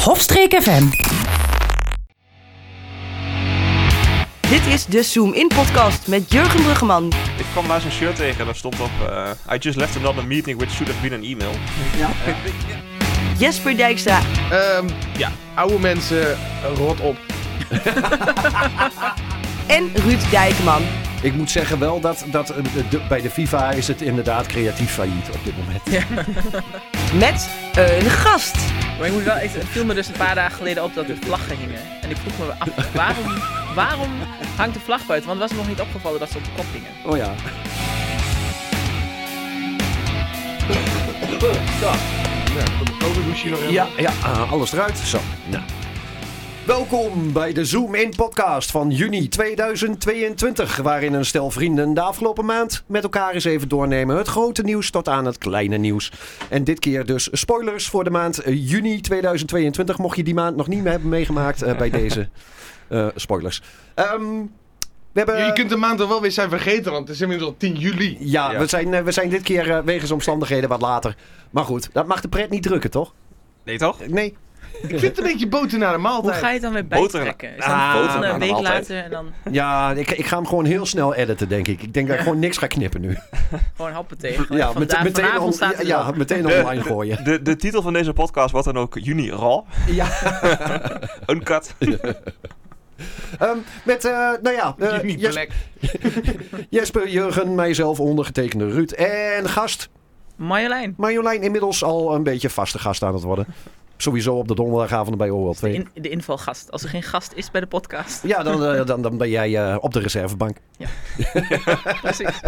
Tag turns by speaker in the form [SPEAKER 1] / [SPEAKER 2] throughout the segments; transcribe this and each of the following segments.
[SPEAKER 1] Hofstreek FM.
[SPEAKER 2] Dit is de Zoom In Podcast met Jurgen Bruggeman.
[SPEAKER 3] Ik kwam laatst een shirt tegen, daar stond op... eh, I just left another meeting which should have been an email.
[SPEAKER 2] Jesper Dijkstra
[SPEAKER 4] Ehm
[SPEAKER 3] Ja.
[SPEAKER 4] Oude mensen, rot op.
[SPEAKER 2] en Ruud Dijkman.
[SPEAKER 5] Ik moet zeggen wel dat, dat eh, de- bij de FIFA is het inderdaad creatief failliet op dit moment.
[SPEAKER 2] Met een gast.
[SPEAKER 6] Maar ik moet wel, echt- het viel me dus een paar dagen geleden op dat de vlaggen hingen. En ik vroeg me af, waarom, waarom hangt de vlag buiten? Want het was me nog niet opgevallen dat ze op de kop hingen.
[SPEAKER 5] Oh ja. Ja, ja ah, alles eruit. Zo. Nou. Welkom bij de Zoom In podcast van juni 2022, waarin een stel vrienden de afgelopen maand met elkaar eens even doornemen het grote nieuws tot aan het kleine nieuws. En dit keer dus spoilers voor de maand eh, juni 2022, mocht je die maand nog niet mee hebben meegemaakt eh, bij deze eh, spoilers. Ehm, we hebben...
[SPEAKER 4] Je kunt de maand er wel weer zijn vergeten, want het is inmiddels al 10 juli.
[SPEAKER 5] Ja,
[SPEAKER 3] Ja.
[SPEAKER 5] We, zijn, eh, we zijn dit keer eh, wegens omstandigheden wat later. Maar goed, dat mag de pret niet drukken, toch?
[SPEAKER 3] Nee toch?
[SPEAKER 5] Nee.
[SPEAKER 4] Ik vind het een beetje boter naar de
[SPEAKER 6] Hoe
[SPEAKER 4] maaltijd.
[SPEAKER 6] ga je het dan weer
[SPEAKER 3] Boter-
[SPEAKER 6] bijtrekken? Is dan
[SPEAKER 5] Ah,
[SPEAKER 6] de volgende
[SPEAKER 3] dan
[SPEAKER 6] een week
[SPEAKER 3] altijd.
[SPEAKER 6] later en dan
[SPEAKER 5] Ja, ik, ik ga hem gewoon heel snel editen, denk ik. Ik denk dat ik gewoon niks ga knippen nu.
[SPEAKER 6] gewoon happen tegen?
[SPEAKER 5] Ja,
[SPEAKER 6] Ja,
[SPEAKER 5] met-
[SPEAKER 6] Vandaag,
[SPEAKER 5] meteen,
[SPEAKER 6] vanavond
[SPEAKER 5] on-
[SPEAKER 6] staat het
[SPEAKER 5] ja
[SPEAKER 6] erop.
[SPEAKER 5] meteen online gooien.
[SPEAKER 3] De, de titel van deze podcast wordt dan ook Juni Raw.
[SPEAKER 5] Ja.
[SPEAKER 3] Uncut.
[SPEAKER 5] Ehm, met, eh, nou ja, eh,
[SPEAKER 4] Juni
[SPEAKER 5] Jes-
[SPEAKER 4] Black.
[SPEAKER 5] Jesper, Jurgen, mijzelf, ondergetekende Ruud en gast
[SPEAKER 6] Marjolein,
[SPEAKER 5] Marjolein. Inmiddels al een beetje vaste gast aan het worden. Sowieso op de donderdagavond bij OL 2.
[SPEAKER 6] in, de invalgast. Als er geen gast is bij de podcast.
[SPEAKER 5] Ja, dan, eh, dan, dan ben jij eh, op de reservebank.
[SPEAKER 6] Precies.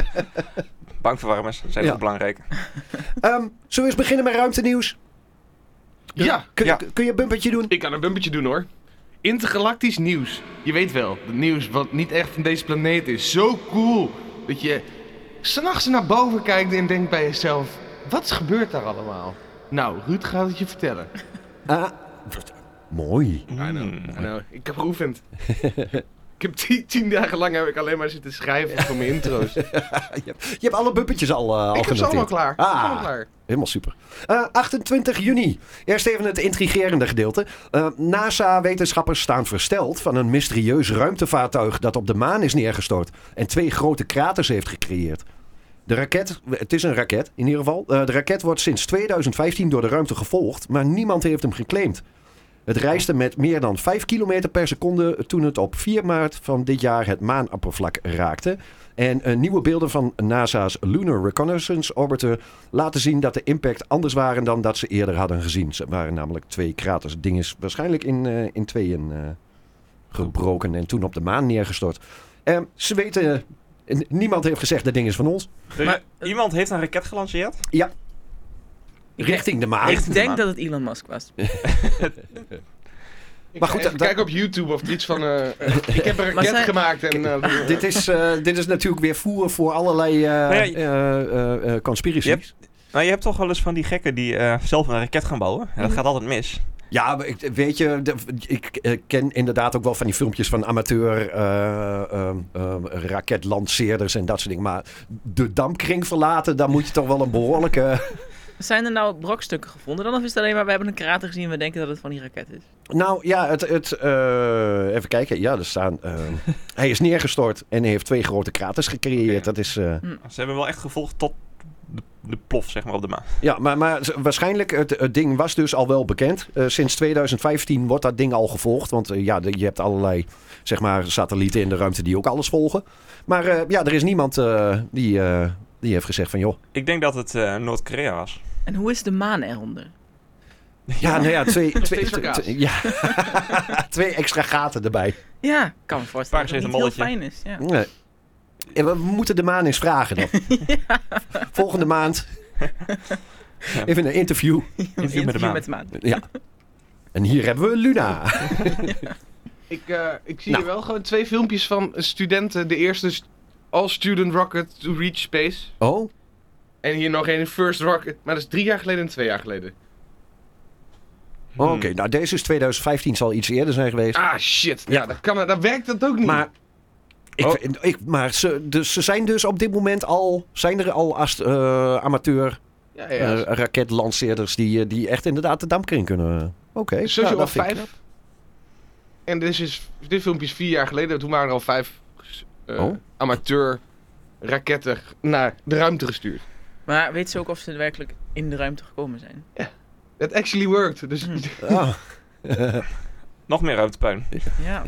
[SPEAKER 3] Bankverwarmers zijn
[SPEAKER 5] Ja.
[SPEAKER 3] ook belangrijk.
[SPEAKER 5] Ehm, zullen we eens beginnen met ruimtenieuws?
[SPEAKER 4] Ja,
[SPEAKER 5] Kun,
[SPEAKER 3] Ja.
[SPEAKER 5] kun je een bumpertje doen?
[SPEAKER 4] ik kan een bumpetje doen hoor. Intergalactisch nieuws. Je weet wel, het nieuws wat niet echt van deze planeet is. Zo cool dat je s'nachts naar boven kijkt en denkt bij jezelf: wat gebeurt daar allemaal? Nou, Ruud gaat het je vertellen.
[SPEAKER 5] Ah, mooi.
[SPEAKER 3] Hmm.
[SPEAKER 4] Nou, ik heb geoefend. ik heb tien, tien dagen lang heb ik alleen maar zitten schrijven voor mijn intro's. ik
[SPEAKER 5] Je hebt alle buppetjes al, eh al
[SPEAKER 4] heb ze allemaal
[SPEAKER 5] genoteerd.
[SPEAKER 4] klaar. Ik heb ze allemaal klaar.
[SPEAKER 5] Helemaal super. Eh, 28 juni. Eerst even het intrigerende gedeelte. Eh, NASA-wetenschappers staan versteld van een mysterieus ruimtevaartuig dat op de maan is neergestort en twee grote kraters heeft gecreëerd. De raket, het is een raket in ieder geval. Eh, de raket wordt sinds 2015 door de ruimte gevolgd, maar niemand heeft hem geclaimd. Het reisde met meer dan 5 km per seconde toen het op 4 maart van dit jaar het maanoppervlak raakte. En eh, nieuwe beelden van NASA's Lunar Reconnaissance Orbiter laten zien dat de impact anders waren dan dat ze eerder hadden gezien. Ze waren namelijk twee kraters. Het ding is waarschijnlijk in, eh in tweeën eh, gebroken en toen op de maan neergestort. Eh, ze weten, eh, n- niemand heeft gezegd dat ding is van ons.
[SPEAKER 3] Maar, iemand heeft een raket gelanceerd?
[SPEAKER 5] Richting de maan.
[SPEAKER 3] Richting-
[SPEAKER 6] Ik denk dat het Elon Musk was.
[SPEAKER 4] Ik
[SPEAKER 5] Maar
[SPEAKER 4] ga
[SPEAKER 5] goed,
[SPEAKER 4] even
[SPEAKER 5] dat-
[SPEAKER 4] kijken op YouTube of er iets van. eh, ik heb een
[SPEAKER 6] Maar
[SPEAKER 4] raket
[SPEAKER 6] zij-
[SPEAKER 4] gemaakt en. eh,
[SPEAKER 5] Dit is, eh, dit is natuurlijk weer voer voor allerlei eh
[SPEAKER 3] Nee,
[SPEAKER 5] eh, eh, eh, conspiracies.
[SPEAKER 3] Yep. Nou, je hebt toch wel eens van die gekken die eh, zelf een raket gaan bouwen. En dat gaat altijd mis.
[SPEAKER 5] Ja, maar ik, weet je, de- ik eh, ken inderdaad ook wel van die filmpjes van amateur eh, ehm, ehm, raketlanceerders en dat soort dingen. Maar de dampkring verlaten, daar moet je toch wel een behoorlijke...
[SPEAKER 6] Zijn er nou brokstukken gevonden dan? Of is het alleen maar, we hebben een krater gezien en we denken dat het van die raket is?
[SPEAKER 5] Nou ja, het, het, eh, even kijken. Ja, er staan... ehm, hij is neergestort en hij heeft twee grote kraters gecreëerd. Dat is... eh,
[SPEAKER 3] Ze hebben wel echt gevolgd tot de, de plof, zeg maar, op de maan.
[SPEAKER 5] Ja, maar, maar z- waarschijnlijk, het, het ding was dus al wel bekend. Eh, sinds 2015 wordt dat ding al gevolgd. Want eh, ja, de- je hebt allerlei zeg maar, satellieten in de ruimte die ook alles volgen. Maar eh, ja, er is niemand eh, die, eh, die heeft gezegd van... joh,
[SPEAKER 3] Ik denk dat het eh, Noord-Korea was.
[SPEAKER 6] En hoe is de maan eronder?
[SPEAKER 5] ja, nou ja, twee, twee,
[SPEAKER 4] steeds
[SPEAKER 5] twee-
[SPEAKER 4] verkaas.
[SPEAKER 5] twee- ja, twee extra gaten erbij.
[SPEAKER 6] Ja, kan me voorstellen dat het niet heel
[SPEAKER 3] Paracetamoletje.
[SPEAKER 6] fijn is. Ja.
[SPEAKER 5] Nee. En We moeten de maan eens vragen dan. Volgende maand. Even een interview.
[SPEAKER 3] Interview met de maan.
[SPEAKER 5] Ja. En hier hebben we Luna.
[SPEAKER 4] ik, eh, ik zie
[SPEAKER 5] Nou.
[SPEAKER 4] hier wel gewoon twee filmpjes van studenten. De eerste is All Student Rocket to Reach Space.
[SPEAKER 5] Oh,
[SPEAKER 4] En hier nog één First Rocket. Maar dat is drie jaar geleden en twee jaar geleden.
[SPEAKER 5] Oké, nou deze is 2015, zal iets eerder zijn geweest.
[SPEAKER 4] Hm. Ah shit. Ja, dat, kan, dat werkt dat ook niet.
[SPEAKER 5] Maar, ik,
[SPEAKER 3] Oh.
[SPEAKER 5] ik, maar ze, dus, ze zijn dus op dit moment al, zijn er al ast- eh, amateur
[SPEAKER 4] ja, ja,
[SPEAKER 5] eh, raketlanceerders die, eh, die echt inderdaad de dampkring kunnen Oké.
[SPEAKER 4] Social
[SPEAKER 5] nou, dat
[SPEAKER 4] of
[SPEAKER 5] vind ik
[SPEAKER 4] vijf. En dit, is, dit filmpje is vier jaar geleden. Toen waren er al vijf eh,
[SPEAKER 5] Oh.
[SPEAKER 4] amateur raketten naar de ruimte gestuurd.
[SPEAKER 6] Maar weet ze ook of ze werkelijk in de ruimte gekomen zijn?
[SPEAKER 4] That actually worked. Dus
[SPEAKER 6] Hm.
[SPEAKER 5] knap. Ah.
[SPEAKER 3] Nog meer ruimtepuin.
[SPEAKER 6] Ja.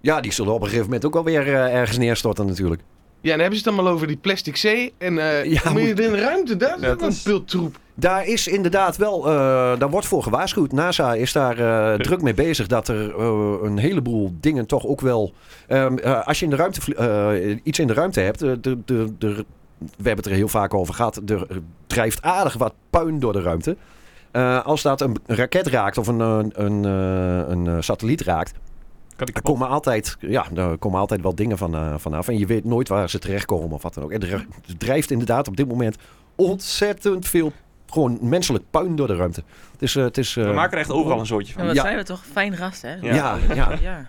[SPEAKER 5] Ja, die zullen op een gegeven moment ook wel weer eh, ergens neerstorten natuurlijk.
[SPEAKER 4] ja, dan hebben ze het allemaal over die plastic zee. En eh
[SPEAKER 5] Ja,
[SPEAKER 4] moet je
[SPEAKER 5] moet-
[SPEAKER 4] in de ruimte? Dat is
[SPEAKER 3] Ja,
[SPEAKER 4] ook
[SPEAKER 3] dat
[SPEAKER 4] een
[SPEAKER 3] is-
[SPEAKER 4] pultroep.
[SPEAKER 5] Daar is inderdaad wel, eh, daar wordt voor gewaarschuwd. NASA is daar eh, druk mee bezig dat er eh, een heleboel dingen toch ook wel. ehm, eh, als je in de ruimte vlie- eh, iets in de ruimte hebt, eh, de, de, de, we hebben het er heel vaak over gehad, er drijft aardig wat puin door de ruimte. Eh, als dat een raket raakt of een, eh, een, eh, een eh, satelliet raakt,
[SPEAKER 3] Kan ik
[SPEAKER 5] er komen altijd, ja, er komen altijd wel dingen van, eh, vanaf. En je weet nooit waar ze terechtkomen of wat dan ook. En er drijft inderdaad op dit moment ontzettend veel gewoon menselijk puin door de ruimte. Het is, eh, het is, eh,
[SPEAKER 3] We maken er echt overal een zootje van.
[SPEAKER 6] En wat
[SPEAKER 5] Ja.
[SPEAKER 6] zijn we toch fijn rast, hè?
[SPEAKER 3] Ja.
[SPEAKER 5] ja, ja.
[SPEAKER 6] Ja.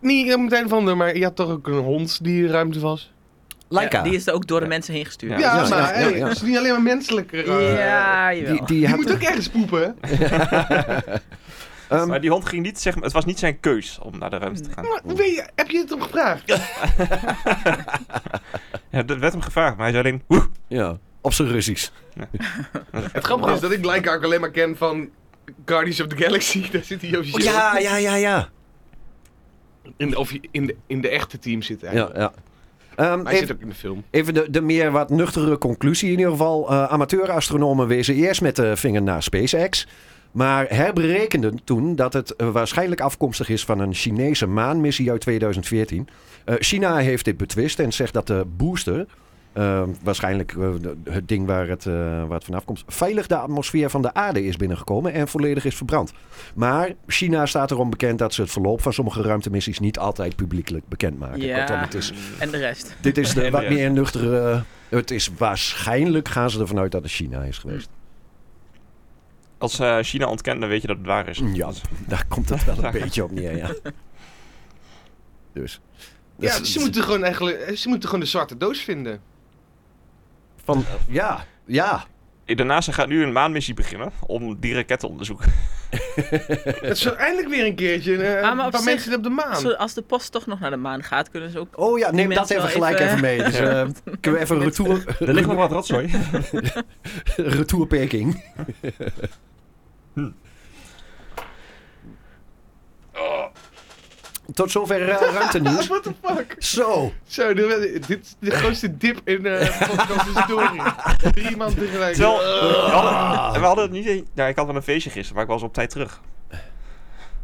[SPEAKER 4] Niet eh, meteen van de, maar je had toch ook een hond die in de ruimte was?
[SPEAKER 5] Laika.
[SPEAKER 6] Ja, die is er ook door de mensen heen gestuurd.
[SPEAKER 4] Ja,
[SPEAKER 3] Ja,
[SPEAKER 5] ja,
[SPEAKER 4] maar
[SPEAKER 5] ja,
[SPEAKER 4] hey,
[SPEAKER 5] ja, ja.
[SPEAKER 4] dat is niet alleen maar menselijk. eh,
[SPEAKER 6] Ja, jawel.
[SPEAKER 5] die, die
[SPEAKER 4] Die
[SPEAKER 5] had-
[SPEAKER 4] moet ook ergens poepen. hè?
[SPEAKER 5] ehm,
[SPEAKER 3] Maar die hond ging niet, zeg maar, het was niet zijn keus om naar de ruimte te gaan.
[SPEAKER 4] Maar weet je, heb je het hem gevraagd?
[SPEAKER 3] Ja, dat werd hem gevraagd, maar hij zei alleen, woe.
[SPEAKER 5] ja, op zijn Russisch.
[SPEAKER 4] Het grappige is Dus dat ik Leica ook alleen maar ken van Guardians of the Galaxy. Daar zit hij officieel
[SPEAKER 5] Ja, ja, ja, ja.
[SPEAKER 4] in, de, of hij in, de, in de echte team zit.
[SPEAKER 5] ja,
[SPEAKER 4] eigenlijk.
[SPEAKER 5] ja. Ehm,
[SPEAKER 4] Maar hij
[SPEAKER 5] even,
[SPEAKER 4] zit ook in de film.
[SPEAKER 5] even de, de meer wat nuchtere conclusie in ieder geval. eh Amateurastronomen wezen eerst met de vinger naar SpaceX. Maar herberekenden toen dat het eh, waarschijnlijk afkomstig is van een Chinese maanmissie uit 2014. Eh, China heeft dit betwist en zegt dat de booster, eh, waarschijnlijk eh, de- het ding waar het, eh, waar het vanaf komt, veilig de atmosfeer van de aarde is binnengekomen en volledig is verbrand. Maar China staat erom bekend dat ze het verloop van sommige ruimtemissies niet altijd publiekelijk bekendmaken.
[SPEAKER 6] Ja.
[SPEAKER 5] Kortom, het is
[SPEAKER 6] En de rest.
[SPEAKER 5] dit is de
[SPEAKER 3] En
[SPEAKER 5] wat
[SPEAKER 3] de-
[SPEAKER 5] meer nuchtere. eh, Het is waarschijnlijk gaan ze ervan uit dat het China is geweest.
[SPEAKER 3] Als eh, China ontkent, dan weet je dat het waar is.
[SPEAKER 5] Mm, Ja,
[SPEAKER 3] Dus-
[SPEAKER 5] daar komt het wel een beetje op neer, ja. Dus. Dat
[SPEAKER 4] Ja,
[SPEAKER 5] is-
[SPEAKER 4] ze moeten, gewoon eigenlijk, eh, ze moeten gewoon de zwarte doos vinden.
[SPEAKER 5] Van, ja, ja.
[SPEAKER 3] De NASA gaat nu een maanmissie beginnen om die raket te onderzoeken.
[SPEAKER 4] Dat is eindelijk weer een keertje eh,
[SPEAKER 6] Ah, maar
[SPEAKER 4] een
[SPEAKER 6] op
[SPEAKER 4] paar
[SPEAKER 6] zich-
[SPEAKER 4] mensen op de maan.
[SPEAKER 6] Zo, Als de post toch nog naar de maan gaat, kunnen ze ook...
[SPEAKER 5] Oh ja, neem dat
[SPEAKER 6] mensen
[SPEAKER 5] even
[SPEAKER 6] wel
[SPEAKER 5] gelijk even,
[SPEAKER 6] even-
[SPEAKER 5] mee. Dus, eh, kunnen we even
[SPEAKER 6] Met-
[SPEAKER 5] retour,
[SPEAKER 3] Er ligt nog wat rotzooi.
[SPEAKER 5] retour Peking? Tot zover eh, ruimtenieuws.
[SPEAKER 4] What the fuck?
[SPEAKER 5] Zo.
[SPEAKER 4] Zo, dit dit is de grootste dip in eh podcast historie. Drie man tegelijk.
[SPEAKER 3] Terwijl, we, hadden, we hadden het niet... e- Ja, ik had wel een feestje gisteren, maar ik was op tijd terug.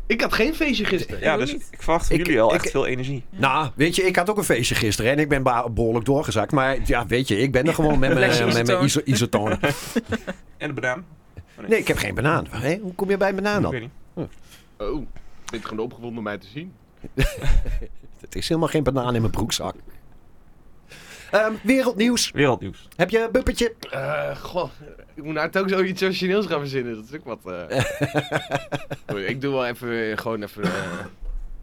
[SPEAKER 4] Ik had geen feestje gisteren.
[SPEAKER 3] Ja,
[SPEAKER 6] ook
[SPEAKER 3] dus
[SPEAKER 6] niet.
[SPEAKER 3] ik verwacht van
[SPEAKER 5] Ik-
[SPEAKER 3] jullie al
[SPEAKER 5] ik-
[SPEAKER 3] echt veel energie.
[SPEAKER 5] Nou, weet je, ik had ook een feestje gisteren en ik ben ba- behoorlijk doorgezakt. Maar ja, weet je, ik ben er gewoon met
[SPEAKER 6] Lekker
[SPEAKER 5] mijn, met mijn
[SPEAKER 6] isotoon.
[SPEAKER 5] iso- isotonen.
[SPEAKER 3] En de banaan?
[SPEAKER 5] Nee, ik heb geen banaan. Hé, hoe kom je bij een banaan
[SPEAKER 3] Oh, Ik
[SPEAKER 5] dan?
[SPEAKER 3] weet niet.
[SPEAKER 4] Oh, ik ben gewoon opgewonden om mij te zien.
[SPEAKER 5] Het is helemaal geen banaan in mijn broekzak. Ehm, wereldnieuws.
[SPEAKER 3] Wereldnieuws.
[SPEAKER 5] Heb je een bumpertje?
[SPEAKER 4] Eh, goh, ik moet nou toch zoiets origineels gaan verzinnen. Dat is ook wat. eh. Goed, ik doe wel even, eh, gewoon even. eh,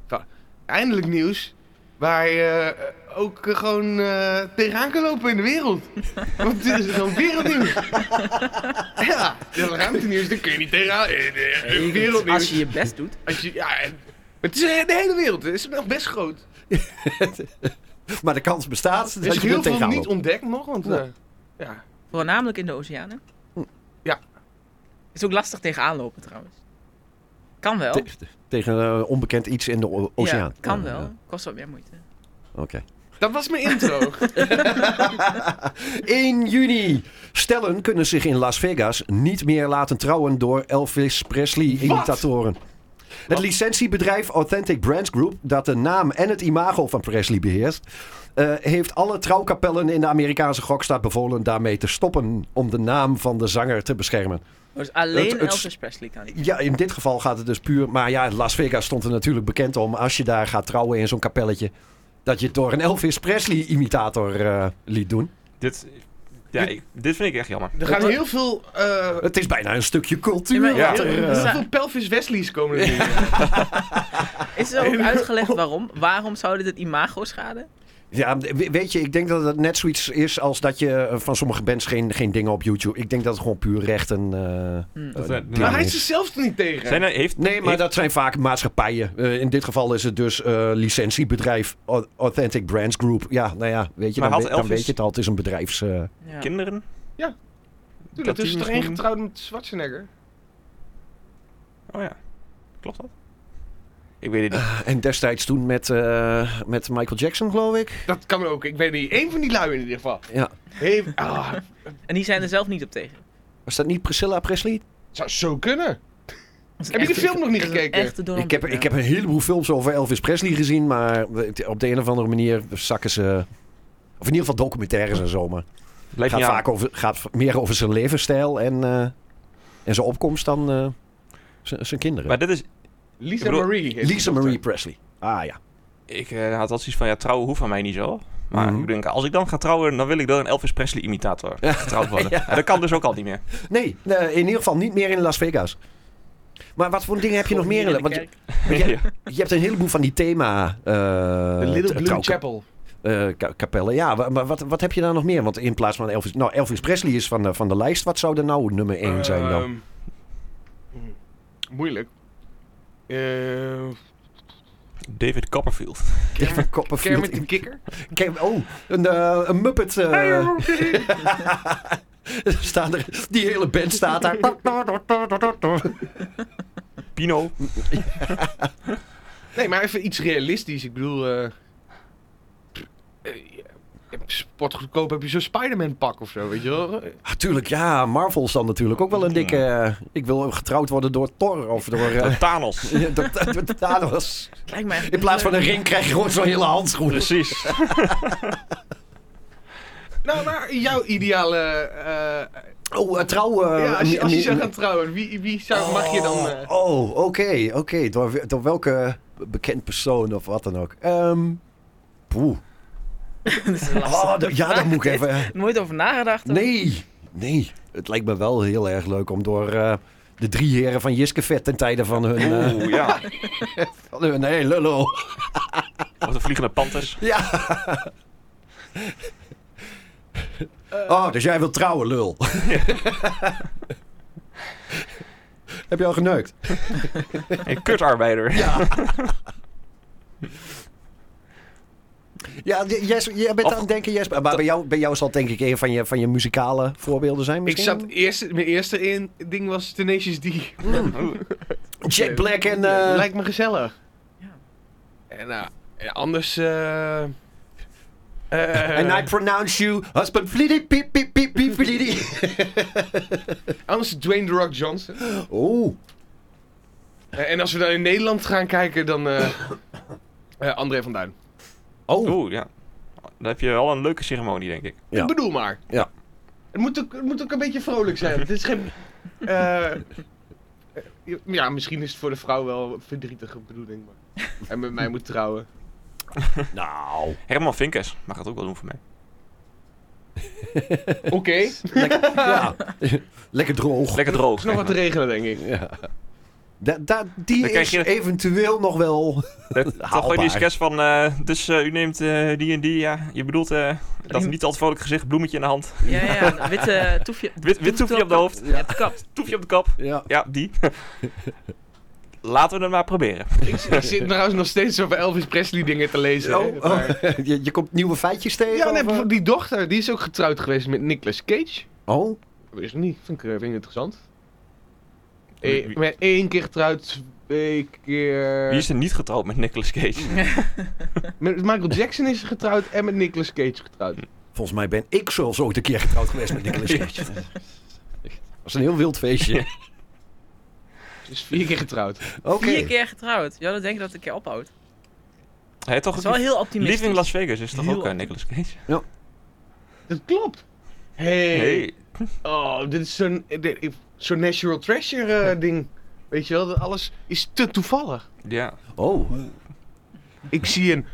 [SPEAKER 4] va- eindelijk nieuws. Waar je eh, ook eh, gewoon eh, tegenaan kan lopen in de wereld. Want dit is gewoon wereldnieuws. ja, dat ruimtenieuws, daar kun je niet tegenaan. Eh, eh, eh, Wereldnieuws.
[SPEAKER 6] Als je je best doet.
[SPEAKER 4] Als je, ja, en- het is eh, de hele wereld. Het is nog best groot.
[SPEAKER 5] Maar de kans bestaat
[SPEAKER 4] Er is
[SPEAKER 5] dat je er
[SPEAKER 4] heel veel
[SPEAKER 5] tegenaan
[SPEAKER 4] niet
[SPEAKER 5] loopt.
[SPEAKER 4] ontdekt nog. Want, eh, ja.
[SPEAKER 6] Voornamelijk in de oceanen.
[SPEAKER 4] Ja.
[SPEAKER 6] Is ook lastig tegen aanlopen trouwens. Kan wel.
[SPEAKER 5] Te- tegen eh, onbekend iets in de o- oceaan.
[SPEAKER 6] Ja, kan
[SPEAKER 5] Ja,
[SPEAKER 6] wel.
[SPEAKER 5] ja,
[SPEAKER 6] Kost wat meer moeite.
[SPEAKER 5] Oké.
[SPEAKER 4] Dat was mijn intro.
[SPEAKER 5] 1 juni. Stellen kunnen zich in Las Vegas niet meer laten trouwen door Elvis Presley-imitatoren. Het licentiebedrijf Authentic Brands Group, dat de naam en het imago van Presley beheerst, eh, heeft alle trouwkapellen in de Amerikaanse gokstad bevolen daarmee te stoppen om de naam van de zanger te beschermen.
[SPEAKER 6] Dus alleen
[SPEAKER 5] Het- het-
[SPEAKER 6] Elvis Presley kan niet.
[SPEAKER 5] Ja, in dit geval gaat het dus puur. Maar ja, Las Vegas stond er natuurlijk bekend om als je daar gaat trouwen in zo'n kapelletje, dat je het door een Elvis Presley-imitator eh, liet doen.
[SPEAKER 3] Dit, ja, ik- dit vind ik echt jammer.
[SPEAKER 4] Er gaan heel veel, eh,
[SPEAKER 5] Het is bijna een stukje
[SPEAKER 6] Ja,
[SPEAKER 5] cultuur.
[SPEAKER 6] maar-
[SPEAKER 5] wat
[SPEAKER 3] ja.
[SPEAKER 5] er,
[SPEAKER 4] heel
[SPEAKER 5] eh,
[SPEAKER 4] veel Pelvis Wesley's komen er nu.
[SPEAKER 6] Is er ook uitgelegd waarom? Waarom zou dit het imago schaden?
[SPEAKER 5] Ja, we- weet je, ik denk dat het net zoiets is als dat je eh, van sommige bands geen, geen dingen op YouTube... Ik denk dat het gewoon puur recht een... eh,
[SPEAKER 6] Hm.
[SPEAKER 3] Dat
[SPEAKER 5] eh,
[SPEAKER 3] zijn-
[SPEAKER 5] ding
[SPEAKER 4] Maar hij
[SPEAKER 5] is.
[SPEAKER 4] is er zelfs niet tegen.
[SPEAKER 3] Zijn er, heeft,
[SPEAKER 5] Nee, maar
[SPEAKER 3] heeft-
[SPEAKER 5] dat zijn vaak maatschappijen. Eh, in dit geval is het dus eh, licentiebedrijf Au- Authentic Brands Group. Ja, nou ja, weet je,
[SPEAKER 3] Maar
[SPEAKER 5] dan,
[SPEAKER 3] had
[SPEAKER 5] we- dan
[SPEAKER 3] Elvis-
[SPEAKER 5] weet je het al. Het is een bedrijfs... eh,
[SPEAKER 6] Ja.
[SPEAKER 3] kinderen?
[SPEAKER 4] Ja. Tuurlijk,
[SPEAKER 3] Dat
[SPEAKER 4] er is
[SPEAKER 3] die
[SPEAKER 4] toch één
[SPEAKER 3] misschien-
[SPEAKER 4] getrouwd met Schwarzenegger?
[SPEAKER 3] Oh ja. Klopt dat? Ik weet het niet.
[SPEAKER 5] en destijds toen met, eh, met Michael Jackson, geloof ik.
[SPEAKER 4] Dat kan ook, ik weet niet. Eén van die lui in ieder geval.
[SPEAKER 5] Ja.
[SPEAKER 4] Heeft, ah, het
[SPEAKER 6] En die zijn er zelf niet op tegen.
[SPEAKER 5] Was dat niet Priscilla Presley?
[SPEAKER 4] zou zo kunnen.
[SPEAKER 6] Dat is
[SPEAKER 4] Heb je die
[SPEAKER 6] echt-
[SPEAKER 4] film nog niet
[SPEAKER 6] dat is een
[SPEAKER 4] gekeken?
[SPEAKER 6] Echte Donald
[SPEAKER 5] Ik heb,
[SPEAKER 6] Duck,
[SPEAKER 5] ik
[SPEAKER 6] ja.
[SPEAKER 5] heb een heleboel films over Elvis Presley gezien, maar het- op de een of andere manier zakken ze... Of in ieder geval documentaires en zo, maar
[SPEAKER 3] Blijf
[SPEAKER 5] gaat
[SPEAKER 3] niet aan.
[SPEAKER 5] vaak over, gaat meer over zijn levensstijl en, eh, en zijn opkomst dan eh, zijn zijn kinderen.
[SPEAKER 3] Maar dit is...
[SPEAKER 4] Lisa
[SPEAKER 3] Ik bedoel,
[SPEAKER 4] Marie. heeft die
[SPEAKER 5] Lisa
[SPEAKER 4] dochter.
[SPEAKER 5] Marie Presley. Ah ja.
[SPEAKER 3] Ik eh, had altijd zoiets van, ja, trouwen hoeft van mij niet zo. Maar
[SPEAKER 5] Mhm.
[SPEAKER 3] ik denk, als ik dan ga trouwen, dan wil ik wel een Elvis Presley imitator getrouwd worden. En dat kan dus ook al niet meer.
[SPEAKER 5] Nee, eh, in ieder geval niet meer in Las Vegas. Maar wat voor dingen heb je nog
[SPEAKER 6] Gewoon
[SPEAKER 5] meer?
[SPEAKER 6] hier
[SPEAKER 5] in-
[SPEAKER 6] in de
[SPEAKER 5] Want je,
[SPEAKER 6] kerk.
[SPEAKER 5] want je, je hebt een heleboel van die thema... eh
[SPEAKER 4] The Little Blue
[SPEAKER 5] trouw-
[SPEAKER 4] Chapel.
[SPEAKER 5] eh, ka- kapellen. Ja, wa- maar wat, wat heb je daar nog meer? Want in plaats van Elvis... Nou, Elvis Presley is van de, van de lijst. Wat zou er nou nummer 1 zijn dan?
[SPEAKER 4] Ehm, mm, moeilijk. Eh,
[SPEAKER 3] David Copperfield.
[SPEAKER 5] David Copperfield.
[SPEAKER 4] Kermit de Kikker?
[SPEAKER 5] Kerm- oh, een, eh, een Muppet. eh, staan er, die hele band staat daar.
[SPEAKER 3] Pino.
[SPEAKER 4] Nee, maar even iets realistisch. Ik bedoel, eh, eh, je hebt sportgoedkoop heb je zo'n Spider-Man pak of zo, weet je wel? Eh,
[SPEAKER 5] Ah, tuurlijk, ja. Marvel is dan natuurlijk ook wel een dikke... eh, ik wil getrouwd worden door Thor of door... eh,
[SPEAKER 3] Thanos.
[SPEAKER 5] Ja, dat, dat, dat- dat was.
[SPEAKER 6] Lijkt mij echt
[SPEAKER 5] In plaats van een
[SPEAKER 6] leuk.
[SPEAKER 5] ring krijg je gewoon zo'n hele handschoen.
[SPEAKER 3] Precies.
[SPEAKER 4] Nou, maar jouw ideale... eh, eh,
[SPEAKER 5] Oh, eh, trouw. eh,
[SPEAKER 4] ja, als je, als je
[SPEAKER 5] nee,
[SPEAKER 4] zou
[SPEAKER 5] nee.
[SPEAKER 4] gaan trouwen, wie, wie zou, mag je dan... eh,
[SPEAKER 5] Oh, oké, oké. Door, door welke bekend persoon of wat dan ook? Ehm poeh.
[SPEAKER 6] Dat is een lastige
[SPEAKER 5] Oh, d- ja, daar moet ik even.
[SPEAKER 6] Nooit over nagedacht. hoor.
[SPEAKER 5] Nee, nee. Het lijkt me wel heel erg leuk om door eh, de drie heren van Jiskevet ten tijde van hun. eh,
[SPEAKER 3] Oeh, ja.
[SPEAKER 5] van hun nee, lullo.
[SPEAKER 3] Of de vliegende panters.
[SPEAKER 5] Ja. Oh, dus jij wilt trouwen, lul. Heb je al geneukt?
[SPEAKER 3] En kutarbeider.
[SPEAKER 5] Ja, j- jij, jij bent
[SPEAKER 3] Of-
[SPEAKER 5] aan het denken, Jesper. Maar bij jou, bij jou zal het denk ik een van je, van je muzikale voorbeelden zijn
[SPEAKER 4] ik
[SPEAKER 5] misschien?
[SPEAKER 4] zat eerst, mijn eerste in, ding was Tenacious D.
[SPEAKER 5] Eh. Jack Black en... eh,
[SPEAKER 4] Lijkt me gezellig.
[SPEAKER 6] Ja.
[SPEAKER 4] En nou, en anders... eh eh,
[SPEAKER 5] and I pronounce you husband fliedy, piep, piep, piep, piep, fliedy.
[SPEAKER 4] Anders Dwayne The Rock Johnson.
[SPEAKER 5] Oeh.
[SPEAKER 4] Eh, En als we dan in Nederland gaan kijken, dan eh, eh, André van Duin.
[SPEAKER 5] Oh.
[SPEAKER 3] Oeh, ja. Dan heb je wel een leuke ceremonie, denk ik.
[SPEAKER 5] Ja.
[SPEAKER 4] Ik bedoel maar.
[SPEAKER 5] Ja.
[SPEAKER 4] Het moet ook, het moet ook een beetje vrolijk zijn. Het is geen... eh, eh, ja, misschien is het voor de vrouw wel een verdrietige bedoeling. Maar. En met mij moet trouwen.
[SPEAKER 5] Nou.
[SPEAKER 3] Herman Vinkers mag het ook wel doen voor mij.
[SPEAKER 4] Oké. Er
[SPEAKER 5] Lekker, ja. Lekker droog.
[SPEAKER 3] Lekker droog.
[SPEAKER 4] is nog
[SPEAKER 3] zeg
[SPEAKER 4] wat te
[SPEAKER 3] maar.
[SPEAKER 4] regelen, denk ik.
[SPEAKER 5] Da- da- die
[SPEAKER 3] Dan
[SPEAKER 5] is
[SPEAKER 3] krijg je-
[SPEAKER 5] eventueel nog wel...
[SPEAKER 3] Dat- Toch
[SPEAKER 5] Haalbaar.
[SPEAKER 3] gewoon die sketch van, eh, dus eh, u neemt eh, die en die, ja. Je bedoelt eh, dat niet altijd vrolijk gezicht, bloemetje in de hand,
[SPEAKER 6] Ja, ja, ja. een Witte toefje.
[SPEAKER 3] wit, wit toefje op de hoofd,
[SPEAKER 6] Ja, het kapt.
[SPEAKER 3] toefje op de kap.
[SPEAKER 5] Ja.
[SPEAKER 3] Ja, die. Laten we het maar proberen.
[SPEAKER 4] Ik, ik zit trouwens nog steeds over Elvis Presley dingen te lezen. hè.
[SPEAKER 5] Oh, oh. Je, je komt nieuwe feitjes tegen?
[SPEAKER 4] Ja, nee,
[SPEAKER 5] of, eh?
[SPEAKER 4] bijvoorbeeld die dochter, die is ook getrouwd geweest met Nicolas Cage.
[SPEAKER 5] Oh.
[SPEAKER 4] Wist ik niet. Vind ik, eh, vind ik interessant.
[SPEAKER 3] Wie-
[SPEAKER 4] Ik
[SPEAKER 3] wie-
[SPEAKER 4] ben één keer getrouwd, twee keer...
[SPEAKER 3] Wie is er niet getrouwd met Nicolas Cage?
[SPEAKER 4] Met Michael Jackson is getrouwd en met Nicolas Cage getrouwd.
[SPEAKER 5] Volgens mij ben ik zelfs ooit een keer getrouwd geweest met Nicolas Cage. Dat was een heel wild feestje.
[SPEAKER 4] Dus vier keer getrouwd.
[SPEAKER 5] Oké.
[SPEAKER 6] Vier keer getrouwd. Ja, dan denk ik dat het een keer ophoudt.
[SPEAKER 3] Hij
[SPEAKER 6] Dat
[SPEAKER 3] toch
[SPEAKER 6] is wel heel optimistisch.
[SPEAKER 3] Living Las Vegas is toch
[SPEAKER 6] Heel
[SPEAKER 3] ook eh, Nicolas Cage?
[SPEAKER 4] Dat klopt. Hey.
[SPEAKER 3] Nee.
[SPEAKER 4] Oh, dit is zo'n dit- ik- zo'n natural treasure eh, ding. Weet je wel, dat alles is te toevallig.
[SPEAKER 3] Ja.
[SPEAKER 5] Oh.
[SPEAKER 4] Ik zie een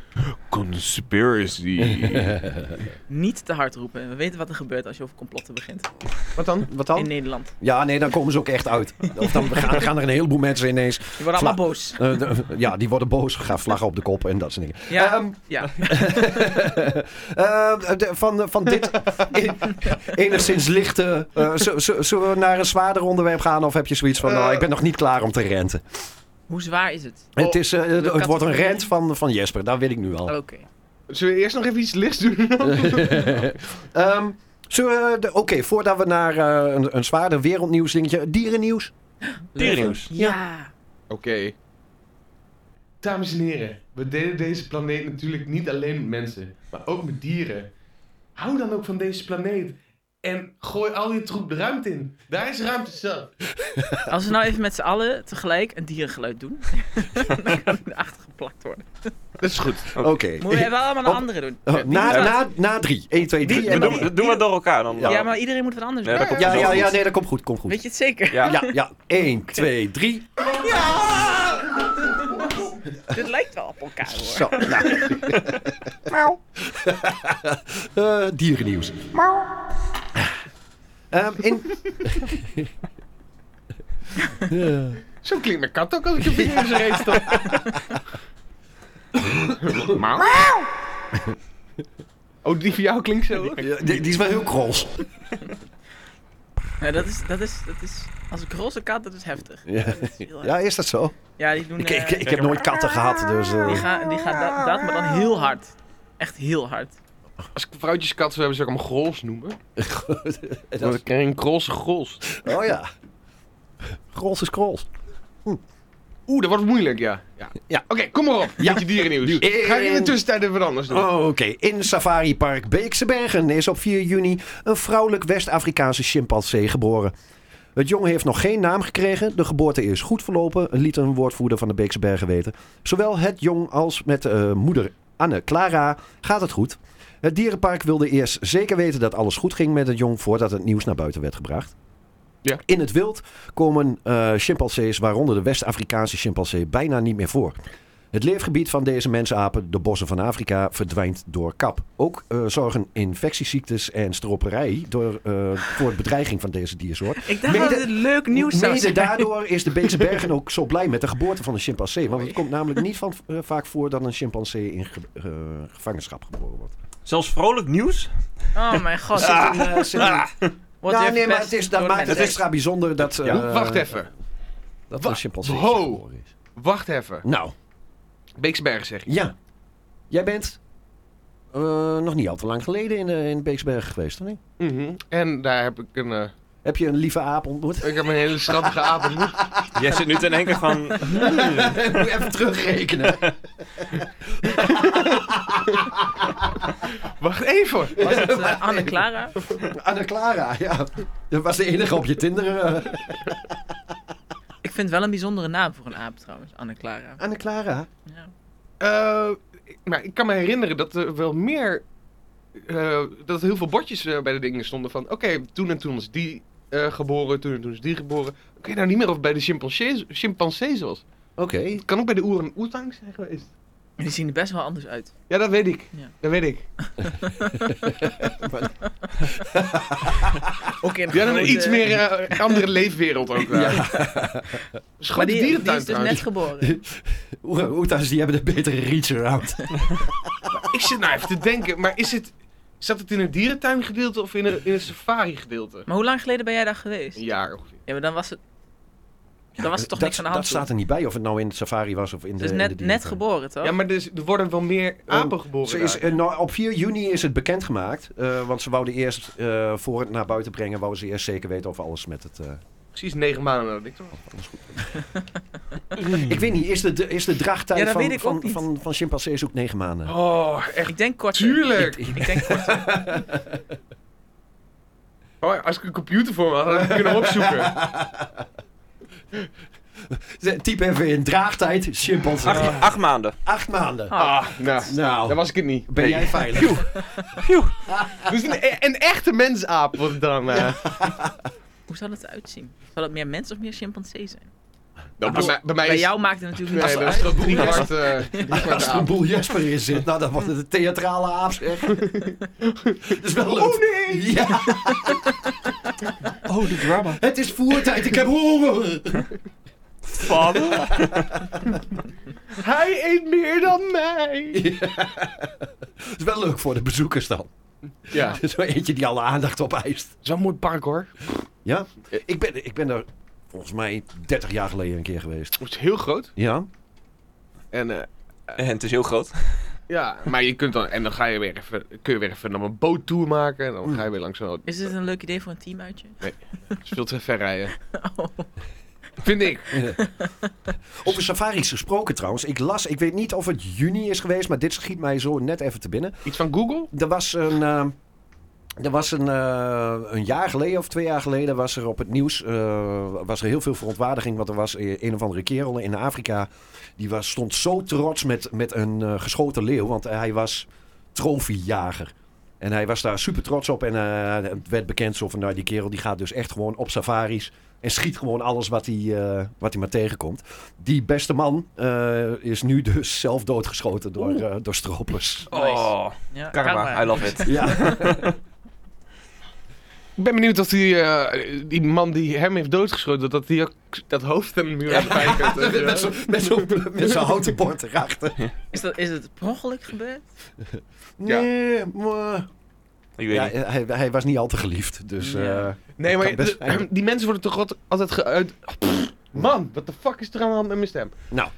[SPEAKER 4] conspiracy.
[SPEAKER 6] Niet te hard roepen. We weten wat er gebeurt als je over complotten begint.
[SPEAKER 5] Wat dan? Wat
[SPEAKER 6] In
[SPEAKER 5] dan?
[SPEAKER 6] Nederland.
[SPEAKER 5] Ja, nee, dan komen ze ook echt uit. Of dan gaan, gaan er een heleboel mensen ineens.
[SPEAKER 6] Je wordt allemaal
[SPEAKER 5] Vla-
[SPEAKER 6] boos.
[SPEAKER 5] eh, de- ja, die worden boos, gaan vlaggen op de kop en dat soort dingen.
[SPEAKER 6] Ja,
[SPEAKER 5] Ehm,
[SPEAKER 6] ja.
[SPEAKER 5] Eh, de- van, van dit en- enigszins lichte. eh, z- z- zullen we naar een zwaarder onderwerp gaan? Of heb je zoiets van. nou, ik ben nog niet klaar om te renten?
[SPEAKER 6] Hoe zwaar is het?
[SPEAKER 5] het, is, eh, het- het wordt een
[SPEAKER 6] categorie.
[SPEAKER 5] rent van, van Jesper, dat weet ik nu al.
[SPEAKER 6] Oké.
[SPEAKER 4] Zullen we eerst nog even iets lichts doen?
[SPEAKER 5] Ehm, zullen we de- Oké, voordat we naar eh, een, een zwaarder wereldnieuws dingetje. Dierennieuws.
[SPEAKER 3] Dierennieuws.
[SPEAKER 6] Ja.
[SPEAKER 4] Oké. Dames en heren, we delen deze planeet natuurlijk niet alleen met mensen, maar ook met dieren. Hou dan ook van deze planeet en gooi al je troep de ruimte in. Daar is ruimte zelf.
[SPEAKER 6] Als we nou even met z'n allen tegelijk een dierengeluid doen, dan kan ik erachter geplakt worden.
[SPEAKER 4] Dat is goed.
[SPEAKER 6] Oh.
[SPEAKER 5] Oké.
[SPEAKER 6] Moeten we wel allemaal een
[SPEAKER 5] Op-
[SPEAKER 6] andere doen?
[SPEAKER 5] Oh, na, na, na drie. 1, 2, 3.
[SPEAKER 3] We doen, doen we het door elkaar dan.
[SPEAKER 6] Ja, maar iedereen moet wat anders
[SPEAKER 3] Ja,
[SPEAKER 6] doen.
[SPEAKER 3] dat komt
[SPEAKER 5] Ja, ja, ja,
[SPEAKER 3] goed.
[SPEAKER 5] nee, dat komt goed. Komt goed.
[SPEAKER 6] Weet je het zeker?
[SPEAKER 3] Ja.
[SPEAKER 5] Ja, ja. 1, 2, 3.
[SPEAKER 6] Dit lijkt wel op elkaar hoor.
[SPEAKER 5] Zo. Nou. Eh, dierennieuws. Ehm, in,
[SPEAKER 4] Zo klinkt mijn kat ook als ik een vinger in zijn reet stop. Mauw. Oh, die van jou klinkt zo. hoor.
[SPEAKER 5] die, die is wel heel krols.
[SPEAKER 6] Ja, dat, is, dat, is, dat is. Als een roze kat, dat is heftig.
[SPEAKER 5] Ja.
[SPEAKER 6] Dat is heel
[SPEAKER 5] ja, is dat zo?
[SPEAKER 6] heftig. Ja, die doen.
[SPEAKER 5] Ik,
[SPEAKER 6] eh,
[SPEAKER 5] ik, ik heb nooit katten gehad, dus... eh,
[SPEAKER 6] die gaan, die gaan dat, dat, maar dan heel hard. Echt heel hard.
[SPEAKER 4] Als ik vrouwtjeskatten zou hebben, zou ik hem Grols noemen. Dan
[SPEAKER 5] dat-
[SPEAKER 4] is een Grolse Grols.
[SPEAKER 5] oh ja. Grols is krols.
[SPEAKER 4] Oeh, dat wordt moeilijk, ja. ja.
[SPEAKER 5] Ja.
[SPEAKER 4] Oké, kom maar op.
[SPEAKER 5] Ja.
[SPEAKER 4] Met je dierennieuws.
[SPEAKER 5] Dier-
[SPEAKER 4] Ga je in de tussentijd even wat anders doen?
[SPEAKER 5] Oh, Oké, in Safari Park Beekse Bergen is op 4 juni een vrouwelijk West-Afrikaanse chimpansee geboren. Het jong heeft nog geen naam gekregen. De geboorte is goed verlopen, liet een woordvoerder van de Beekse Bergen weten. Zowel het jong als met eh, moeder Anne-Clara gaat het goed. Het dierenpark wilde eerst zeker weten dat alles goed ging met het jong voordat het nieuws naar buiten werd gebracht.
[SPEAKER 4] Ja.
[SPEAKER 5] In het wild komen eh chimpansees, waaronder de West-Afrikaanse chimpansee, bijna niet meer voor. Het leefgebied van deze mensapen, de bossen van Afrika, verdwijnt door kap. Ook eh, zorgen infectieziektes en stroperij door, eh, voor de bedreiging van deze diersoort.
[SPEAKER 6] Ik dacht
[SPEAKER 5] Mede-
[SPEAKER 6] dat dit leuk nieuws zou
[SPEAKER 5] Mede
[SPEAKER 6] zijn.
[SPEAKER 5] daardoor is de Beekse Bergen ook zo blij met de geboorte van een chimpansee. Want het komt namelijk niet van, eh, vaak voor dat een chimpansee in ge- eh, gevangenschap geboren wordt.
[SPEAKER 3] Zelfs vrolijk nieuws.
[SPEAKER 6] Oh mijn god.
[SPEAKER 5] Zit een, eh, zit een-
[SPEAKER 6] Wordt
[SPEAKER 5] Nou,
[SPEAKER 6] weer
[SPEAKER 5] nee, maar
[SPEAKER 6] verpest
[SPEAKER 5] het is, dat
[SPEAKER 6] door
[SPEAKER 5] maakt het
[SPEAKER 6] mensen.
[SPEAKER 5] extra bijzonder dat, eh,
[SPEAKER 4] Hoe- Wacht even.
[SPEAKER 5] dat
[SPEAKER 4] Wa-
[SPEAKER 5] een chimpansee
[SPEAKER 4] Ho!
[SPEAKER 5] geboren is.
[SPEAKER 4] Wacht even.
[SPEAKER 5] Nou,
[SPEAKER 4] Beeksberg zeg je.
[SPEAKER 5] ja. Jij bent eh, nog niet al te lang geleden in, eh, in Beekse Bergen geweest, of niet?
[SPEAKER 4] En daar heb ik een, eh,
[SPEAKER 5] Heb je een lieve aap ontmoet?
[SPEAKER 4] ik heb een hele schattige aap ontmoet.
[SPEAKER 3] Jij zit nu ten enkel van...
[SPEAKER 5] Moet je even terugrekenen.
[SPEAKER 4] Wacht even hoor.
[SPEAKER 6] Was het eh, Anne-Clara?
[SPEAKER 5] Anna-Clara, ja. Dat was de enige op je Tinder. eh.
[SPEAKER 6] Ik vind het wel een bijzondere naam voor een aap trouwens. Anne-Clara.
[SPEAKER 5] Anna-Clara.
[SPEAKER 6] Ja.
[SPEAKER 4] Eh, ik- maar ik kan me herinneren dat er wel meer... eh, dat er heel veel bordjes eh, bij de dingen stonden van... Oké, toen en toen was die eh, geboren, toen en toen is die geboren. Ik weet nou niet meer of het bij de chimpansees, chimpansees was.
[SPEAKER 5] Oké.
[SPEAKER 4] Het kan ook bij de oeren en oetangs zijn geweest.
[SPEAKER 6] Die zien er best wel anders uit.
[SPEAKER 4] Ja, dat weet ik.
[SPEAKER 6] Ja.
[SPEAKER 4] Dat weet ik.
[SPEAKER 6] Ook in
[SPEAKER 4] Die hadden een
[SPEAKER 6] grote-
[SPEAKER 4] iets meer eh, andere leefwereld ook. daar. Is
[SPEAKER 6] Maar
[SPEAKER 4] gewoon die,
[SPEAKER 6] die, die
[SPEAKER 4] dierentuin
[SPEAKER 6] is dus net
[SPEAKER 4] trouwens.
[SPEAKER 6] geboren.
[SPEAKER 5] Oeh, Oetahs, die hebben de betere reach around.
[SPEAKER 4] Ik zit nou even te denken, maar is het... Zat het in een dierentuin gedeelte of in een, in een safari gedeelte?
[SPEAKER 6] Maar hoe lang geleden ben jij daar geweest?
[SPEAKER 4] Een jaar ongeveer.
[SPEAKER 6] Ja, maar dan was het. dan was er toch
[SPEAKER 5] dat,
[SPEAKER 6] niks aan de hand.
[SPEAKER 5] Dat staat er niet bij, of het nou in het safari was of in de...
[SPEAKER 6] dus
[SPEAKER 5] in
[SPEAKER 6] net,
[SPEAKER 5] de
[SPEAKER 6] net
[SPEAKER 5] dierentuin.
[SPEAKER 6] geboren, toch?
[SPEAKER 4] Ja, maar dus, er worden wel meer apen
[SPEAKER 5] Ehm,
[SPEAKER 4] geboren
[SPEAKER 5] Ze is,
[SPEAKER 4] daar.
[SPEAKER 5] eh, nou, op 4 juni is het bekendgemaakt. eh want ze wouden eerst, eh, voor het naar buiten brengen, wouden ze eerst zeker weten of alles met het... eh,
[SPEAKER 4] Precies negen maanden nadat ik er was.
[SPEAKER 5] Ik weet niet, is de, de- is de draagtijd
[SPEAKER 6] Ja, dat weet
[SPEAKER 5] van,
[SPEAKER 6] ik
[SPEAKER 5] van,
[SPEAKER 6] ook niet.
[SPEAKER 5] van, van, chimpansees ook 9 maanden?
[SPEAKER 4] Oh, echt.
[SPEAKER 6] Ik denk kort.
[SPEAKER 4] Tuurlijk!
[SPEAKER 6] Ik, ik denk kort.
[SPEAKER 4] Oh, als ik een computer voor me had, had ik het kunnen opzoeken.
[SPEAKER 5] Typ even in draagtijd, chimpansee.
[SPEAKER 3] Acht,
[SPEAKER 5] Acht,
[SPEAKER 3] acht maanden.
[SPEAKER 5] acht maanden.
[SPEAKER 4] Ah, nou.
[SPEAKER 5] Nou,
[SPEAKER 4] Dat was ik het niet.
[SPEAKER 5] ben jij veilig?
[SPEAKER 4] Dus een, e- een echte mensaap wordt het dan. eh.
[SPEAKER 6] Hoe zal het eruit zien? Zal het meer mensen of meer chimpansees zijn?
[SPEAKER 4] Nou, bij, mij- bij mij
[SPEAKER 6] Bij
[SPEAKER 4] is
[SPEAKER 6] jou maakt het natuurlijk niet
[SPEAKER 4] nee,
[SPEAKER 6] zo
[SPEAKER 4] dat
[SPEAKER 6] uit.
[SPEAKER 4] is toch drie kwart, eh, drie kwart
[SPEAKER 5] Als er een
[SPEAKER 4] aan.
[SPEAKER 5] boel Jesper in zit, nou, dan wordt het een theatrale aap, zeg. Dat is wel leuk.
[SPEAKER 4] Oh, nee!
[SPEAKER 5] Ja,
[SPEAKER 3] Oh, de drama.
[SPEAKER 5] het is voertijd, ik heb honger.
[SPEAKER 3] Vader.
[SPEAKER 4] Hij eet meer dan mij!
[SPEAKER 5] Dat is wel leuk voor de bezoekers dan.
[SPEAKER 4] Ja, het
[SPEAKER 5] Zo eentje die alle aandacht opeist.
[SPEAKER 4] is wel een mooi park hoor.
[SPEAKER 5] Ja, ik ben, ik ben daar volgens mij 30 jaar geleden een keer geweest.
[SPEAKER 4] Het is heel groot.
[SPEAKER 5] Ja,
[SPEAKER 4] En, eh,
[SPEAKER 3] En het is heel groot.
[SPEAKER 4] ja, maar je kunt dan, en dan ga je weer even, kun je weer even dan een boottour maken. En dan ga je weer langs zo'n...
[SPEAKER 6] Is dit een leuk idee voor een teamuitje?
[SPEAKER 4] Het is veel te ver rijden. Vind ik.
[SPEAKER 5] Over safaris gesproken trouwens. Ik las, ik weet niet of het juni is geweest, maar dit schiet mij zo net even te binnen.
[SPEAKER 4] Iets van Google?
[SPEAKER 5] Er was een. eh, er was een, eh, een jaar geleden of twee jaar geleden was er op het nieuws eh, was er heel veel verontwaardiging. Want er was e- een of andere kerel in Afrika. Die was, stond zo trots met, met een eh, geschoten leeuw. Want hij was trofiejager. En hij was daar super trots op. En eh, het werd bekend zo van nou, die kerel die gaat dus echt gewoon op safaris. En schiet gewoon alles wat hij, eh, wat hij maar tegenkomt. Die beste man eh, is nu dus zelf doodgeschoten door, eh, door stropers.
[SPEAKER 3] Oh,
[SPEAKER 6] Ja,
[SPEAKER 3] karma. I love it.
[SPEAKER 5] Ja.
[SPEAKER 4] Ik ben benieuwd of die, eh, die man die hem heeft doodgeschoten, dat die ook dat hoofd aan de muur aan
[SPEAKER 5] Met zo'n- met zo'n met zo'n houten bord erachter.
[SPEAKER 6] Is, dat, is het per ongeluk gebeurd?
[SPEAKER 4] Ja.
[SPEAKER 5] Nee, maar...
[SPEAKER 3] Ik weet
[SPEAKER 5] Ja,
[SPEAKER 3] niet.
[SPEAKER 5] hij, hij was niet al te geliefd, dus...
[SPEAKER 6] Ja.
[SPEAKER 5] eh,
[SPEAKER 4] Nee, maar
[SPEAKER 5] kan best
[SPEAKER 4] de-
[SPEAKER 5] zijn.
[SPEAKER 4] die mensen worden toch altijd- altijd geuit... Pff, Man, wat de fuck is er aan de hand met mijn stem?
[SPEAKER 5] Nou.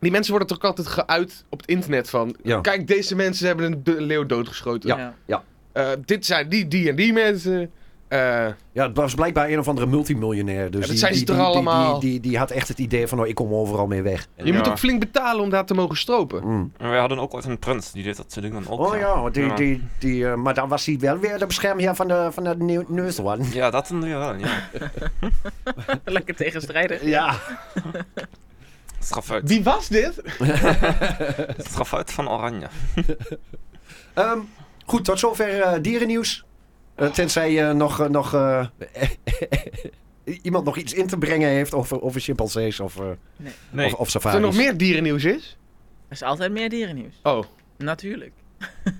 [SPEAKER 4] Die mensen worden toch altijd geuit op het internet van...
[SPEAKER 5] Ja.
[SPEAKER 4] Kijk, deze mensen hebben een do- leeuw doodgeschoten. Eh, dit zijn die, die en die mensen. Eh,
[SPEAKER 5] ja, het was blijkbaar een of andere multimiljonair. Dus
[SPEAKER 4] dat
[SPEAKER 5] die,
[SPEAKER 4] zijn ze
[SPEAKER 5] die,
[SPEAKER 4] toch
[SPEAKER 5] die, die-
[SPEAKER 4] allemaal?
[SPEAKER 5] Die, die, die had echt het idee van, oh, ik kom overal mee weg.
[SPEAKER 4] je moet
[SPEAKER 3] Ja.
[SPEAKER 4] ook flink betalen om daar te mogen stropen.
[SPEAKER 5] Mm.
[SPEAKER 3] Maar we hadden ook ooit een prins die deed dat soort dingen dan ook.
[SPEAKER 5] Oh ja, die,
[SPEAKER 3] Ja.
[SPEAKER 5] Die, die, eh, maar dan was hij wel weer de beschermheer van de, van de nieuw- Neushoorn.
[SPEAKER 3] Ja, dat een ja, ja.
[SPEAKER 6] Lekker tegenstrijdig.
[SPEAKER 5] Ja,
[SPEAKER 3] Straf uit.
[SPEAKER 4] Wie was dit?
[SPEAKER 3] Straf uit van Oranje.
[SPEAKER 5] Ehm, goed, tot zover eh, dierennieuws. Eh, tenzij je nog, eh, nog eh, iemand nog iets in te brengen heeft over, over chimpansees of, eh,
[SPEAKER 3] Nee.
[SPEAKER 5] of, of
[SPEAKER 4] Als
[SPEAKER 5] safaris.
[SPEAKER 4] er nog meer dierennieuws is?
[SPEAKER 6] Er is altijd meer dierennieuws.
[SPEAKER 4] Oh.
[SPEAKER 6] Natuurlijk.
[SPEAKER 5] Is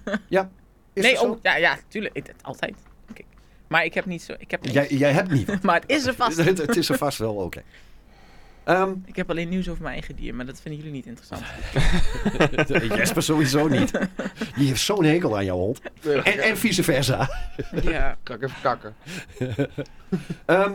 [SPEAKER 6] nee,
[SPEAKER 5] dat zo?
[SPEAKER 6] om- ja, ja, tuurlijk. Ik- het- altijd. Kijk. Maar ik heb niet zo... Ik heb niks.
[SPEAKER 5] Jij, jij hebt niet.
[SPEAKER 6] Maar het is er vast.
[SPEAKER 5] het, het is er vast wel oké. Ehm,
[SPEAKER 6] Ik heb alleen nieuws over mijn eigen dier, maar dat vinden jullie niet interessant.
[SPEAKER 5] Jesper sowieso niet. Die heeft zo'n hekel aan jouw hond.
[SPEAKER 4] Nee, dat
[SPEAKER 5] En, en vice versa.
[SPEAKER 6] Ja.
[SPEAKER 4] kan ik even kakken.
[SPEAKER 5] Ehm,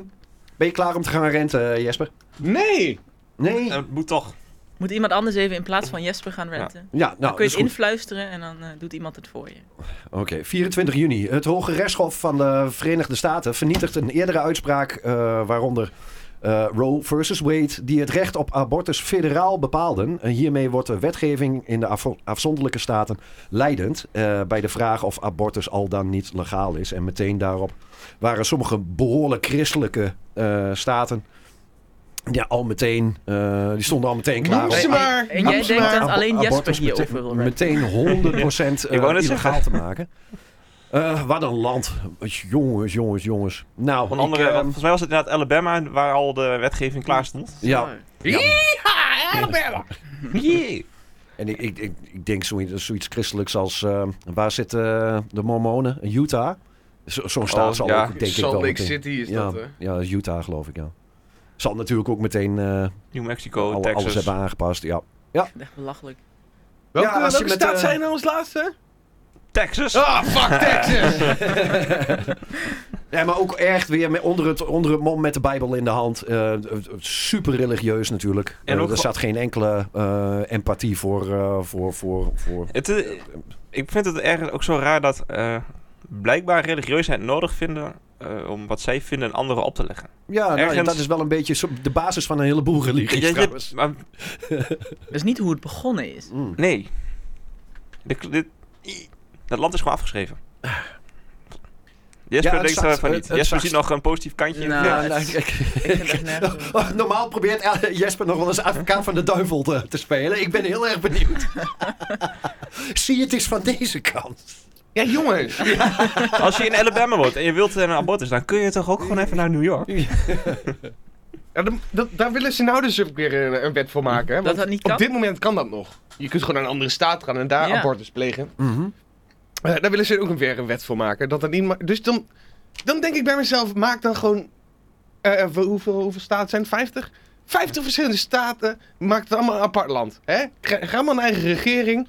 [SPEAKER 5] ben je klaar om te gaan renten, eh, Jesper?
[SPEAKER 4] Nee!
[SPEAKER 5] Nee?
[SPEAKER 3] Eh, moet toch.
[SPEAKER 6] Moet iemand anders even in plaats van Jesper gaan renten?
[SPEAKER 5] Ja,
[SPEAKER 6] dan
[SPEAKER 5] nou,
[SPEAKER 6] kun je
[SPEAKER 5] is
[SPEAKER 6] het
[SPEAKER 5] goed.
[SPEAKER 6] influisteren en dan eh, doet iemand het voor je.
[SPEAKER 5] Oké, 24 juni. Het Hoge Rechtshof van de Verenigde Staten vernietigt een eerdere uitspraak, eh, waaronder eh, Roe versus Wade, die het recht op abortus federaal bepaalden. En hiermee wordt de wetgeving in de af- afzonderlijke staten leidend eh, bij de vraag of abortus al dan niet legaal is. En meteen daarop waren sommige behoorlijk christelijke eh, staten. Ja, al meteen. eh, die stonden al meteen klaar. om-
[SPEAKER 4] Moes ze maar!
[SPEAKER 6] En jij
[SPEAKER 4] Moes ze
[SPEAKER 6] denkt
[SPEAKER 4] maar!
[SPEAKER 6] dat alleen
[SPEAKER 5] Abo-
[SPEAKER 6] Jesper
[SPEAKER 5] abortus
[SPEAKER 6] hierover wil
[SPEAKER 5] meteen,
[SPEAKER 6] renten?
[SPEAKER 5] meteen 100% eh,
[SPEAKER 3] Ik wou net
[SPEAKER 5] illegaal te maken. Eh, wat een land. Jongens, jongens, jongens. Nou,
[SPEAKER 3] Op een
[SPEAKER 5] ik,
[SPEAKER 3] andere,
[SPEAKER 5] ehm,
[SPEAKER 3] volgens mij was het inderdaad Alabama waar al de wetgeving klaar stond.
[SPEAKER 6] Oh,
[SPEAKER 5] ja,
[SPEAKER 3] Jee.
[SPEAKER 5] en ik, ik, ik, ik denk zoiets, zoiets christelijks als... eh, waar zitten eh, de mormonen? In Utah? Zo- Zo'n staat
[SPEAKER 3] Oh,
[SPEAKER 5] zal
[SPEAKER 3] ja.
[SPEAKER 5] ook, denk ik wel
[SPEAKER 4] Salt Lake
[SPEAKER 5] meteen-
[SPEAKER 4] City is
[SPEAKER 5] ja,
[SPEAKER 4] dat, hè?
[SPEAKER 5] ja, Utah geloof ik, ja. Zal natuurlijk ook meteen eh,
[SPEAKER 3] New Mexico,
[SPEAKER 5] alle-
[SPEAKER 3] Texas.
[SPEAKER 5] alles hebben aangepast, ja.
[SPEAKER 6] Echt belachelijk.
[SPEAKER 4] Welke,
[SPEAKER 5] als
[SPEAKER 4] welke
[SPEAKER 5] je met,
[SPEAKER 4] staat
[SPEAKER 5] eh,
[SPEAKER 4] zijn er als laatste?
[SPEAKER 3] Texas!
[SPEAKER 4] Ah, fuck Texas!
[SPEAKER 5] Ja, maar ook echt weer met onder, het, onder het mom met de Bijbel in de hand. Eh, super religieus natuurlijk.
[SPEAKER 3] En
[SPEAKER 5] Eh,
[SPEAKER 3] ook
[SPEAKER 5] er
[SPEAKER 3] ge-
[SPEAKER 5] staat geen enkele eh, empathie voor, eh, voor, voor, voor.
[SPEAKER 3] Het, eh, ik vind het erg ook zo raar dat eh, blijkbaar religieusheid nodig vinden eh, om wat zij vinden aan anderen op te leggen.
[SPEAKER 5] Ja, nou,
[SPEAKER 3] Ergens-
[SPEAKER 5] dat is wel een beetje zo- de basis van een heleboel religies
[SPEAKER 3] Ja, je-
[SPEAKER 5] trouwens.
[SPEAKER 3] maar,
[SPEAKER 6] Dat is niet hoe het begonnen is.
[SPEAKER 5] Mm.
[SPEAKER 3] nee. De- dit, dat land is gewoon afgeschreven. Jesper
[SPEAKER 5] Ja, het
[SPEAKER 3] denkt
[SPEAKER 5] zakt,
[SPEAKER 3] er van
[SPEAKER 5] het-
[SPEAKER 3] niet.
[SPEAKER 5] het
[SPEAKER 3] Jesper
[SPEAKER 5] zakt.
[SPEAKER 3] ziet nog een positief kantje.
[SPEAKER 6] Nou,
[SPEAKER 5] Ja,
[SPEAKER 6] het-
[SPEAKER 5] nou, kijk.
[SPEAKER 6] Ik vind dat nergens.
[SPEAKER 5] Oh, normaal probeert El- Jesper nog wel eens advocaat van de duivel te, te spelen. Ik ben heel erg benieuwd. Zie je, het is van deze kant.
[SPEAKER 4] ja, jongens!
[SPEAKER 3] eh, Als je in Alabama woont en je wilt een abortus, dan kun je toch ook gewoon even naar New York?
[SPEAKER 4] Ja, dan- dat, daar willen ze nou dus ook weer een, een wet voor maken. Hè? Want
[SPEAKER 6] dat niet
[SPEAKER 4] Op
[SPEAKER 6] kan?
[SPEAKER 4] dit moment kan dat nog. Je kunt gewoon naar een andere staat gaan en daar
[SPEAKER 6] Ja.
[SPEAKER 4] abortus plegen.
[SPEAKER 5] Mhm.
[SPEAKER 4] Eh, daar willen ze ook weer een wet voor maken. Dat dat niet ma- dus dan, dan denk ik bij mezelf, maak dan gewoon... eh, eh, hoeveel, hoeveel staten zijn het? 50? 50 verschillende staten. Maak het allemaal een apart land. Hè? Ga, ga maar een eigen regering.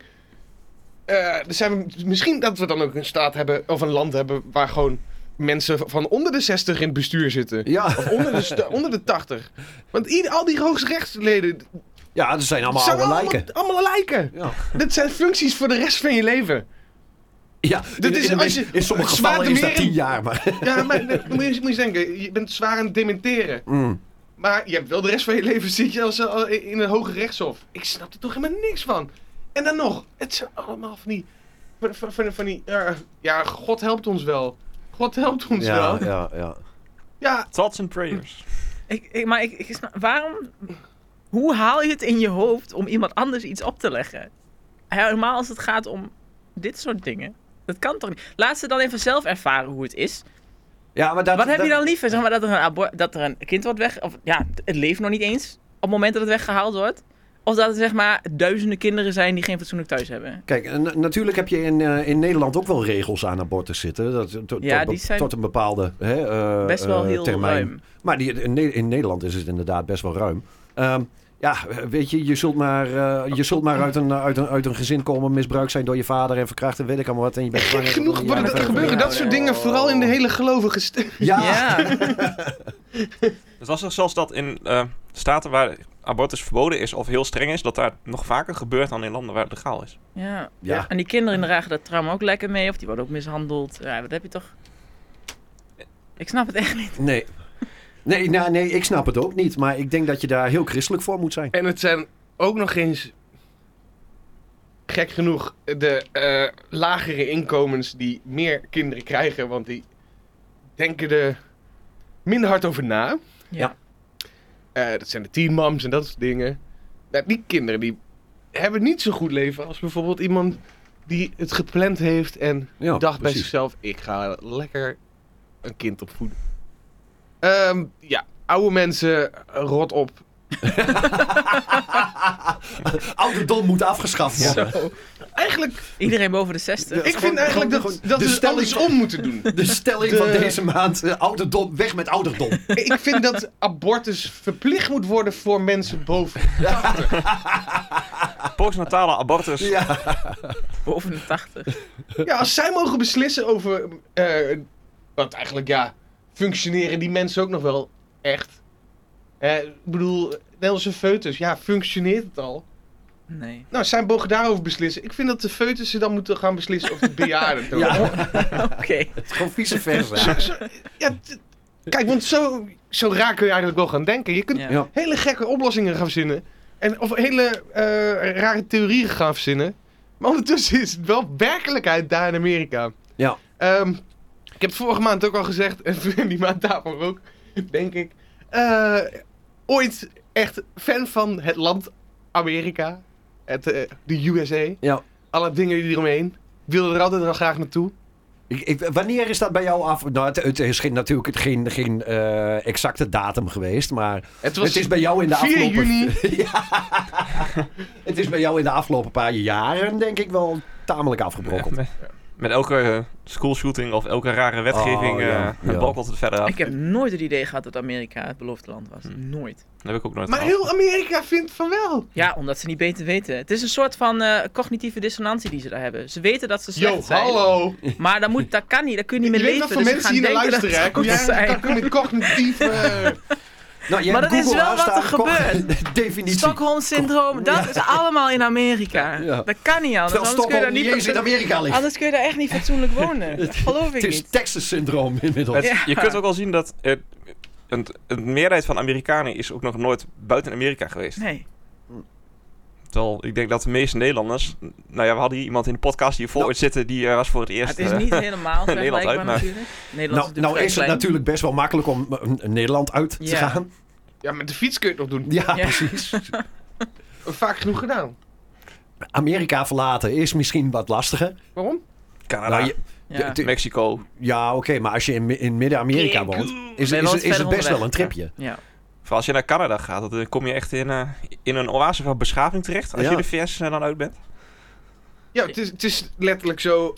[SPEAKER 4] Eh, dan zijn we, misschien dat we dan ook een staat hebben, of een land hebben, waar gewoon mensen van onder de 60 in het bestuur zitten.
[SPEAKER 5] Ja.
[SPEAKER 4] Of onder de, sta- onder de 80. Want ieder, al die hoogstrechtsleden
[SPEAKER 5] ja, dat zijn allemaal
[SPEAKER 4] zijn
[SPEAKER 5] oude
[SPEAKER 4] allemaal,
[SPEAKER 5] lijken.
[SPEAKER 4] allemaal lijken.
[SPEAKER 5] Ja.
[SPEAKER 4] Dit zijn functies voor de rest van je leven.
[SPEAKER 5] Ja,
[SPEAKER 4] Dit is
[SPEAKER 5] in, in,
[SPEAKER 4] als je-
[SPEAKER 5] in sommige
[SPEAKER 4] zwaar
[SPEAKER 5] gevallen is dat
[SPEAKER 4] demeren-
[SPEAKER 5] tien jaar, maar...
[SPEAKER 4] Ja, maar dan moet je, moet je eens denken, je bent zwaar aan het dementeren.
[SPEAKER 5] Mm.
[SPEAKER 4] Maar je hebt wel de rest van je leven zit je als, eh, in een hoge rechtshof. Ik snap er toch helemaal niks van. En dan nog, het zijn allemaal van die... Van, van, van, van die eh, ja, God helpt ons wel. God helpt ons
[SPEAKER 5] Ja,
[SPEAKER 4] wel. Ja.
[SPEAKER 5] ja, ja.
[SPEAKER 3] Thoughts and prayers.
[SPEAKER 6] Ik, ik, maar ik, ik snap- waarom... Hoe haal je het in je hoofd om iemand anders iets op te leggen? Helemaal als het gaat om dit soort dingen. Dat kan toch niet? Laat ze dan even zelf ervaren hoe het is.
[SPEAKER 5] ja maar dat,
[SPEAKER 6] Wat heb
[SPEAKER 5] dat-
[SPEAKER 6] je dan liever? Zeg maar dat er een, abo- dat er een kind wordt weg... Of ja, het leeft nog niet eens op het moment dat het weggehaald wordt. Of dat er zeg maar duizenden kinderen zijn die geen fatsoenlijk thuis hebben.
[SPEAKER 5] Kijk, en na- natuurlijk heb je in, eh, in Nederland ook wel regels aan abortus zitten. Dat, to- tot,
[SPEAKER 6] Ja,
[SPEAKER 5] be-
[SPEAKER 6] die zijn
[SPEAKER 5] tot een bepaalde hè, eh,
[SPEAKER 6] Best wel
[SPEAKER 5] eh,
[SPEAKER 6] heel
[SPEAKER 5] termijn.
[SPEAKER 6] ruim.
[SPEAKER 5] Maar die, in, Ne- in Nederland is het inderdaad best wel ruim. Ehm, ja, weet je, je zult maar, eh, je zult maar uit, een, uit, een, uit een gezin komen, misbruikt zijn door je vader en verkracht en weet ik allemaal wat. En je bent
[SPEAKER 4] Gek
[SPEAKER 5] zwanger.
[SPEAKER 4] genoeg worden dat er
[SPEAKER 5] Ja,
[SPEAKER 4] gebeuren. Dat soort dingen, vooral in de hele gelovige... st-
[SPEAKER 5] Ja,
[SPEAKER 6] Ja.
[SPEAKER 3] Dus dat is zelfs dat in eh, staten waar abortus verboden is of heel streng is, dat daar nog vaker gebeurt dan in landen waar het legaal is.
[SPEAKER 6] ja.
[SPEAKER 5] Ja.
[SPEAKER 6] En die kinderen dragen dat trauma ook lekker mee. Of die worden ook mishandeld. Ja, wat heb je toch... Ik snap het echt niet.
[SPEAKER 5] Nee. Nee, nou, nee, ik snap het ook niet. Maar ik denk dat je daar heel christelijk voor moet zijn.
[SPEAKER 4] En het zijn ook nog eens, gek genoeg, de eh, lagere inkomens die meer kinderen krijgen. Want die denken er minder hard over na.
[SPEAKER 5] Ja.
[SPEAKER 4] Eh, dat zijn de teenmams en dat soort dingen. Nou, die kinderen die hebben niet zo'n goed leven als bijvoorbeeld iemand die het gepland heeft en
[SPEAKER 5] Ja,
[SPEAKER 4] dacht bij
[SPEAKER 5] precies.
[SPEAKER 4] zichzelf, ik ga lekker een kind opvoeden. Ehm, ja, oude mensen, rot op.
[SPEAKER 5] Ouderdom moet afgeschaft worden.
[SPEAKER 6] Zo.
[SPEAKER 4] Eigenlijk
[SPEAKER 6] Iedereen boven de 60.
[SPEAKER 5] Ja.
[SPEAKER 4] Ik vind eigenlijk dat,
[SPEAKER 5] gewoon
[SPEAKER 4] dat
[SPEAKER 5] de
[SPEAKER 4] we het
[SPEAKER 5] stelling-
[SPEAKER 4] andersom moeten doen.
[SPEAKER 5] De stelling
[SPEAKER 4] De-
[SPEAKER 5] van deze maand, eh, ouderdom, weg met ouderdom.
[SPEAKER 4] Ik vind dat abortus verplicht moet worden voor mensen boven.
[SPEAKER 3] Postnatale abortus.
[SPEAKER 5] Ah. Ja,
[SPEAKER 6] Boven de 80.
[SPEAKER 4] Ja, als zij mogen beslissen over. eh, want eigenlijk, ja, functioneren die mensen ook nog wel echt. Eh, ik bedoel, net als een foetus, ja, functioneert het al?
[SPEAKER 6] Nee.
[SPEAKER 4] Nou, zij mogen daarover beslissen. Ik vind dat de foetussen dan moeten gaan beslissen of de bejaarden. dood.
[SPEAKER 5] ja
[SPEAKER 6] Oké.
[SPEAKER 5] het is gewoon vice versa.
[SPEAKER 4] Zo- zo- ja, t- kijk, want zo, zo raar kun je eigenlijk wel gaan denken. Je kunt
[SPEAKER 6] Ja.
[SPEAKER 5] Ja.
[SPEAKER 4] hele gekke oplossingen gaan verzinnen. En, of hele eh, rare theorieën gaan verzinnen. Maar ondertussen is het wel werkelijkheid daar in Amerika.
[SPEAKER 5] Ja.
[SPEAKER 4] Ehm, ik heb het vorige maand ook al gezegd, en die maand daarvoor ook, denk ik. Eh, ooit echt fan van het land Amerika. Het, eh, de USA.
[SPEAKER 5] Ja.
[SPEAKER 4] Alle dingen die eromheen. Ik wilde er altijd wel graag naartoe.
[SPEAKER 5] Ik, ik- wanneer is dat bij jou af? Nou, het, het is geen, natuurlijk het geen, geen eh, exacte datum geweest, maar
[SPEAKER 4] Het was
[SPEAKER 5] het is bij jou in de
[SPEAKER 4] 4
[SPEAKER 5] afgelopen...
[SPEAKER 4] juni.
[SPEAKER 5] ja, het is bij jou in de afgelopen paar jaren denk ik wel tamelijk afgebrokkeld.
[SPEAKER 3] Met, met elke eh, schoolshooting of elke rare wetgeving
[SPEAKER 5] Oh,
[SPEAKER 3] oh,
[SPEAKER 5] ja, ja.
[SPEAKER 3] brokkelt het verder af.
[SPEAKER 6] Ik heb nooit het idee gehad dat Amerika het beloofde land was.
[SPEAKER 4] Hm.
[SPEAKER 6] Nooit.
[SPEAKER 3] Dat heb ik ook nooit
[SPEAKER 4] Maar
[SPEAKER 3] gehad.
[SPEAKER 4] heel Amerika vindt van wel.
[SPEAKER 6] Ja, omdat ze niet beter weten. Het is een soort van eh, cognitieve dissonantie die ze daar hebben. Ze weten dat ze slecht
[SPEAKER 4] Yo,
[SPEAKER 6] zijn.
[SPEAKER 4] hallo.
[SPEAKER 6] Maar dat, moet, dat kan niet. Daar kun je niet
[SPEAKER 4] Je
[SPEAKER 6] meer
[SPEAKER 4] weet
[SPEAKER 6] leven.
[SPEAKER 4] wat voor
[SPEAKER 6] dus ze
[SPEAKER 4] mensen
[SPEAKER 6] gaan
[SPEAKER 4] hier naar
[SPEAKER 6] denken dat
[SPEAKER 4] luisteren, hè?
[SPEAKER 6] ze
[SPEAKER 4] Kom jij
[SPEAKER 6] goed zijn.
[SPEAKER 4] dat kun je cognitief... eh,
[SPEAKER 5] Nou, jij
[SPEAKER 6] Maar
[SPEAKER 5] hebt
[SPEAKER 6] dat is
[SPEAKER 5] Google
[SPEAKER 6] wel wat er
[SPEAKER 5] aanstaan, kom-
[SPEAKER 6] gebeurt.
[SPEAKER 5] Definitie.
[SPEAKER 6] Stockholm-syndroom, dat is allemaal in Amerika.
[SPEAKER 5] Ja.
[SPEAKER 6] Dat kan niet anders.
[SPEAKER 5] Terwijl
[SPEAKER 6] Anders kun, je
[SPEAKER 5] Stockholm
[SPEAKER 6] daar
[SPEAKER 5] niet
[SPEAKER 6] niet,
[SPEAKER 5] eens in Amerika ligt.
[SPEAKER 6] anders kun je daar echt niet fatsoenlijk wonen. Dat geloof ik
[SPEAKER 5] Het is
[SPEAKER 6] niet.
[SPEAKER 5] Texas-syndroom inmiddels.
[SPEAKER 3] Het-
[SPEAKER 6] Ja.
[SPEAKER 3] Je kunt ook al zien dat eh, een, een meerderheid van Amerikanen is ook nog nooit buiten Amerika geweest.
[SPEAKER 6] Nee.
[SPEAKER 3] Terwijl ik denk dat de meeste Nederlanders... n- Nou ja, we hadden hier iemand in de podcast die voor
[SPEAKER 5] Nou.
[SPEAKER 3] ooit zitten. Die eh, was voor het eerst...
[SPEAKER 6] Het is
[SPEAKER 3] eh,
[SPEAKER 6] niet helemaal
[SPEAKER 3] Nederland
[SPEAKER 6] vergelijkbaar
[SPEAKER 3] uit, maar-
[SPEAKER 6] natuurlijk. Nederland
[SPEAKER 5] Nou, nou is het
[SPEAKER 6] natuurlijk. vrij klein.
[SPEAKER 5] natuurlijk best wel makkelijk om eh, Nederland uit te
[SPEAKER 6] Ja.
[SPEAKER 5] gaan.
[SPEAKER 4] ja, met de fiets kun je het nog doen.
[SPEAKER 5] Ja,
[SPEAKER 6] Ja.
[SPEAKER 5] precies.
[SPEAKER 4] Vaak genoeg gedaan.
[SPEAKER 5] Amerika verlaten is misschien wat lastiger.
[SPEAKER 4] Waarom?
[SPEAKER 3] Canada,
[SPEAKER 5] Nou, je-
[SPEAKER 6] Ja.
[SPEAKER 5] de- de-
[SPEAKER 3] Mexico.
[SPEAKER 5] ja oké, maar als je in, Mi- in Midden-Amerika woont, is, is,
[SPEAKER 6] Nederland
[SPEAKER 5] is,
[SPEAKER 6] is
[SPEAKER 5] het
[SPEAKER 6] verder
[SPEAKER 5] best wel
[SPEAKER 6] onderweg.
[SPEAKER 5] een tripje.
[SPEAKER 6] Ja.
[SPEAKER 3] Vooral als je naar Canada gaat, dan kom je echt in, eh, in een oase van beschaving terecht. Als
[SPEAKER 5] Ja.
[SPEAKER 3] je de VS er dan uit bent.
[SPEAKER 4] Ja, het is, het is letterlijk zo.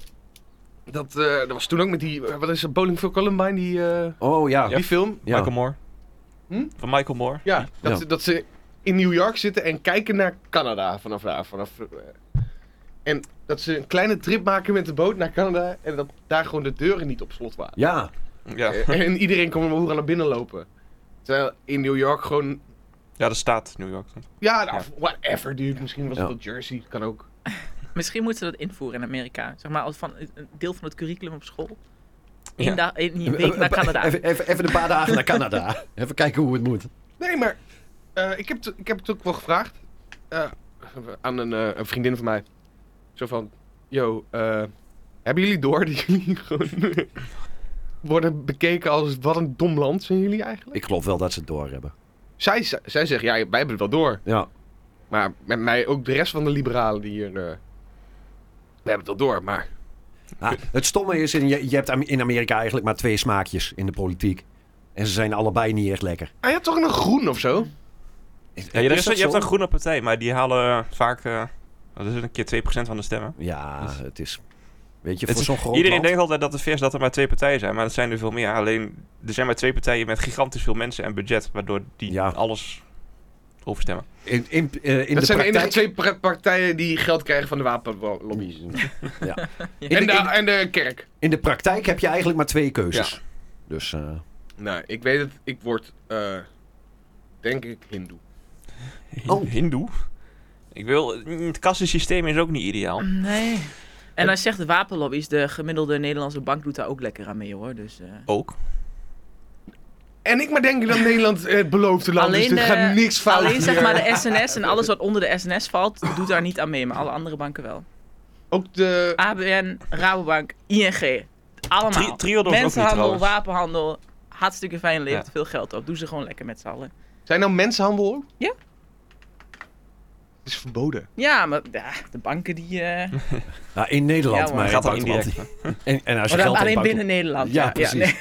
[SPEAKER 4] Dat, eh, dat was toen ook met die. Wat is dat? Bowling for Columbine, die, eh,
[SPEAKER 5] Oh ja.
[SPEAKER 4] die film.
[SPEAKER 5] Ja.
[SPEAKER 3] Michael Moore.
[SPEAKER 4] Hm?
[SPEAKER 3] Van Michael Moore.
[SPEAKER 4] Ja, dat,
[SPEAKER 5] Ja.
[SPEAKER 4] Ze, dat ze in New York zitten en kijken naar Canada vanaf daar. Vanaf, eh, en dat ze een kleine trip maken met de boot naar Canada en dat daar gewoon de deuren niet op slot waren.
[SPEAKER 5] Ja.
[SPEAKER 3] Ja,
[SPEAKER 4] Eh, En iedereen kon maar naar binnen lopen. Terwijl in New York gewoon.
[SPEAKER 3] ja de staat New York.
[SPEAKER 4] Ja, nou, whatever, dude. Misschien was het
[SPEAKER 5] Ja.
[SPEAKER 4] wel Jersey, kan ook.
[SPEAKER 6] Misschien moeten ze dat invoeren in Amerika. Zeg maar als van een deel van het curriculum op school. Eén
[SPEAKER 3] Ja.
[SPEAKER 6] dag, één week naar Canada.
[SPEAKER 5] Even, even, even een paar dagen naar Canada. Even kijken hoe het moet.
[SPEAKER 4] Nee, maar eh, ik, heb het- ik heb het ook wel gevraagd eh, aan een, eh, een vriendin van mij. Zo van, yo, eh, hebben jullie door dat jullie gewoon worden bekeken als wat een dom land zijn jullie eigenlijk?
[SPEAKER 5] Ik geloof wel dat ze het door hebben.
[SPEAKER 4] Zij, ze- zij zegt, ja, wij hebben het wel door.
[SPEAKER 5] Ja.
[SPEAKER 4] Maar met mij ook de rest van de liberalen die hier... eh, we hebben het wel door, maar...
[SPEAKER 5] Ah, het stomme is, in, je, je hebt Am- in Amerika eigenlijk maar twee smaakjes in de politiek. En ze zijn allebei niet echt lekker.
[SPEAKER 4] Ah, je hebt toch een groen of zo?
[SPEAKER 3] Ja, je,
[SPEAKER 5] Is
[SPEAKER 3] is,
[SPEAKER 5] dat
[SPEAKER 3] je hebt
[SPEAKER 5] zo?
[SPEAKER 3] een groene partij, maar die halen eh, vaak eh, wat is het, een keer 2% van de stemmen.
[SPEAKER 5] Ja, het is... Weet je,
[SPEAKER 3] Het
[SPEAKER 5] voor
[SPEAKER 3] is-
[SPEAKER 5] zo'n groot
[SPEAKER 3] Iedereen
[SPEAKER 5] land-
[SPEAKER 3] denkt altijd dat de VS dat er maar twee partijen zijn, maar dat zijn er veel meer. Alleen er zijn maar twee partijen met gigantisch veel mensen en budget, waardoor die
[SPEAKER 5] Ja.
[SPEAKER 3] alles overstemmen.
[SPEAKER 5] In, in, eh, in
[SPEAKER 4] dat
[SPEAKER 5] de
[SPEAKER 4] zijn de enige
[SPEAKER 5] praktijk...
[SPEAKER 4] twee pra- partijen die geld krijgen van de wapenlobby.
[SPEAKER 5] Ja. In,
[SPEAKER 4] En de,
[SPEAKER 5] de, in-
[SPEAKER 4] en de kerk.
[SPEAKER 5] in de praktijk heb je eigenlijk maar twee keuzes. Dus eh,
[SPEAKER 4] Nou, ik weet het. Ik word, eh, denk ik, hindoe.
[SPEAKER 5] Oh.
[SPEAKER 3] Hindoe? Ik wil, mm, het kassensysteem is ook niet ideaal.
[SPEAKER 5] Mm.
[SPEAKER 6] Nee. En hij zegt de wapenlobby's, de gemiddelde Nederlandse bank doet daar ook lekker aan mee hoor. Dus, eh.
[SPEAKER 3] Ook.
[SPEAKER 4] En ik maar denk dat Nederland het beloofde
[SPEAKER 5] dus
[SPEAKER 4] land is. Er
[SPEAKER 6] de-
[SPEAKER 4] gaat niks fout
[SPEAKER 6] eh, Alleen zeg
[SPEAKER 4] hier.
[SPEAKER 6] maar de SNS en alles wat onder de SNS valt, doet daar niet aan mee. Maar alle andere banken wel.
[SPEAKER 4] Ook de...
[SPEAKER 6] ABN, Rabobank, ING. Allemaal.
[SPEAKER 3] Tri- Triodos ook niet
[SPEAKER 6] Mensenhandel,
[SPEAKER 3] trouwens.
[SPEAKER 6] wapenhandel. Hartstikke fijn, levert
[SPEAKER 3] Ja.
[SPEAKER 6] veel geld op. Doe ze gewoon lekker met z'n allen.
[SPEAKER 4] Zijn nou mensenhandel ook?
[SPEAKER 6] Ja.
[SPEAKER 4] Het is verboden.
[SPEAKER 6] Ja, maar ja, de banken die... eh,
[SPEAKER 5] nou, in Nederland, maar
[SPEAKER 6] Ja, maar
[SPEAKER 5] in
[SPEAKER 3] gaat dan
[SPEAKER 5] het buitenland
[SPEAKER 3] indirect.
[SPEAKER 5] niet. En, en als je
[SPEAKER 6] maar
[SPEAKER 5] geld in
[SPEAKER 6] alleen
[SPEAKER 5] het
[SPEAKER 6] binnen
[SPEAKER 5] buitenland-
[SPEAKER 6] Nederland.
[SPEAKER 5] Ja,
[SPEAKER 6] Ja,
[SPEAKER 5] precies.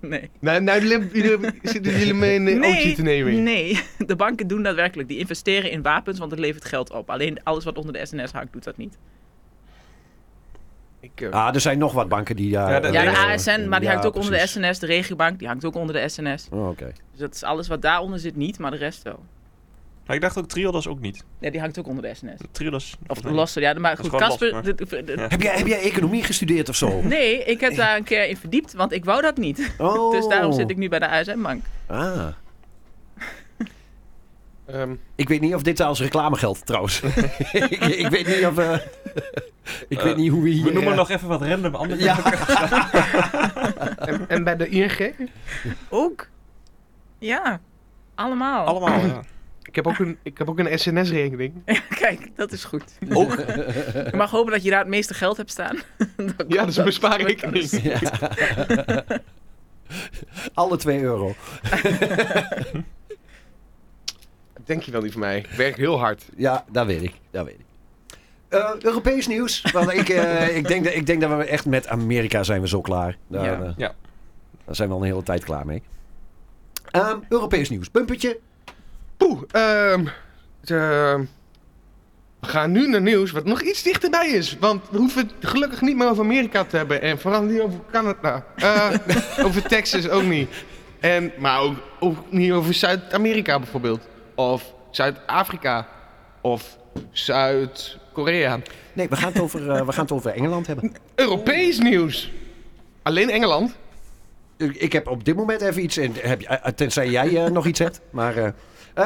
[SPEAKER 6] nee. nee.
[SPEAKER 4] Nou, nou jullie- jullie- zitten jullie mee in een oogje te nemen.
[SPEAKER 6] nee, de banken doen daadwerkelijk. Die investeren in wapens, want het levert geld op. Alleen alles wat onder de SNS hangt, doet dat niet.
[SPEAKER 4] Ik, eh,
[SPEAKER 5] Ah, er zijn nog wat banken die daar...
[SPEAKER 3] Ja, de-
[SPEAKER 5] eh,
[SPEAKER 6] Ja,
[SPEAKER 3] nee,
[SPEAKER 6] de
[SPEAKER 5] eh,
[SPEAKER 6] ASN, maar die
[SPEAKER 5] ja,
[SPEAKER 6] hangt ook onder de
[SPEAKER 5] precies.
[SPEAKER 6] SNS. De regiobank, die hangt ook onder de SNS.
[SPEAKER 5] Oh, Oké.
[SPEAKER 6] Dus dat is alles wat daaronder zit niet, maar de rest wel.
[SPEAKER 3] Maar ik dacht ook Triodos ook niet.
[SPEAKER 6] Ja, die hangt ook onder de SNS.
[SPEAKER 3] Triodos.
[SPEAKER 6] Of
[SPEAKER 3] nee.
[SPEAKER 6] los, ja, maar
[SPEAKER 3] Dat is
[SPEAKER 6] goed,
[SPEAKER 3] gewoon
[SPEAKER 6] Casper...
[SPEAKER 3] los,
[SPEAKER 6] dit- dit- dit-
[SPEAKER 3] Ja.
[SPEAKER 5] Heb jij, heb jij economie gestudeerd of zo?
[SPEAKER 6] Nee, ik heb daar een keer in verdiept, want ik wou dat niet.
[SPEAKER 5] Oh.
[SPEAKER 6] Dus daarom zit ik nu bij de ASM-bank.
[SPEAKER 5] Ah.
[SPEAKER 4] ehm,
[SPEAKER 5] Ik weet niet of dit als reclame geldt, trouwens. ik, ik weet niet of... eh, ik weet niet hoe we hier...
[SPEAKER 3] We noemen
[SPEAKER 5] eh,
[SPEAKER 3] nog even wat random andere
[SPEAKER 5] Ja.
[SPEAKER 4] en, en bij de ING?
[SPEAKER 6] Ook? Ja, allemaal.
[SPEAKER 3] Allemaal, ja.
[SPEAKER 4] Ik heb ook een, ik heb ook een SNS-rekening.
[SPEAKER 6] Kijk, dat is goed. Je mag hopen dat je daar het meeste geld hebt staan.
[SPEAKER 4] Ja, dat is een bespaarrekening.
[SPEAKER 5] Ja. Alle 2 euro.
[SPEAKER 4] Denk je wel niet van mij. Ik werk heel hard.
[SPEAKER 5] Ja, dat weet ik. Dat weet ik. Eh, Europees nieuws. Want ik, eh, ik, denk dat, ik denk dat we echt met Amerika zijn we zo klaar. Daar,
[SPEAKER 6] Ja.
[SPEAKER 5] eh,
[SPEAKER 3] Ja.
[SPEAKER 5] daar zijn we al een hele tijd klaar mee. Ehm, Europees nieuws. Pumpetje.
[SPEAKER 4] Poeh, ehm, het, ehm, we gaan nu naar nieuws wat nog iets dichterbij is. Want we hoeven het gelukkig niet meer over Amerika te hebben. En vooral niet over Canada. Eh, over Texas ook niet. En, maar ook, ook niet over Zuid-Amerika bijvoorbeeld. Of Zuid-Afrika. Of Zuid-Korea.
[SPEAKER 5] Nee, we gaan, het over, eh, we gaan het over Engeland hebben.
[SPEAKER 4] Europees nieuws. Alleen Engeland.
[SPEAKER 5] Ik ik heb op dit moment even iets. En heb, je- eh, tenzij jij eh, nog iets hebt. Maar. eh, ehm,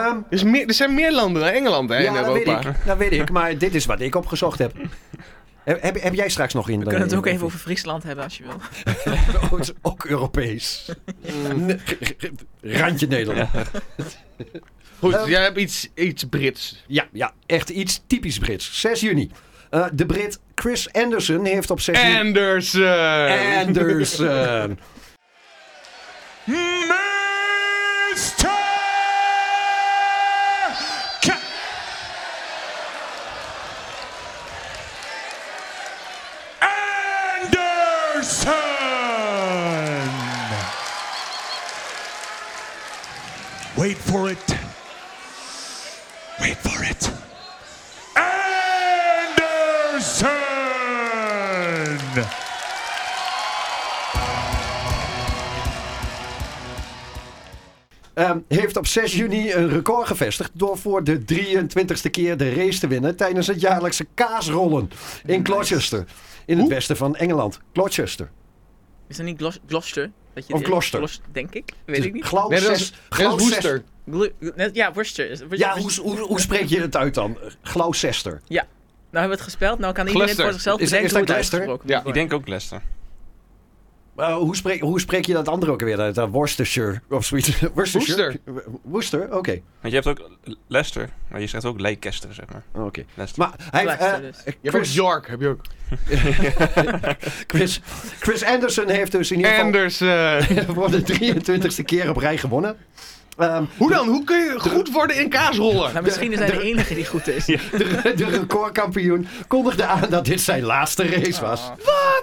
[SPEAKER 4] Er, is meer, er zijn meer landen dan Engeland hè, in
[SPEAKER 5] ja, dat weet,
[SPEAKER 4] Europa.
[SPEAKER 5] ik, dat weet ik. Maar dit is wat ik opgezocht heb. Heb, heb, heb jij straks nog in de.
[SPEAKER 6] We kunnen het ook even over Friesland hebben als je wil.
[SPEAKER 5] Oh, het is ook Europees. Nee, Randje Nederland. Mm. Ja.
[SPEAKER 4] Goed,
[SPEAKER 5] Ehm,
[SPEAKER 4] jij hebt iets, iets Brits.
[SPEAKER 5] ja, echt iets typisch Brits. 6 juni. Eh, de Brit Chris Anderson heeft op 6 juni...
[SPEAKER 4] Anderson.
[SPEAKER 5] Anderson.
[SPEAKER 1] Anderson! for it. Wait for it. Anderson!
[SPEAKER 5] Ehm, heeft op 6 juni een record gevestigd door voor de 23ste keer de race te winnen tijdens het jaarlijkse kaasrollen in Gloucester. In het
[SPEAKER 4] Hoe?
[SPEAKER 5] westen van Engeland. Gloucester.
[SPEAKER 6] Is dat niet Glos- Gloucester? Dat je
[SPEAKER 5] Of
[SPEAKER 6] de-
[SPEAKER 5] Gloucester.
[SPEAKER 6] denk ik.
[SPEAKER 5] Dus
[SPEAKER 6] Weet ik niet.
[SPEAKER 5] Gloucester.
[SPEAKER 4] Nee, dat is, dat is Woester.
[SPEAKER 6] Glu- net- ja, Worcester. is-
[SPEAKER 5] Ja, hoe, hoe, hoe spreek je het uit dan? Gloucester.
[SPEAKER 6] Nou hebben we het gespeeld. Nou kan iedereen
[SPEAKER 4] Gloucester.
[SPEAKER 6] voor zichzelf
[SPEAKER 5] Is- is
[SPEAKER 6] bedenken
[SPEAKER 5] dat
[SPEAKER 6] hoe het
[SPEAKER 5] Leicester?
[SPEAKER 6] uitgesproken
[SPEAKER 4] Ja.
[SPEAKER 6] moet
[SPEAKER 3] Ik
[SPEAKER 6] worden.
[SPEAKER 3] denk ook Leicester.
[SPEAKER 5] Eh, hoe, spreek, hoe spreek je dat andere ook weer uit? Eh, Worcestershire of zoiets. Worcestershire? Worcester, oké.
[SPEAKER 3] Want je hebt ook Leicester, maar je zegt ook Leicester, zeg maar.
[SPEAKER 5] Oké.
[SPEAKER 3] Leicester.
[SPEAKER 5] Maar hij heeft,
[SPEAKER 6] Leicester
[SPEAKER 5] eh,
[SPEAKER 6] dus.
[SPEAKER 4] Je hebt ook
[SPEAKER 5] Chris,
[SPEAKER 4] York, heb je ook.
[SPEAKER 5] Chris, Chris Anderson heeft dus in ieder geval
[SPEAKER 4] Anderson.
[SPEAKER 5] voor de 23ste keer op rij gewonnen. Ehm,
[SPEAKER 4] Hoe dan? Hoe kun je goed worden in kaasrollen?
[SPEAKER 5] eh,
[SPEAKER 6] Maar Nou, misschien is hij de enige die goed is.
[SPEAKER 5] De, de recordkampioen kondigde aan dat dit zijn laatste race was.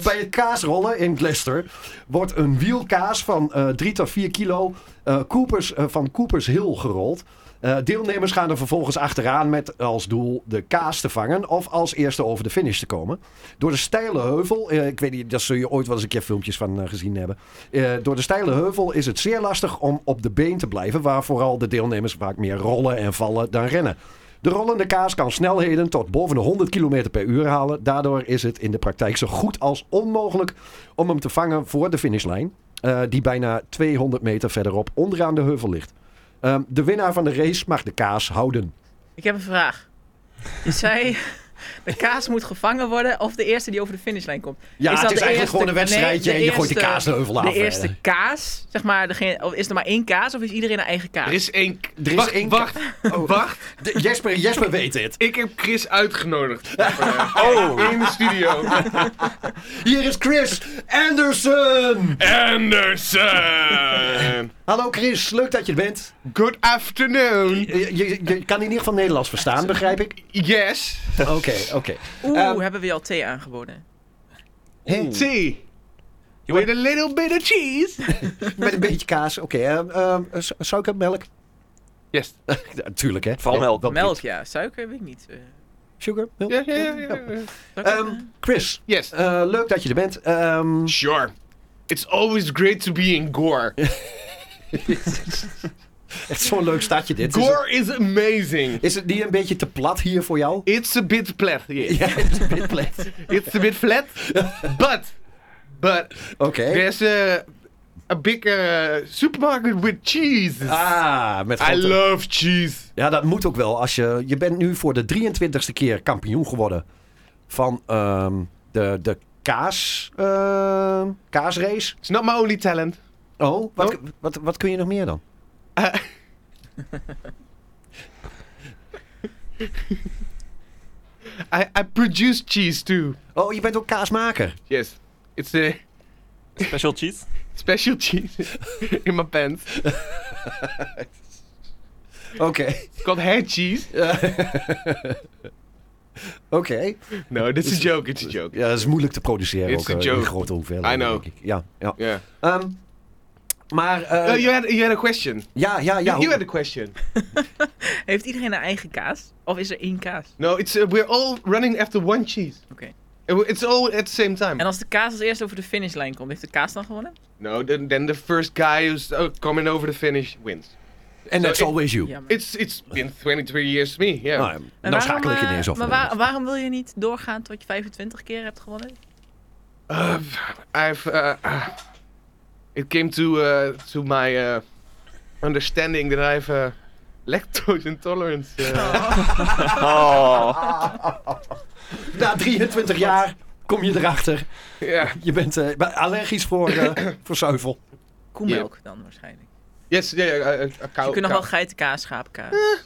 [SPEAKER 5] Bij het kaasrollen in Leicester wordt een wiel kaas van eh 3 tot 4 kilo eh, Coopers, eh, van Coopers Hill gerold. Eh, deelnemers gaan er vervolgens achteraan met als doel de kaas te vangen of als eerste over de finish te komen. Door de steile heuvel, eh, ik weet niet, daar zul je ooit wel eens een keer filmpjes van eh, gezien hebben. Eh, door de steile heuvel is het zeer lastig om op de been te blijven, waar vooral de deelnemers vaak meer rollen en vallen dan rennen. De rollende kaas kan snelheden tot boven de 100 km per uur halen. Daardoor is het in de praktijk zo goed als onmogelijk om hem te vangen voor de finishlijn, eh, die bijna 200 meter verderop onderaan de heuvel ligt. Ehm, de winnaar van de race mag de kaas houden.
[SPEAKER 6] Ik heb een vraag. Je zei, de kaas moet gevangen worden of de eerste die over de finishlijn komt.
[SPEAKER 5] Ja,
[SPEAKER 6] dat
[SPEAKER 5] het is
[SPEAKER 6] de
[SPEAKER 5] eigenlijk
[SPEAKER 6] eerste-
[SPEAKER 5] gewoon een wedstrijdje
[SPEAKER 6] nee,
[SPEAKER 5] en je gooit de
[SPEAKER 6] eerste-
[SPEAKER 5] kaas de heuvel af.
[SPEAKER 6] De eerste kaas, zeg maar, degene, of is er maar één kaas of is iedereen een eigen kaas?
[SPEAKER 4] Er is één... Oh.
[SPEAKER 5] Er is
[SPEAKER 4] wacht,
[SPEAKER 5] één ka-
[SPEAKER 4] wacht, wacht.
[SPEAKER 5] De- Jesper, Jesper weet dit.
[SPEAKER 4] Ik heb Chris uitgenodigd.
[SPEAKER 3] Oh!
[SPEAKER 4] In de studio.
[SPEAKER 5] Hier is Chris Anderson.
[SPEAKER 1] Anderson!
[SPEAKER 5] Hallo Chris, leuk dat je er bent.
[SPEAKER 4] Good afternoon.
[SPEAKER 5] Je, je, je kan in ieder geval Nederlands verstaan, begrijp ik?
[SPEAKER 4] Yes.
[SPEAKER 5] Oké, oké.
[SPEAKER 6] Oeh,
[SPEAKER 5] ehm,
[SPEAKER 6] hebben we je al thee aangeboden?
[SPEAKER 5] Hè?
[SPEAKER 4] Tea. With a little bit of cheese.
[SPEAKER 5] Met een beetje kaas. Oké, ehm, ehm, su- suikermelk?
[SPEAKER 4] Yes.
[SPEAKER 5] Ja, tuurlijk, hè.
[SPEAKER 3] Van melk.
[SPEAKER 5] Wat-
[SPEAKER 6] Melk, ja. Suiker, weet ik niet. Eh,
[SPEAKER 5] Sugar? milk?
[SPEAKER 4] Ja, ja, ja, ja, ja.
[SPEAKER 6] suiker?
[SPEAKER 5] Ehm, Chris,
[SPEAKER 4] Yes.
[SPEAKER 5] eh, leuk dat je er bent. Ehm,
[SPEAKER 4] Sure. It's always great to be in Gore.
[SPEAKER 5] echt zo'n leuk stadje dit. Is het,
[SPEAKER 4] Gore is amazing.
[SPEAKER 5] is het niet een beetje te plat hier voor jou?
[SPEAKER 4] It's a bit flat, yes.
[SPEAKER 5] Ja, het is een bit plat.
[SPEAKER 4] It's a bit flat. But, but,
[SPEAKER 5] Oké.
[SPEAKER 4] there's a, a big uh, supermarket with cheese.
[SPEAKER 5] Ah, met
[SPEAKER 4] I
[SPEAKER 5] grote-
[SPEAKER 4] love cheese.
[SPEAKER 5] Ja, dat moet ook wel. Als je, je bent nu voor de 23ste keer kampioen geworden van ehm, de, de kaas, ehm, kaasrace.
[SPEAKER 4] It's not my only talent.
[SPEAKER 5] Oh, wat, Wat, wat kun je nog meer dan?
[SPEAKER 4] I, I produce cheese too.
[SPEAKER 5] Oh, je bent ook kaasmaker.
[SPEAKER 4] Yes. It's a
[SPEAKER 3] Special cheat?
[SPEAKER 4] special cheese in my pants.
[SPEAKER 5] Oké.
[SPEAKER 4] It's called head cheese.
[SPEAKER 5] Oké.
[SPEAKER 4] No, that's a joke. It's a joke.
[SPEAKER 5] Ja, dat is moeilijk te produceren
[SPEAKER 4] It's
[SPEAKER 5] ook
[SPEAKER 4] a
[SPEAKER 5] eh, in
[SPEAKER 4] joke.
[SPEAKER 5] grote hoeveelheden.
[SPEAKER 4] I know.
[SPEAKER 5] denk ik. Ja, ja.
[SPEAKER 4] Yeah.
[SPEAKER 5] Ehm, maar eh,
[SPEAKER 4] Uh, you had you had a question.
[SPEAKER 5] ja, ja, ja.
[SPEAKER 4] you had a question.
[SPEAKER 6] Heeft iedereen een eigen kaas? Of is er één kaas?
[SPEAKER 5] Hm.
[SPEAKER 4] No, it's uh, we're all running after one cheese.
[SPEAKER 6] Oké.
[SPEAKER 4] And we- It's all at the same time.
[SPEAKER 6] En als de kaas als eerste over de finishlijn komt, heeft de kaas dan gewonnen?
[SPEAKER 5] Nou,
[SPEAKER 4] No, then, then the first guy who's uh, coming over the finish wins.
[SPEAKER 5] And that's
[SPEAKER 4] Zo, ik-
[SPEAKER 5] always you.
[SPEAKER 6] Ja, maar-
[SPEAKER 4] It's it's been 23 years to me. Yeah.
[SPEAKER 5] Nou, nou
[SPEAKER 6] En
[SPEAKER 5] schakel ik je
[SPEAKER 6] eh,
[SPEAKER 5] ineens over.
[SPEAKER 6] Maar waar- waarom wil je niet doorgaan tot je 25 keer hebt gewonnen?
[SPEAKER 4] Uh, I've uh, uh, it came to uh, to my uh, understanding that I have uh, lactose intolerance. Uh,
[SPEAKER 3] Oh!
[SPEAKER 5] eh. Na 23 jaar kom je erachter.
[SPEAKER 4] yeah.
[SPEAKER 5] Je bent eh, ben allergisch voor, eh, voor zuivel.
[SPEAKER 6] Koemelk dan waarschijnlijk.
[SPEAKER 4] Yes. Yeah. yeah, Uh, a cow.
[SPEAKER 6] Je kunt nog
[SPEAKER 4] cow.
[SPEAKER 6] wel geitenkaas, schapenkaas.
[SPEAKER 5] Eh.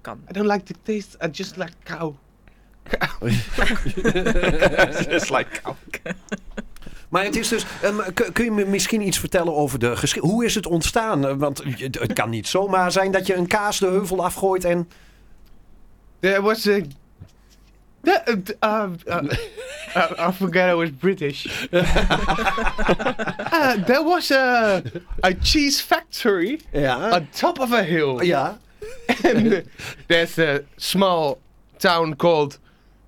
[SPEAKER 6] Kan.
[SPEAKER 4] I don't like the taste. I just like cow.
[SPEAKER 3] It's like...
[SPEAKER 5] Maar het is dus. ehm, kun, kun je me misschien iets vertellen over de geschiedenis? Hoe is het ontstaan? Eh, Want je- het kan niet zomaar zijn dat je een kaas de heuvel afgooit en.
[SPEAKER 4] There was a. That, uh, uh, uh, Affogato is British. uh, there was a, a cheese factory
[SPEAKER 5] Ja.
[SPEAKER 4] on top of a hill.
[SPEAKER 5] Ja.
[SPEAKER 4] And there's a small town called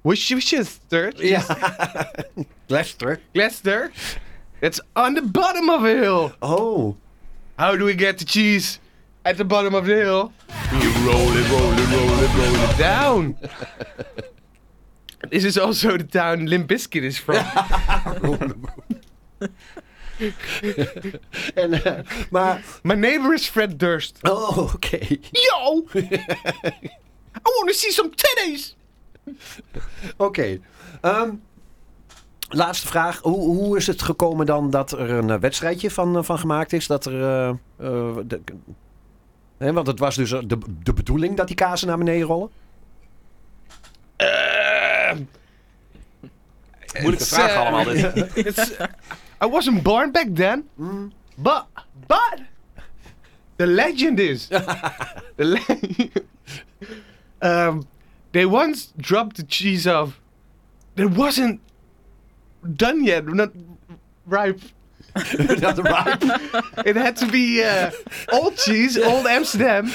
[SPEAKER 4] Worcester,
[SPEAKER 5] Ja. Lester.
[SPEAKER 4] Leicester. It's on the bottom of a hill.
[SPEAKER 5] Oh.
[SPEAKER 4] How do we get the cheese at the bottom of the hill? You roll it, roll it, roll it, roll it down. this is also the town Limp Bizkit is from.
[SPEAKER 5] En, eh, maar.
[SPEAKER 4] My neighbor is Fred Durst.
[SPEAKER 5] Oh, oké.
[SPEAKER 4] Yo! I want to see some titties!
[SPEAKER 5] Oké. Ehm, laatste vraag. Hoe, hoe is het gekomen dan dat er een eh, wedstrijdje van, eh, van gemaakt is? Dat er. eh, eh, de- hè, want het was dus eh, de, de bedoeling dat die kazen naar beneden rollen.
[SPEAKER 3] Moeilijke
[SPEAKER 4] It's,
[SPEAKER 3] vraag
[SPEAKER 4] eh,
[SPEAKER 3] allemaal dit.
[SPEAKER 4] It's, I wasn't born back then, but but the legend is the le- um, they once dropped the cheese off that wasn't done yet, not ripe.
[SPEAKER 5] dat raakt.
[SPEAKER 4] It had to be uh, old cheese, old Amsterdam,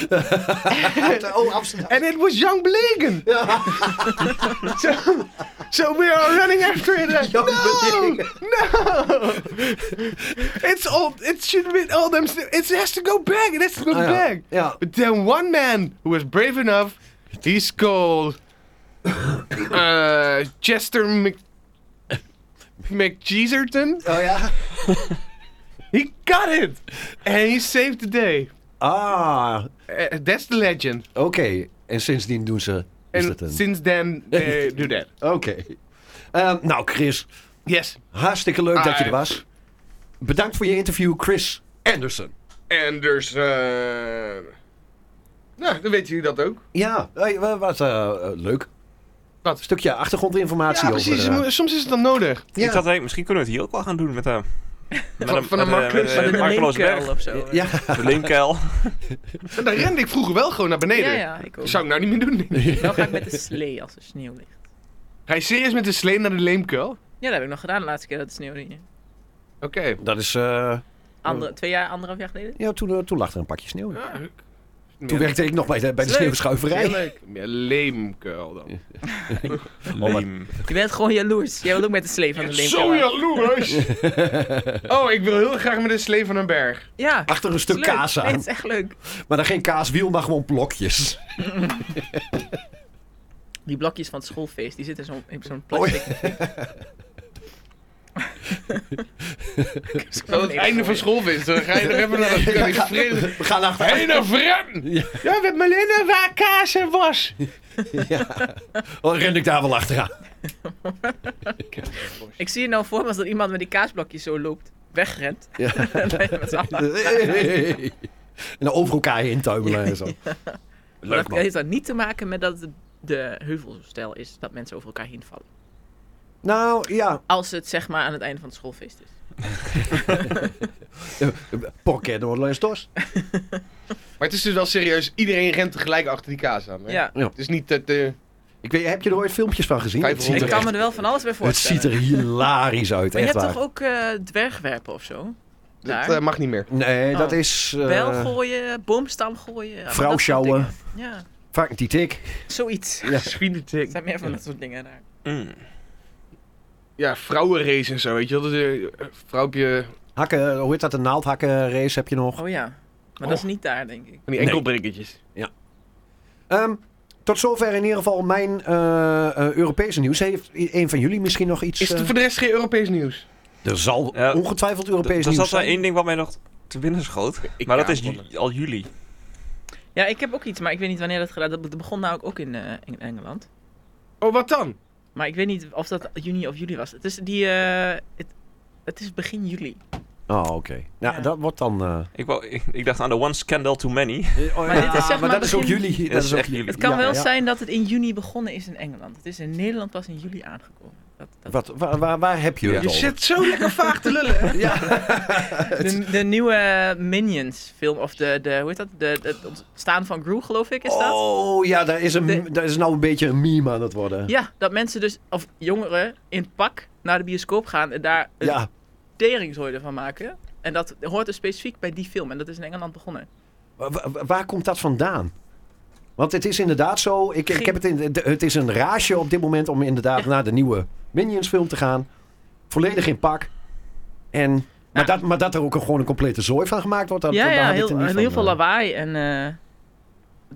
[SPEAKER 5] Oh, Amsterdam.
[SPEAKER 4] and it was young Belegen. so, so we are running after it. uh,
[SPEAKER 5] Young
[SPEAKER 4] no,
[SPEAKER 5] Belegen.
[SPEAKER 4] no. It's old. It should be old. I'm still- It has to go back. It has to go
[SPEAKER 5] Ah, ja.
[SPEAKER 4] back.
[SPEAKER 5] Ja.
[SPEAKER 4] But then one man who was brave enough, he's called uh, Chester Mc. McJeeserton,
[SPEAKER 5] Oh ja.
[SPEAKER 4] he got it, and he saved the day.
[SPEAKER 5] Ah,
[SPEAKER 4] Uh, that's the legend.
[SPEAKER 5] oké. En sindsdien doen ze. Is
[SPEAKER 4] And
[SPEAKER 5] dat een...
[SPEAKER 4] since then, they do that.
[SPEAKER 5] Oké. Ehm, nou, Chris,
[SPEAKER 4] Yes,
[SPEAKER 5] hartstikke leuk dat je er
[SPEAKER 4] Ah.
[SPEAKER 5] was. Bedankt voor je interview, Chris Anderson.
[SPEAKER 4] Anderson. uh, Nou, dan weten jullie dat ook.
[SPEAKER 5] Ja, hey, wa- wat eh, eh, leuk.
[SPEAKER 4] Wat?
[SPEAKER 5] Stukje achtergrondinformatie
[SPEAKER 4] Ja,
[SPEAKER 5] over.
[SPEAKER 4] precies.
[SPEAKER 5] eh,
[SPEAKER 4] Soms is het dan nodig.
[SPEAKER 5] ja.
[SPEAKER 3] Ik had, hey, misschien kunnen we het hier ook wel gaan doen met, eh met
[SPEAKER 4] Van-
[SPEAKER 3] een-
[SPEAKER 4] van
[SPEAKER 3] met
[SPEAKER 4] een
[SPEAKER 3] een-
[SPEAKER 4] Marklus.
[SPEAKER 3] met
[SPEAKER 6] Van
[SPEAKER 3] een
[SPEAKER 6] een
[SPEAKER 3] Markeloos
[SPEAKER 6] linkuil
[SPEAKER 3] berg.
[SPEAKER 6] of zo.
[SPEAKER 5] Ja.
[SPEAKER 3] De Linkuil.
[SPEAKER 4] En daar rende ik vroeger wel gewoon naar beneden.
[SPEAKER 6] ja, ja, ik ook.
[SPEAKER 4] Zou ik nou niet meer doen. denk ik.
[SPEAKER 6] Dan ga ik met de slee als er sneeuw ligt.
[SPEAKER 4] Ga je serieus met de slee naar de leemkuil?
[SPEAKER 6] Ja, dat heb ik nog gedaan de laatste keer dat het sneeuwde.
[SPEAKER 4] Oké.
[SPEAKER 5] Dat is. eh,
[SPEAKER 6] Andere, twee jaar, anderhalf jaar geleden.
[SPEAKER 5] ja, toen, eh, toen lag er een pakje sneeuw.
[SPEAKER 4] Ja,
[SPEAKER 5] Toen werkte ik nog bij de, bij de
[SPEAKER 6] Leuk.
[SPEAKER 4] Heel
[SPEAKER 5] sneeuwschuiverij.
[SPEAKER 4] leuk. Meer leemkuil dan.
[SPEAKER 3] Leem.
[SPEAKER 6] Je bent gewoon jaloers. Jij wil ook met de slee van de
[SPEAKER 4] Zo
[SPEAKER 6] leemkuil.
[SPEAKER 4] jaloers! oh, ik wil heel graag met de slee van een berg.
[SPEAKER 6] Ja, het
[SPEAKER 5] Achter een
[SPEAKER 6] is
[SPEAKER 5] stuk
[SPEAKER 6] leuk.
[SPEAKER 5] kaas
[SPEAKER 6] Nee,
[SPEAKER 5] aan.
[SPEAKER 6] het is echt leuk.
[SPEAKER 5] Maar dan geen kaaswiel, maar gewoon blokjes.
[SPEAKER 6] Die blokjes van het schoolfeest, die zitten zo in zo'n plastic. Ik heb
[SPEAKER 4] Dat het einde van school is. Dan ga je er even naar de kan ik vreden.
[SPEAKER 5] We gaan achter.
[SPEAKER 4] Hé, nou, naar Vrem! Ja, met Melinda waar kaas en was.
[SPEAKER 5] Oh, dan ren ik daar wel achteraan.
[SPEAKER 6] Ik zie je nou voor me als dat iemand met die kaasblokjes zo loopt, wegrent.
[SPEAKER 5] Ja.
[SPEAKER 6] En dat je met z'n allen-
[SPEAKER 5] en dan over elkaar heen tuimelen en zo.
[SPEAKER 6] Maar
[SPEAKER 5] Leuk
[SPEAKER 6] dat
[SPEAKER 5] man.
[SPEAKER 6] heeft dat niet te maken met dat het de heuvelstijl is, dat mensen over elkaar heen vallen.
[SPEAKER 5] Nou ja,
[SPEAKER 6] Als het zeg maar aan het einde van het schoolfeest is.
[SPEAKER 5] porqué door Lens Dos.
[SPEAKER 4] Maar het is dus wel serieus. Iedereen rent tegelijk achter die kaas aan. Hè?
[SPEAKER 6] Ja,
[SPEAKER 4] Het is niet dat... eh,
[SPEAKER 5] Ik weet, heb je er ooit filmpjes van gezien? Het
[SPEAKER 4] 500.
[SPEAKER 5] ziet
[SPEAKER 6] ik
[SPEAKER 5] er,
[SPEAKER 6] kan
[SPEAKER 5] echt,
[SPEAKER 6] me er wel van alles bij
[SPEAKER 5] het
[SPEAKER 6] voorstellen.
[SPEAKER 5] ziet er hilarisch uit,
[SPEAKER 6] maar je
[SPEAKER 5] echt
[SPEAKER 6] hebt
[SPEAKER 5] waar.
[SPEAKER 6] toch ook eh, dwergwerpen of zo?
[SPEAKER 4] dat
[SPEAKER 6] Daar.
[SPEAKER 4] eh, mag niet meer.
[SPEAKER 5] Nee, dat
[SPEAKER 6] Oh.
[SPEAKER 5] is... eh,
[SPEAKER 6] Bel gooien, boomstam gooien. allemaal
[SPEAKER 5] Vrouw
[SPEAKER 6] dat soort
[SPEAKER 5] sjouwen.
[SPEAKER 6] dingen. Ja,
[SPEAKER 5] Vaak die tik.
[SPEAKER 6] zoiets.
[SPEAKER 5] Ja.
[SPEAKER 6] Er zijn meer van dat soort dingen daar.
[SPEAKER 3] Mm.
[SPEAKER 4] Ja, vrouwenrace en zo, weet je wel. Dat is, eh, vrouwpje
[SPEAKER 5] Hakken, hoe heet dat? Een naaldhakkenrace heb je nog.
[SPEAKER 6] Oh ja, maar dat is niet daar, denk ik.
[SPEAKER 4] van die enkelbrekkertjes.
[SPEAKER 5] Ehm, tot zover in ieder geval mijn eh, eh, Europese nieuws. Heeft i- een van jullie misschien nog iets?
[SPEAKER 4] Is er
[SPEAKER 5] eh,
[SPEAKER 4] voor de rest geen Europees nieuws?
[SPEAKER 5] er zal
[SPEAKER 3] Ja,
[SPEAKER 5] ongetwijfeld Europees
[SPEAKER 3] Dat
[SPEAKER 5] nieuws
[SPEAKER 3] was wel
[SPEAKER 5] zijn.
[SPEAKER 3] één ding wat mij nog te binnen schoot.
[SPEAKER 4] Ik
[SPEAKER 3] Maar dat
[SPEAKER 4] ga
[SPEAKER 3] is ju-
[SPEAKER 4] aanvallen.
[SPEAKER 3] al juli.
[SPEAKER 6] Ja, ik heb ook iets, maar ik weet niet wanneer dat gedaan. Dat begon nou ook in, eh, in Engeland.
[SPEAKER 4] Oh, wat dan?
[SPEAKER 6] Maar ik weet niet of dat juni of juli was. Het is, die, eh, het, het is begin juli.
[SPEAKER 5] Oh, oké. Nou,
[SPEAKER 6] Ja.
[SPEAKER 5] dat wordt dan... eh,
[SPEAKER 3] Ik, wou, ik, ik dacht aan de one scandal too many.
[SPEAKER 5] oh,
[SPEAKER 6] dit is zeg maar
[SPEAKER 5] dat is ook
[SPEAKER 6] begin-
[SPEAKER 5] jullie.
[SPEAKER 3] Dat is echt
[SPEAKER 5] ook-
[SPEAKER 3] jullie.
[SPEAKER 6] Het kan
[SPEAKER 5] Ja,
[SPEAKER 6] wel
[SPEAKER 5] ja.
[SPEAKER 6] zijn dat het in juni begonnen is in Engeland. Het is in Nederland pas in juli aangekomen. Dat, dat-
[SPEAKER 5] Wat, waar, waar, waar heb je het
[SPEAKER 4] Je
[SPEAKER 5] over?
[SPEAKER 4] zit zo lekker vaag te lullen.
[SPEAKER 6] de, de nieuwe Minions film, of de, de hoe heet dat? De, de- het ontstaan van Gru, geloof ik, is dat?
[SPEAKER 5] Oh ja, daar is, een,
[SPEAKER 6] De-
[SPEAKER 5] daar is nou een beetje een meme aan het worden.
[SPEAKER 6] Ja, dat mensen dus, of jongeren, in pak naar de bioscoop gaan en daar een
[SPEAKER 5] Ja.
[SPEAKER 6] teringzooi van maken. En dat hoort er specifiek bij die film. En dat is in Engeland begonnen.
[SPEAKER 5] Wa- wa- Waar, komt dat vandaan? Want het is inderdaad zo. Ik, ik
[SPEAKER 6] Geen-
[SPEAKER 5] heb het, in, de- het is een raasje op dit moment om inderdaad naar de nieuwe Minions film te gaan. Volledig in pak. En, maar,
[SPEAKER 6] Nou.
[SPEAKER 5] dat, maar dat er ook een, gewoon een complete zooi van gemaakt wordt. Dat,
[SPEAKER 6] ja,
[SPEAKER 5] daar
[SPEAKER 6] ja,
[SPEAKER 5] had ik
[SPEAKER 6] heel,
[SPEAKER 5] er niet
[SPEAKER 6] heel
[SPEAKER 5] van,
[SPEAKER 6] veel
[SPEAKER 5] eh.
[SPEAKER 6] lawaai en eh,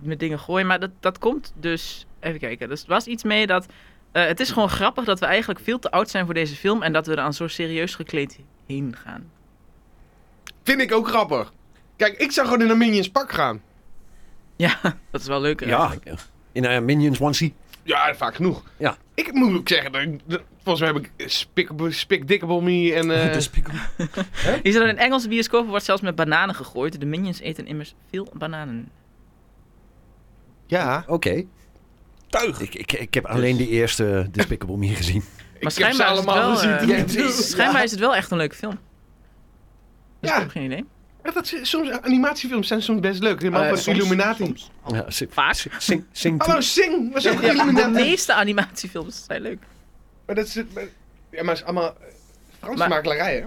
[SPEAKER 6] met dingen gooien. Maar dat, dat komt dus, even kijken. Dus er was iets mee dat, eh, het is gewoon grappig dat we eigenlijk veel te oud zijn voor deze film. En dat we er aan zo serieus gekleed heen gaan.
[SPEAKER 4] Vind ik ook grappig. Kijk, ik zou gewoon in een Minions pak gaan.
[SPEAKER 6] Ja, dat is wel leuk.
[SPEAKER 5] eh, Ja, in een Minions onesie.
[SPEAKER 4] Ja, vaak genoeg.
[SPEAKER 5] Ja.
[SPEAKER 4] Ik moet ook zeggen, dat ik- dat- volgens mij heb ik eh, Spick- Spick-Dickable Me en... eh,
[SPEAKER 3] Dus Pico-
[SPEAKER 6] Is er in Engelse bioscoop wordt zelfs met bananen gegooid. De minions eten immers veel bananen.
[SPEAKER 4] ja,
[SPEAKER 5] Oké.
[SPEAKER 3] Tuig.
[SPEAKER 5] Ik, ik, ik heb alleen
[SPEAKER 6] Dus-
[SPEAKER 5] de eerste Despicable Me gezien.
[SPEAKER 4] ik heb ze allemaal
[SPEAKER 6] is
[SPEAKER 4] gezien.
[SPEAKER 6] het
[SPEAKER 4] dus.
[SPEAKER 6] wel,
[SPEAKER 4] toen
[SPEAKER 6] eh,
[SPEAKER 4] ik-
[SPEAKER 6] schijnbaar is het wel echt een leuke film. Dus
[SPEAKER 4] Ja.
[SPEAKER 6] ik heb geen idee.
[SPEAKER 4] Ja, dat, is- soms, animatiefilms zijn soms best leuk. Helemaal
[SPEAKER 6] Eh,
[SPEAKER 4] van
[SPEAKER 6] soms-
[SPEAKER 4] Illuminati.
[SPEAKER 5] Ja, zing,
[SPEAKER 6] Oh, Vaak.
[SPEAKER 5] zing, zing
[SPEAKER 4] Hallo, Sing! Was ook
[SPEAKER 6] Ja, de
[SPEAKER 4] Illuminati.
[SPEAKER 6] meeste animatiefilms zijn leuk.
[SPEAKER 4] Maar dat is... het- maar- Ja, maar het is allemaal eh, Franse
[SPEAKER 6] Maar-
[SPEAKER 4] makelarij, hè?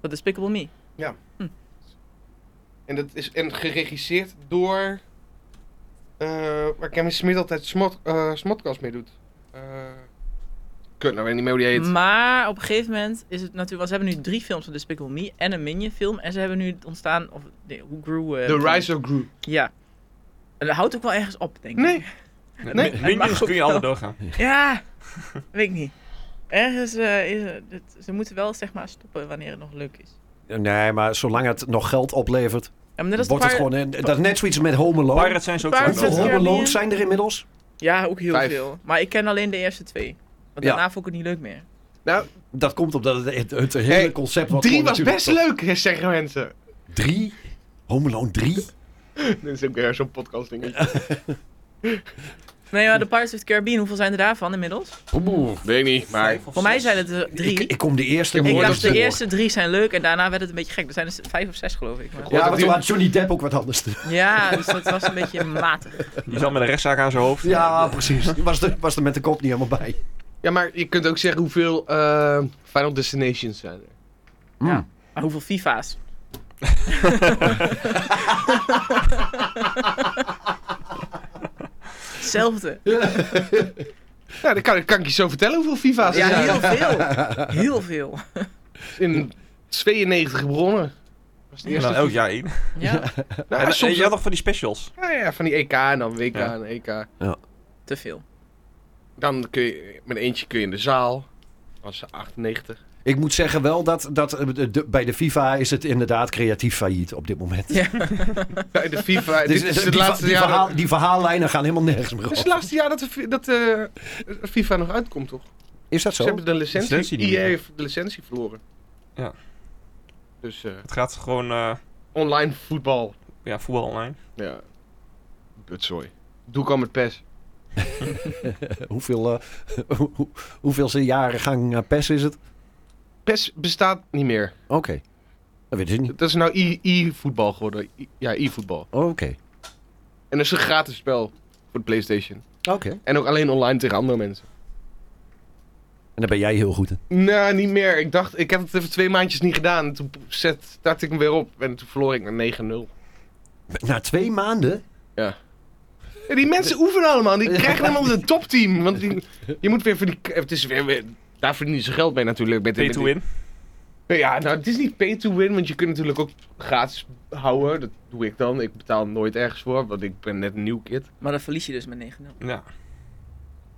[SPEAKER 6] Wat is Pickable Me?
[SPEAKER 4] En dat is en geregisseerd door. eh waar Kevin Smith altijd smot, eh Smodcast mee doet. Eh Kut, nou weet ik niet meer hoe die heet.
[SPEAKER 6] Maar op een gegeven moment is het natuurlijk... Want ze hebben nu drie films van Despicable Me en een Minion film. En ze hebben nu het ontstaan... Of, nee, hoe grew... eh,
[SPEAKER 4] The
[SPEAKER 6] van-
[SPEAKER 4] Rise of Gru.
[SPEAKER 6] Ja. En dat houdt ook wel ergens op, denk ik.
[SPEAKER 4] Nee, Nee,
[SPEAKER 3] Min-
[SPEAKER 6] het mag
[SPEAKER 3] Minions
[SPEAKER 6] ook
[SPEAKER 3] kun je
[SPEAKER 6] wel.
[SPEAKER 3] altijd doorgaan.
[SPEAKER 6] Ja, weet ik niet. Ergens eh, is het- het- ze moeten wel zeg maar stoppen wanneer het nog leuk is.
[SPEAKER 5] Nee, maar zolang het nog geld oplevert,
[SPEAKER 6] Ja, maar net als de
[SPEAKER 5] wordt het
[SPEAKER 6] Pir-
[SPEAKER 5] gewoon... eh, Dat is net zoiets met Home Alone.
[SPEAKER 3] Pirates zijn ze ook
[SPEAKER 6] Pirates
[SPEAKER 3] zo.
[SPEAKER 5] Hoeveel
[SPEAKER 6] Pirates-
[SPEAKER 5] Home
[SPEAKER 6] Caribbean.
[SPEAKER 5] Alone zijn er inmiddels?
[SPEAKER 6] Ja, ook heel
[SPEAKER 4] Vijf.
[SPEAKER 6] veel. Maar ik ken alleen de eerste twee. Want
[SPEAKER 5] Ja.
[SPEAKER 6] daarna vond ik het niet leuk meer.
[SPEAKER 5] Dat komt omdat het, het, het hele
[SPEAKER 4] Hey,
[SPEAKER 5] concept... Wat
[SPEAKER 4] drie
[SPEAKER 5] gewoon
[SPEAKER 4] was
[SPEAKER 5] natuurlijk
[SPEAKER 4] best leuk, hè, zeggen mensen.
[SPEAKER 5] toch- Drie? Home Alone 3?
[SPEAKER 4] Dit is ook weer zo'n podcast ding.
[SPEAKER 6] Nee, maar de Pirates of the Caribbean, hoeveel zijn er daarvan inmiddels?
[SPEAKER 4] Weet ik niet, maar...
[SPEAKER 6] Voor mij zijn het er drie.
[SPEAKER 5] Ik,
[SPEAKER 6] Ik,
[SPEAKER 5] ik kom de eerste...
[SPEAKER 4] Ik
[SPEAKER 5] woord
[SPEAKER 4] hoor
[SPEAKER 6] dacht
[SPEAKER 4] dat
[SPEAKER 6] de
[SPEAKER 5] voor.
[SPEAKER 6] eerste drie zijn leuk en daarna werd het een beetje gek. Er zijn er vijf of zes geloof ik. maar-
[SPEAKER 4] hoor
[SPEAKER 5] Ja,
[SPEAKER 4] dat
[SPEAKER 5] want
[SPEAKER 4] die-
[SPEAKER 5] toen had Johnny Depp ook wat anders.
[SPEAKER 6] Ja, dus dat was een beetje matig.
[SPEAKER 3] Die zat met een rechtszaak aan zijn hoofd.
[SPEAKER 5] Ja, precies. Die was er, was er met de kop niet helemaal bij.
[SPEAKER 4] Ja, maar je kunt ook zeggen hoeveel eh, Final Destinations zijn er.
[SPEAKER 5] Ja.
[SPEAKER 6] Maar hoeveel FIFA's? Hetzelfde.
[SPEAKER 4] Ja, dan kan, kan ik je zo vertellen hoeveel FIFA's er
[SPEAKER 6] Ja,
[SPEAKER 4] zijn.
[SPEAKER 6] heel veel. Heel veel.
[SPEAKER 4] In 92 bronnen. Was de
[SPEAKER 3] En
[SPEAKER 4] eerste
[SPEAKER 3] dan elk jaar één.
[SPEAKER 6] Ja,
[SPEAKER 4] Nou,
[SPEAKER 3] En, eh, en
[SPEAKER 4] soms
[SPEAKER 3] je had nog van die specials.
[SPEAKER 4] Ja, ja, van die EK en dan WK
[SPEAKER 3] Ja.
[SPEAKER 4] en E EK.
[SPEAKER 6] te veel.
[SPEAKER 4] Dan kun je, met eentje kun je in de zaal. Als ze 98.
[SPEAKER 5] Ik moet zeggen wel dat, dat eh, de- de- bij de FIFA is het inderdaad creatief failliet op dit moment.
[SPEAKER 6] Ja.
[SPEAKER 4] Bij de FIFA.
[SPEAKER 5] Dus,
[SPEAKER 4] dit is
[SPEAKER 5] eh,
[SPEAKER 4] het
[SPEAKER 5] die,
[SPEAKER 4] laatste
[SPEAKER 5] va- die,
[SPEAKER 4] jaar. dat-
[SPEAKER 5] verhaal, die verhaallijnen gaan helemaal nergens meer
[SPEAKER 4] Dit is
[SPEAKER 5] op.
[SPEAKER 4] het laatste jaar dat, de, fi- dat eh, FIFA nog uitkomt, toch?
[SPEAKER 5] Is dat
[SPEAKER 4] Ze
[SPEAKER 5] zo?
[SPEAKER 4] hebben de licentie.
[SPEAKER 3] Licentie niet
[SPEAKER 4] EA
[SPEAKER 3] meer.
[SPEAKER 4] heeft de licentie verloren.
[SPEAKER 3] Ja.
[SPEAKER 4] Dus eh,
[SPEAKER 3] Het gaat gewoon eh,
[SPEAKER 4] online voetbal.
[SPEAKER 3] ja, voetbal online.
[SPEAKER 4] Ja. Kutzooi. Doe ik al met PES.
[SPEAKER 5] Hoeveel, eh, hoe- hoe- hoeveelste jarengang eh, PES is het?
[SPEAKER 4] PES bestaat niet meer.
[SPEAKER 5] Oké. Dat weet ik niet.
[SPEAKER 4] Dat is nou E- e-voetbal geworden. I- ja, e-voetbal.
[SPEAKER 5] Oké.
[SPEAKER 4] En dat is een gratis spel voor de PlayStation.
[SPEAKER 5] Oké.
[SPEAKER 4] En ook alleen online tegen andere mensen.
[SPEAKER 5] En daar ben jij heel goed in.
[SPEAKER 4] Nou, niet meer. Ik dacht, ik heb het even twee maandjes niet gedaan. En toen zet, startte ik hem weer op en toen verloor ik naar 9-0.
[SPEAKER 5] Na twee maanden?
[SPEAKER 4] Ja, die mensen oefenen allemaal. Die krijgen helemaal een topteam. Want die, je moet weer voor die... Het is weer, weer- daar verdienen ze geld mee natuurlijk. Met,
[SPEAKER 3] Pay
[SPEAKER 4] met
[SPEAKER 3] to
[SPEAKER 4] die-
[SPEAKER 3] win.
[SPEAKER 4] Ja, nou, het is niet pay to win. Want je kunt natuurlijk ook gratis houden. Dat doe ik dan. Ik betaal nooit ergens voor. Want ik ben net een nieuw kid.
[SPEAKER 6] Maar dan verlies je dus met 9-0.
[SPEAKER 3] Ja.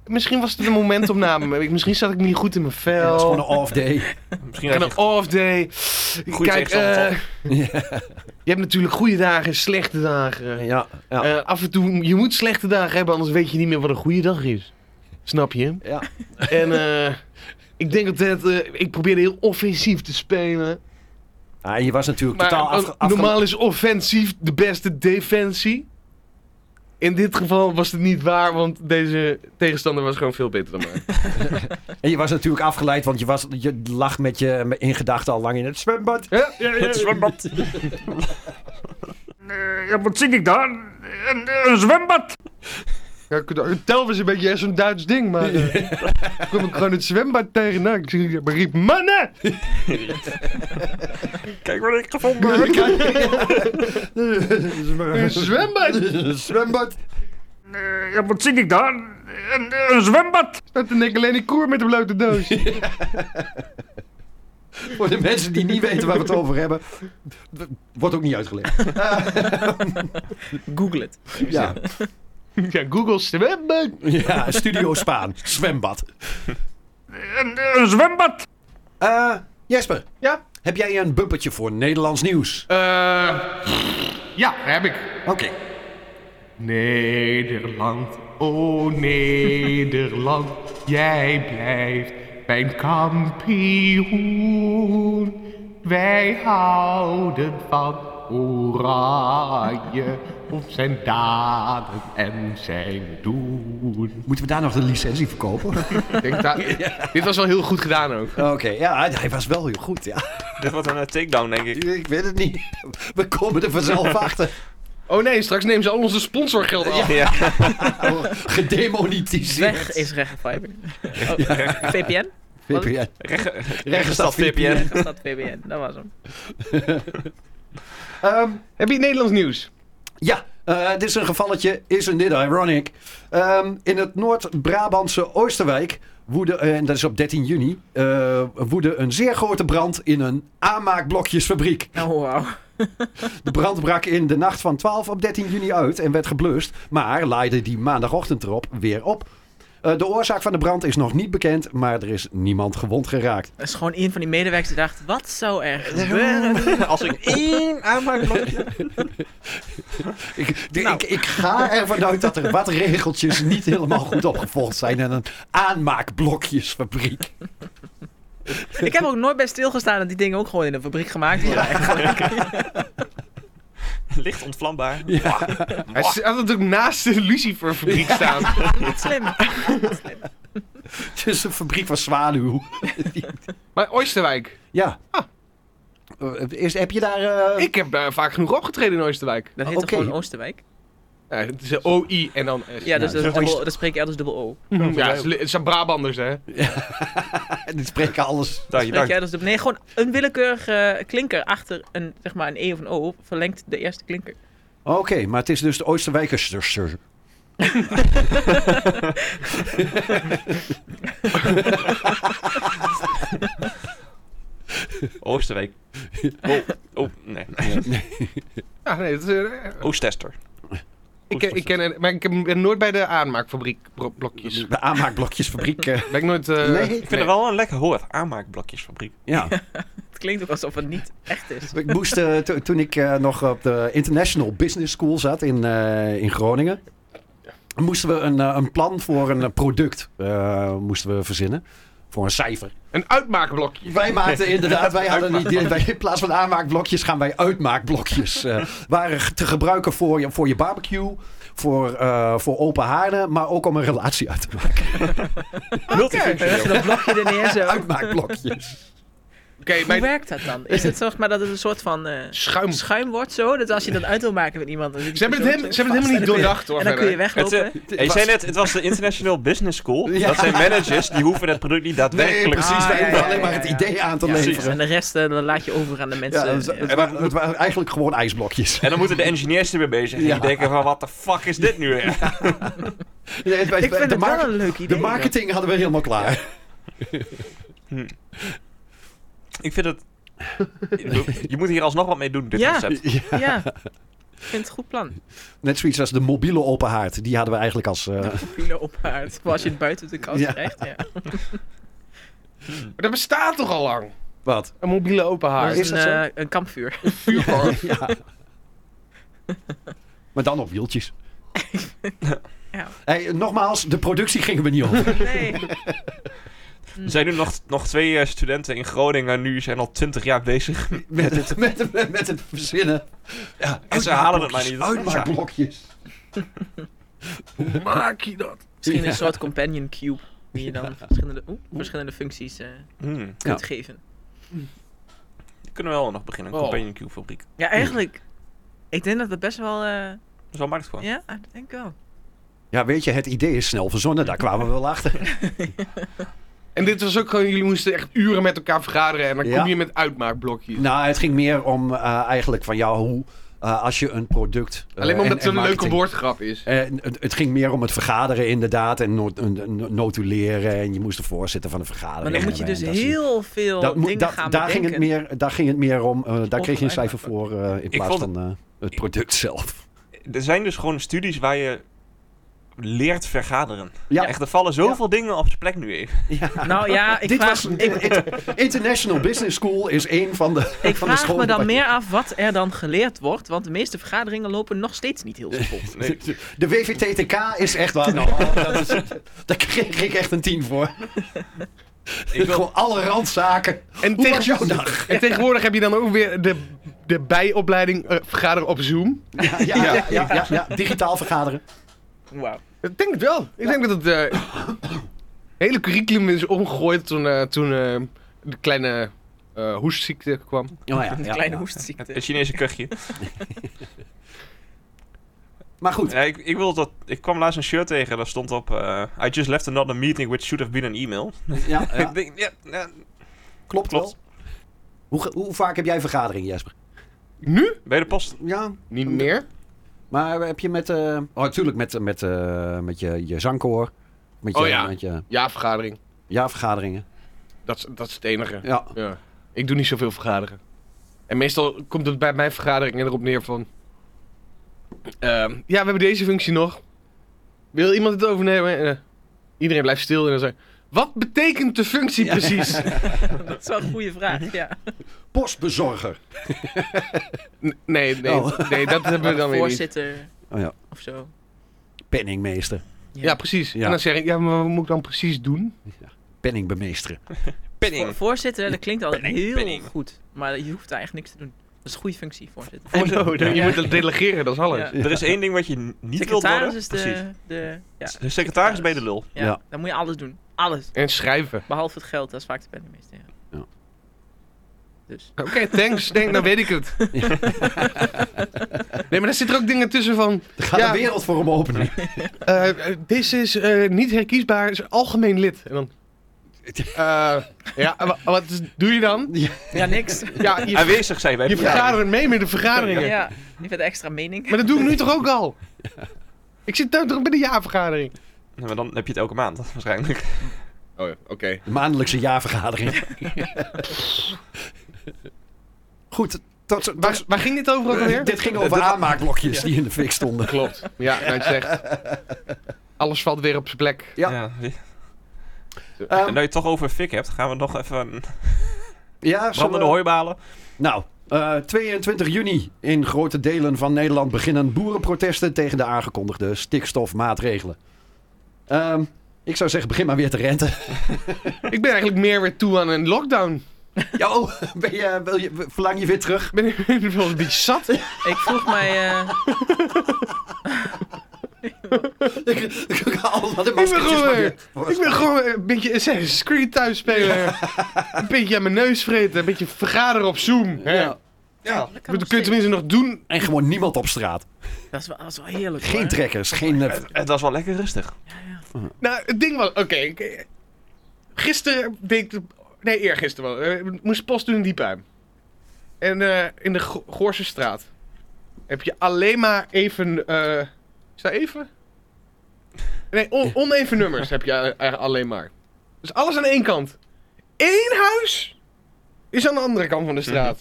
[SPEAKER 4] Misschien was het een momentopname. Ik- Misschien zat ik niet goed in mijn vel.
[SPEAKER 5] Dat is gewoon een off day.
[SPEAKER 3] Misschien
[SPEAKER 4] Ik
[SPEAKER 3] had
[SPEAKER 4] heb een
[SPEAKER 3] je
[SPEAKER 4] off day.
[SPEAKER 3] Goed
[SPEAKER 4] Kijk,
[SPEAKER 3] tegenstander,
[SPEAKER 4] eh, je hebt natuurlijk goede dagen en slechte dagen.
[SPEAKER 5] Ja, ja,
[SPEAKER 4] Eh, af en toe, je moet slechte dagen hebben, anders weet je niet meer wat een goede dag is. Snap je?
[SPEAKER 5] ja.
[SPEAKER 4] En eh, ik denk dat het, eh, ik probeerde heel offensief te spelen.
[SPEAKER 5] Ah, je was natuurlijk
[SPEAKER 4] Maar
[SPEAKER 5] totaal
[SPEAKER 4] eh,
[SPEAKER 5] afge afge-
[SPEAKER 4] normaal is offensief de beste defensie. In dit geval was het niet waar, want deze tegenstander was gewoon veel beter dan mij.
[SPEAKER 5] En je was natuurlijk afgeleid, want je, was, je lag met je in gedachten al lang in het zwembad.
[SPEAKER 4] Ja, ja, ja.
[SPEAKER 3] Het zwembad.
[SPEAKER 7] Ja, wat zie ik daar? Een, een zwembad.
[SPEAKER 4] Ja, ik- een Telf is een beetje echt zo'n Duits ding, maar eh, toen kwam ik gewoon het zwembad tegen. Nou, ik zie- ik riep, mannen!
[SPEAKER 3] Kijk wat ik gevonden heb.
[SPEAKER 4] Een zwembad!
[SPEAKER 5] zwembad.
[SPEAKER 7] Ja, wat zie ik daar? Een, een zwembad.
[SPEAKER 4] Staat een Nicolini Koer met een blote doos.
[SPEAKER 5] Voor de mensen die niet weten waar we het over hebben. Wordt ook niet uitgelegd.
[SPEAKER 6] Google het.
[SPEAKER 5] Ja,
[SPEAKER 4] Ja, Google zwembad.
[SPEAKER 5] ja Studio Spaan. Zwembad.
[SPEAKER 7] Een, een zwembad.
[SPEAKER 5] Eh, Jesper.
[SPEAKER 4] Ja?
[SPEAKER 5] Heb jij een bumpertje voor Nederlands nieuws?
[SPEAKER 4] Eh, ja, heb ik.
[SPEAKER 5] Oké.
[SPEAKER 4] Nederland, o Nederland, jij blijft mijn kampioen. Wij houden van oranje op zijn daden en zijn doen.
[SPEAKER 5] Moeten we daar nog de licentie voor kopen? Oké,
[SPEAKER 4] Dit was wel heel goed gedaan ook.
[SPEAKER 5] ja, hij was wel heel goed, ja.
[SPEAKER 3] Dit wordt een eh, takedown, denk ik.
[SPEAKER 5] Ik weet het niet. We komen er vanzelf achter.
[SPEAKER 4] Oh nee, straks nemen ze al onze sponsorgeld af.
[SPEAKER 3] Ja.
[SPEAKER 5] Gedemonetiseerd.
[SPEAKER 6] Weg is rechtgefiber. Oh, VPN?
[SPEAKER 5] VPN.
[SPEAKER 3] Recht-
[SPEAKER 5] Rechterstad
[SPEAKER 3] VPN.
[SPEAKER 5] VPN.
[SPEAKER 6] Is dat VPN? Dat was hem.
[SPEAKER 5] Ehm,
[SPEAKER 4] Heb je Nederlands nieuws?
[SPEAKER 5] Ja, eh, dit is een gevalletje. Isn't it ironic? Ehm, in het Noord-Brabantse Oosterwijk woedde, eh, en dat is op 13 juni, eh, woedde een zeer grote brand in een aanmaakblokjesfabriek.
[SPEAKER 6] Oh, wow.
[SPEAKER 5] De brand brak in de nacht van 12 op 13 juni uit en werd geblust, maar laaide die maandagochtend erop weer op. Eh, de oorzaak van de brand is nog niet bekend, maar er is niemand gewond geraakt.
[SPEAKER 6] Dat is gewoon een van die medewerkers die dacht, wat zou er gebeuren?
[SPEAKER 3] Als ik één aanmaakblokje...
[SPEAKER 5] Ik,
[SPEAKER 3] Nou.
[SPEAKER 5] de- ik, ik ga ervan uit dat er wat regeltjes niet helemaal goed opgevolgd zijn in een aanmaakblokjesfabriek.
[SPEAKER 6] Ik heb ook nooit bij stilgestaan dat die dingen ook gewoon in de fabriek gemaakt worden. eigenlijk.
[SPEAKER 3] Licht ontvlambaar.
[SPEAKER 4] Hij staat natuurlijk naast de Lucifer-fabriek staan.
[SPEAKER 6] Niet slim.
[SPEAKER 5] Het is een fabriek van zwaluw.
[SPEAKER 4] Maar Oosterwijk,
[SPEAKER 5] Ja.
[SPEAKER 3] Ah.
[SPEAKER 5] Eh, Is, heb je daar... eh,
[SPEAKER 4] ik heb eh, vaak genoeg opgetreden in Oosterwijk.
[SPEAKER 6] Dat heet
[SPEAKER 5] Oké.
[SPEAKER 6] toch gewoon Oosterwijk?
[SPEAKER 4] Ja, het is OI en dan S.
[SPEAKER 6] Ja,
[SPEAKER 5] dat
[SPEAKER 6] dus dat,
[SPEAKER 5] is
[SPEAKER 6] is dubbel,
[SPEAKER 5] Oost-
[SPEAKER 6] dat spreek je elders dubbel O.
[SPEAKER 4] Mhm. ja het, is, li- het zijn Brabanders, hè?
[SPEAKER 5] Die spreken alles.
[SPEAKER 3] Dank je,
[SPEAKER 6] Spreek
[SPEAKER 3] dank
[SPEAKER 6] je elders dubbel... Nee, gewoon een willekeurige eh, klinker achter een, zeg maar een E of een O verlengt de eerste klinker.
[SPEAKER 5] Oké, maar het is dus de Oosterwijkerster.
[SPEAKER 3] Oosterwijk. Oh, oh nee.
[SPEAKER 4] Ja, nee, het is, eh,
[SPEAKER 3] Oostester.
[SPEAKER 4] ik, ken- ik, ken, er- maar ik ben nooit bij de aanmaakfabriek bro- blokjes.
[SPEAKER 5] De aanmaakblokjesfabriek. eh,
[SPEAKER 4] Ben ik nooit... eh,
[SPEAKER 5] Nee. Ik
[SPEAKER 3] Ik vind het wel een lekker woord. Aanmaakblokjesfabriek.
[SPEAKER 5] ja.
[SPEAKER 6] Het klinkt ook alsof het niet echt is.
[SPEAKER 5] Ik moest, eh, to- toen ik eh, nog op de International Business School zat in, eh, in Groningen... moesten we een, eh, een plan voor een eh, product eh, moesten we verzinnen. Voor een cijfer.
[SPEAKER 4] Een uitmaakblokje.
[SPEAKER 5] Wij maakten inderdaad, wij hadden niet, wij, in plaats van aanmaakblokjes gaan wij uitmaakblokjes. eh, waren te gebruiken voor je, voor je barbecue, voor, eh, voor open haarden, maar ook om een relatie uit te maken.
[SPEAKER 6] Als je dat blokje er neer zo. Hoe
[SPEAKER 5] Uitmaakblokjes.
[SPEAKER 4] Oké, mijn
[SPEAKER 6] werkt dat dan? Is het zeg maar dat het een soort van eh,
[SPEAKER 4] schuim. Ze
[SPEAKER 6] schuim wordt zo? Dat als je dat uit wil maken met iemand... dan zit die
[SPEAKER 4] hebben het, hem,
[SPEAKER 6] persoon
[SPEAKER 4] ze
[SPEAKER 6] zo
[SPEAKER 4] hebben het
[SPEAKER 6] vast
[SPEAKER 4] helemaal niet
[SPEAKER 6] en dan
[SPEAKER 4] doordacht,
[SPEAKER 6] kun je-
[SPEAKER 4] hoor.
[SPEAKER 6] En dan kun je
[SPEAKER 4] verder.
[SPEAKER 3] Het, eh,
[SPEAKER 6] weglopen.
[SPEAKER 3] je zei net, het was de International Business School.
[SPEAKER 5] Ja.
[SPEAKER 3] Dat zijn managers, die hoeven het product niet
[SPEAKER 5] Nee,
[SPEAKER 3] daadwerkelijk...
[SPEAKER 5] precies.
[SPEAKER 6] Ah,
[SPEAKER 5] wij
[SPEAKER 6] ja,
[SPEAKER 5] hoeven
[SPEAKER 6] ja,
[SPEAKER 5] alleen
[SPEAKER 6] ja,
[SPEAKER 5] maar het
[SPEAKER 6] ja,
[SPEAKER 5] idee aan te
[SPEAKER 3] precies.
[SPEAKER 5] leveren.
[SPEAKER 6] En de rest eh, dan laat je over aan de
[SPEAKER 5] Ja,
[SPEAKER 6] mensen.
[SPEAKER 5] het, het
[SPEAKER 6] Ja.
[SPEAKER 5] wa- het waren eigenlijk gewoon ijsblokjes.
[SPEAKER 3] En dan moeten de engineers erbij bezig. zijn.
[SPEAKER 5] Ja.
[SPEAKER 3] Die denken van, wat de fuck is dit nu weer?
[SPEAKER 5] Nee, het-
[SPEAKER 6] Ik vind
[SPEAKER 5] de,
[SPEAKER 6] het wel
[SPEAKER 5] market-
[SPEAKER 6] een leuk idee.
[SPEAKER 5] de marketing hadden we helemaal klaar.
[SPEAKER 3] Ik vind het... Je moet hier alsnog wat mee doen, dit
[SPEAKER 6] Ja.
[SPEAKER 3] recept.
[SPEAKER 6] Ja, ik vind het een goed plan.
[SPEAKER 5] Net zoiets als de mobiele open haard. Die hadden we eigenlijk als... eh,
[SPEAKER 6] Pilo op haard. Voor als je het buiten de kast
[SPEAKER 5] Ja.
[SPEAKER 6] krijgt. Ja.
[SPEAKER 4] Maar dat bestaat toch al lang?
[SPEAKER 5] wat?
[SPEAKER 4] Een mobiele open
[SPEAKER 6] Maar
[SPEAKER 4] haard.
[SPEAKER 6] is
[SPEAKER 5] is
[SPEAKER 6] een,
[SPEAKER 5] dat zo?
[SPEAKER 6] eh, een kampvuur.
[SPEAKER 5] Ja. maar dan op wieltjes.
[SPEAKER 6] Ja.
[SPEAKER 5] Hey, nogmaals, de productie gingen we niet over.
[SPEAKER 6] Nee. Mm.
[SPEAKER 3] Er zijn nu nog, nog twee eh, studenten in Groningen. Nu zijn al twintig jaar bezig.
[SPEAKER 5] Met het, met, met, met het verzinnen. Ja,
[SPEAKER 3] En ze halen het maar niet.
[SPEAKER 5] Uitmaakblokjes.
[SPEAKER 4] Hoe maak je dat?
[SPEAKER 6] Misschien een soort companion cube. Die je dan verschillende, oeh, verschillende functies eh,
[SPEAKER 3] Hmm.
[SPEAKER 6] kunt geven.
[SPEAKER 3] Die kunnen we wel nog beginnen, een
[SPEAKER 4] Oh.
[SPEAKER 3] companion cube fabriek.
[SPEAKER 6] Ja, eigenlijk. Ik denk dat dat best wel. eh,
[SPEAKER 3] Dat is wel markt voor.
[SPEAKER 6] ja, ik denk wel.
[SPEAKER 5] Ja, weet je, het idee is snel verzonnen. Daar kwamen we wel achter.
[SPEAKER 4] En dit was ook gewoon, jullie moesten echt uren met elkaar vergaderen en dan
[SPEAKER 5] Ja.
[SPEAKER 4] kom je met uitmaakblokjes.
[SPEAKER 5] nou, het ging meer om eh, eigenlijk van jou hoe... eh, als je een product... eh,
[SPEAKER 4] Alleen maar
[SPEAKER 5] en-
[SPEAKER 4] omdat het
[SPEAKER 5] en
[SPEAKER 4] zo'n leuke
[SPEAKER 5] marketing-
[SPEAKER 4] woordgrap is.
[SPEAKER 5] En Eh, het, het ging meer om het vergaderen inderdaad en not- en- en notuleren en je moest de voorzitter van de vergadering.
[SPEAKER 6] Maar dan moet je
[SPEAKER 5] hebben
[SPEAKER 6] dus
[SPEAKER 5] en dat soort-
[SPEAKER 6] heel veel
[SPEAKER 5] Dat moet-
[SPEAKER 6] dingen
[SPEAKER 5] dat-
[SPEAKER 6] gaan
[SPEAKER 5] daar, ging
[SPEAKER 6] bedenken.
[SPEAKER 5] het meer, daar ging het meer om, eh, daar kreeg je een cijfer voor eh, in plaats
[SPEAKER 3] vond-
[SPEAKER 5] van eh, het product zelf.
[SPEAKER 3] Er zijn dus gewoon studies waar je leert vergaderen.
[SPEAKER 5] Ja.
[SPEAKER 3] Echt, er vallen zoveel dingen op zijn plek nu even.
[SPEAKER 6] Nou ja, ik
[SPEAKER 5] Dit
[SPEAKER 6] vraag,
[SPEAKER 5] was,
[SPEAKER 6] ik,
[SPEAKER 5] International Business School is een van de
[SPEAKER 6] ik
[SPEAKER 5] van de
[SPEAKER 6] vraag me
[SPEAKER 5] scholen
[SPEAKER 6] dan
[SPEAKER 5] waar-
[SPEAKER 6] meer af wat er dan geleerd wordt. Want de meeste vergaderingen lopen nog steeds niet heel soepel.
[SPEAKER 3] Nee.
[SPEAKER 5] De WVTTK is echt waar. Nou, dat is, daar kreeg ik echt een 10 voor.
[SPEAKER 3] Ik wil,
[SPEAKER 5] Gewoon alle randzaken.
[SPEAKER 4] En,
[SPEAKER 5] Hoe
[SPEAKER 4] tegen-
[SPEAKER 5] was jouw dag?
[SPEAKER 4] en tegenwoordig heb je dan ook weer de, de bijopleiding eh, vergaderen op Zoom.
[SPEAKER 5] Ja, ja, ja, ja, ja, ja. digitaal vergaderen.
[SPEAKER 6] Wauw.
[SPEAKER 4] Ik denk het wel. Ik denk dat het eh, hele curriculum is omgegooid toen, eh, toen eh, de kleine eh, hoestziekte kwam.
[SPEAKER 5] Oh ja,
[SPEAKER 6] Een
[SPEAKER 5] ja,
[SPEAKER 6] kleine
[SPEAKER 5] ja.
[SPEAKER 6] hoestziekte.
[SPEAKER 3] het Chinese kuchje.
[SPEAKER 5] Maar goed,
[SPEAKER 3] Ja, ik, ik, wil dat, ik kwam laatst een shirt tegen, daar stond op... eh, I just left another meeting which should have been an email.
[SPEAKER 5] ja, ja.
[SPEAKER 3] Ik denk, ja, ja,
[SPEAKER 5] Klopt,
[SPEAKER 3] Klopt.
[SPEAKER 5] wel. Hoe, ge- hoe vaak heb jij vergaderingen, Jesper?
[SPEAKER 4] Nu?
[SPEAKER 3] bij de post.
[SPEAKER 5] Ja.
[SPEAKER 4] Niet meer.
[SPEAKER 5] Maar heb je met... eh, oh, natuurlijk met, met, eh, met je, je zangkoor. Met je,
[SPEAKER 4] Oh ja.
[SPEAKER 5] Met je
[SPEAKER 4] Ja, vergadering.
[SPEAKER 5] ja-vergaderingen.
[SPEAKER 4] Dat, is- dat is het enige.
[SPEAKER 5] Ja.
[SPEAKER 4] Ja. Ik doe niet zoveel vergaderen. En meestal komt het bij mijn vergaderingen erop neer van... ehm, ja, we hebben deze functie nog. Wil iemand het overnemen? En, eh, iedereen blijft stil en dan zei... Wat betekent de functie precies?
[SPEAKER 6] Dat is wel een goede vraag, ja.
[SPEAKER 5] Postbezorger.
[SPEAKER 4] N- Nee, nee,
[SPEAKER 5] Oh.
[SPEAKER 4] nee, dat hebben we dan weer niet.
[SPEAKER 6] Voorzitter
[SPEAKER 5] Oh ja,
[SPEAKER 6] of zo.
[SPEAKER 5] penningmeester.
[SPEAKER 4] Ja, precies.
[SPEAKER 5] Ja.
[SPEAKER 4] En dan zeg ik, ja, maar wat moet ik dan precies doen?
[SPEAKER 5] Penningbemeesteren.
[SPEAKER 6] Voor-
[SPEAKER 3] Penning.
[SPEAKER 6] voorzitter, dat klinkt altijd
[SPEAKER 3] Penning,
[SPEAKER 6] heel
[SPEAKER 3] penning.
[SPEAKER 6] goed. Maar je hoeft daar echt niks te doen. Dat is een goede functie, voorzitter.
[SPEAKER 3] Voorzitter.
[SPEAKER 4] Oh, dan- Je moet dat delegeren, dat is alles.
[SPEAKER 6] Ja.
[SPEAKER 3] Er is één ding wat je n- niet wilt
[SPEAKER 6] Secretaris
[SPEAKER 3] worden.
[SPEAKER 6] is
[SPEAKER 3] Precies.
[SPEAKER 6] de, de, ja,
[SPEAKER 3] De secretaris bij de lul.
[SPEAKER 6] ja,
[SPEAKER 5] Ja.
[SPEAKER 6] Dan moet je alles doen. Alles.
[SPEAKER 4] En schrijven.
[SPEAKER 6] Behalve het geld, dat is vaak de penningmeester. Ja.
[SPEAKER 5] Ja.
[SPEAKER 6] Dus.
[SPEAKER 4] Oké, thanks. Denk, dan weet ik het. Nee, maar daar zitten ook dingen tussen van...
[SPEAKER 5] Er gaat
[SPEAKER 4] Ja.
[SPEAKER 5] de wereld voor hem openen.
[SPEAKER 4] eh, eh, Deze is eh, niet herkiesbaar, is algemeen lid. En dan... eh, ja, wa- wat is- doe je dan?
[SPEAKER 6] Ja, niks.
[SPEAKER 4] Ja, je,
[SPEAKER 3] Aanwezig zijn wij.
[SPEAKER 4] je vergadert mee met de
[SPEAKER 6] Ja,
[SPEAKER 4] vergaderingen.
[SPEAKER 6] je vindt extra mening.
[SPEAKER 4] Maar dat doe ik nu toch ook al? Ik zit toch bij de jaarvergadering?
[SPEAKER 3] Nou, Maar dan heb je het elke maand waarschijnlijk.
[SPEAKER 4] Oh, oké.
[SPEAKER 5] De maandelijkse jaarvergadering. Goed, tot, tot-
[SPEAKER 4] Waar, waar ging dit over ook alweer?
[SPEAKER 5] dit ging over aanmaakblokjes die in de fik stonden.
[SPEAKER 4] Klopt. Ja, nou, je zegt. Alles valt weer op zijn plek.
[SPEAKER 5] Ja.
[SPEAKER 3] En
[SPEAKER 5] Ehm,
[SPEAKER 3] nu je het toch over fik hebt, gaan we nog even
[SPEAKER 5] ja, zullen we-
[SPEAKER 3] brandende hooibalen.
[SPEAKER 5] Nou, eh, 22 juni in grote delen van Nederland beginnen boerenprotesten tegen de aangekondigde stikstofmaatregelen. Ehm, ik zou zeggen, begin maar weer te renten.
[SPEAKER 4] Ik ben eigenlijk meer weer toe aan een lockdown.
[SPEAKER 5] Jo, ben je, wil je, verlang je weer terug?
[SPEAKER 4] Ik ben ik ben wel een beetje zat.
[SPEAKER 6] Ik vroeg mij... eh,
[SPEAKER 5] Ik, ik, ik haal wat in
[SPEAKER 4] Ik ben
[SPEAKER 5] maskertjes maar
[SPEAKER 4] gewoon,
[SPEAKER 5] weer. Oh,
[SPEAKER 4] ik ben gewoon een beetje Assassin's Creed thuis spelen. Een beetje aan mijn neus vreten. Een beetje vergaderen op Zoom. hè.
[SPEAKER 5] Ja.
[SPEAKER 3] Ja.
[SPEAKER 6] dat, kan
[SPEAKER 4] Dat
[SPEAKER 6] nog
[SPEAKER 4] kun je
[SPEAKER 6] steeds.
[SPEAKER 4] tenminste nog doen.
[SPEAKER 5] En gewoon niemand op straat.
[SPEAKER 6] dat, is wel, dat is wel heerlijk
[SPEAKER 5] Geen
[SPEAKER 6] hoor.
[SPEAKER 5] trekkers, geen... eh,
[SPEAKER 3] Het was wel lekker rustig.
[SPEAKER 4] Nou, het ding was... Oké. ik- gisteren deed ik... Nee, eergisteren wel. Eh, Ik moest post doen in Diepheim. En eh, in de Go- Goorse straat. Heb je alleen maar even... eh, is dat even? Nee, on- oneven nummers heb je eh, alleen maar. Dus alles aan één kant. Eén huis is aan de andere kant van de straat.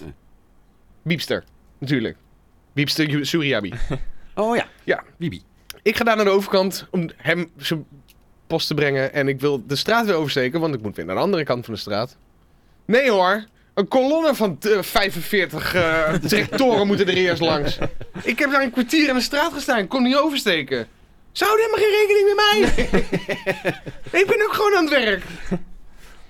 [SPEAKER 4] Biepster, natuurlijk. Biepster Ju- Suriabi.
[SPEAKER 5] oh ja,
[SPEAKER 4] Ja.
[SPEAKER 5] Bibi.
[SPEAKER 4] Ik ga daar naar de overkant om hem zijn post te brengen. En ik wil de straat weer oversteken, want ik moet weer naar de andere kant van de straat. Nee hoor, een kolonne van eh, 45 eh, tractoren moeten er eerst langs. Ik heb daar een kwartier in de straat gestaan, ik kon niet oversteken. Ze houden helemaal geen rekening met mij. ik ben ook gewoon aan het werk.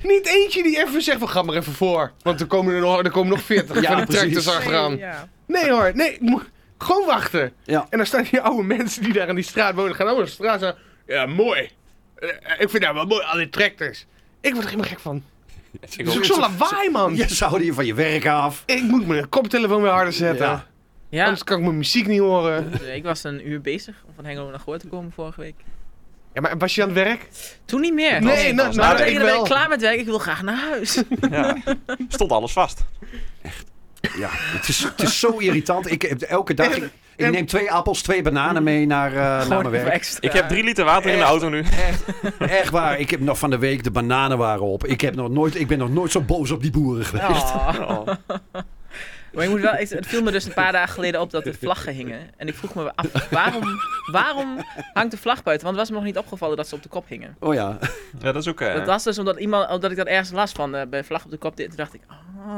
[SPEAKER 4] Niet eentje die even zegt van ga maar even voor. Want er komen er nog, er komen nog 40
[SPEAKER 5] Ja,
[SPEAKER 4] van de
[SPEAKER 5] precies.
[SPEAKER 4] tractors achteraan.
[SPEAKER 6] Ja.
[SPEAKER 4] Nee hoor, nee. ik moet- Gewoon wachten.
[SPEAKER 5] Ja.
[SPEAKER 4] En dan staan die oude mensen die daar in die straat wonen, gaan over de straat staan. Ja, mooi. Eh, ik vind dat wel mooi, al die tractors. Ik word er helemaal gek van.
[SPEAKER 3] Ik
[SPEAKER 4] Het is
[SPEAKER 3] ook.
[SPEAKER 4] ook zo'n lawaai, man.
[SPEAKER 5] Je zou die van je werk af.
[SPEAKER 4] Ik moet mijn koptelefoon weer harder zetten.
[SPEAKER 5] Ja.
[SPEAKER 6] Ja,
[SPEAKER 4] Anders kan ik mijn muziek niet horen.
[SPEAKER 6] ik was een uur bezig om van Hengelo naar Goor te komen vorige week.
[SPEAKER 4] Ja, maar was je aan het werk?
[SPEAKER 6] Toen niet meer.
[SPEAKER 4] Nee, nou,
[SPEAKER 6] Nou,
[SPEAKER 4] nou,
[SPEAKER 6] toen
[SPEAKER 4] ik
[SPEAKER 6] ik ben
[SPEAKER 4] wel.
[SPEAKER 6] ik klaar met werk, ik wil graag naar huis.
[SPEAKER 3] Ja. Stond alles vast.
[SPEAKER 5] Ja, het is, het is zo irritant. Ik, heb elke dag, ik, ik
[SPEAKER 4] en-
[SPEAKER 5] neem twee appels, twee bananen mee naar, eh, naar mijn werk.
[SPEAKER 6] extra.
[SPEAKER 3] Ik heb drie liter water in de
[SPEAKER 5] Echt?
[SPEAKER 3] auto nu.
[SPEAKER 5] Echt waar, ik heb nog van de week de bananen waren op. Ik, heb nog nooit, ik ben nog nooit zo boos op die boeren geweest.
[SPEAKER 6] Oh.
[SPEAKER 3] Oh.
[SPEAKER 6] Maar ik moet wel, ik- het viel me dus een paar dagen geleden op dat de vlaggen hingen. En ik vroeg me af, waarom, waarom hangt de vlag buiten? Want het was me nog niet opgevallen dat ze op de kop hingen.
[SPEAKER 5] Oh ja.
[SPEAKER 3] Ja, dat is ook... eh,
[SPEAKER 6] Dat was dus omdat, iemand, omdat ik dat ergens las van, eh, bij vlag op de kop. Dit, toen dacht ik, oh,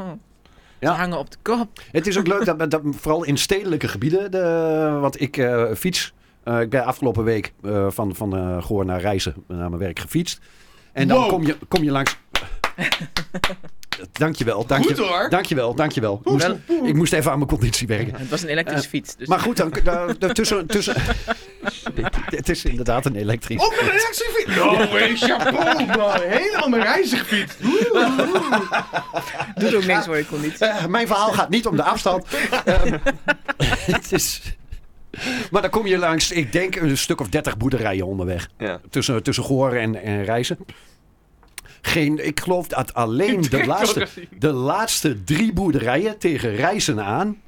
[SPEAKER 5] Ja.
[SPEAKER 6] ze hangen op de kop.
[SPEAKER 5] Het is ook leuk dat, dat vooral in stedelijke gebieden, de, want ik eh, fiets. eh, ik ben afgelopen week eh, van, van eh, Goor naar Reizen naar mijn werk gefietst. En dan
[SPEAKER 4] Wow.
[SPEAKER 5] kom, je, kom je langs. dankjewel, dankjewel.
[SPEAKER 4] Goed hoor.
[SPEAKER 5] Dankjewel, dankjewel. Ik moest, ik moest even aan mijn conditie werken.
[SPEAKER 6] Het was een elektrische fiets. Dus
[SPEAKER 5] Eh, Maar goed, dan, daar- daar- tussen, tussen, het is inderdaad een elektrisch.
[SPEAKER 4] Ook een reactiefiets! No way, Nou, chapeau, man. Helemaal mijn reizigerfiets.
[SPEAKER 6] doet
[SPEAKER 5] dus
[SPEAKER 6] ook niks voor je conditie.
[SPEAKER 5] Eh, mijn verhaal gaat niet om de afstand. Ehm, het is... Maar dan kom je langs, ik denk, een stuk of 30 boerderijen onderweg.
[SPEAKER 3] ja.
[SPEAKER 5] Tussen, tussen Goor en, en Reizen. Geen, ik geloof dat alleen de laatste, de laatste drie boerderijen tegen Reizen aan...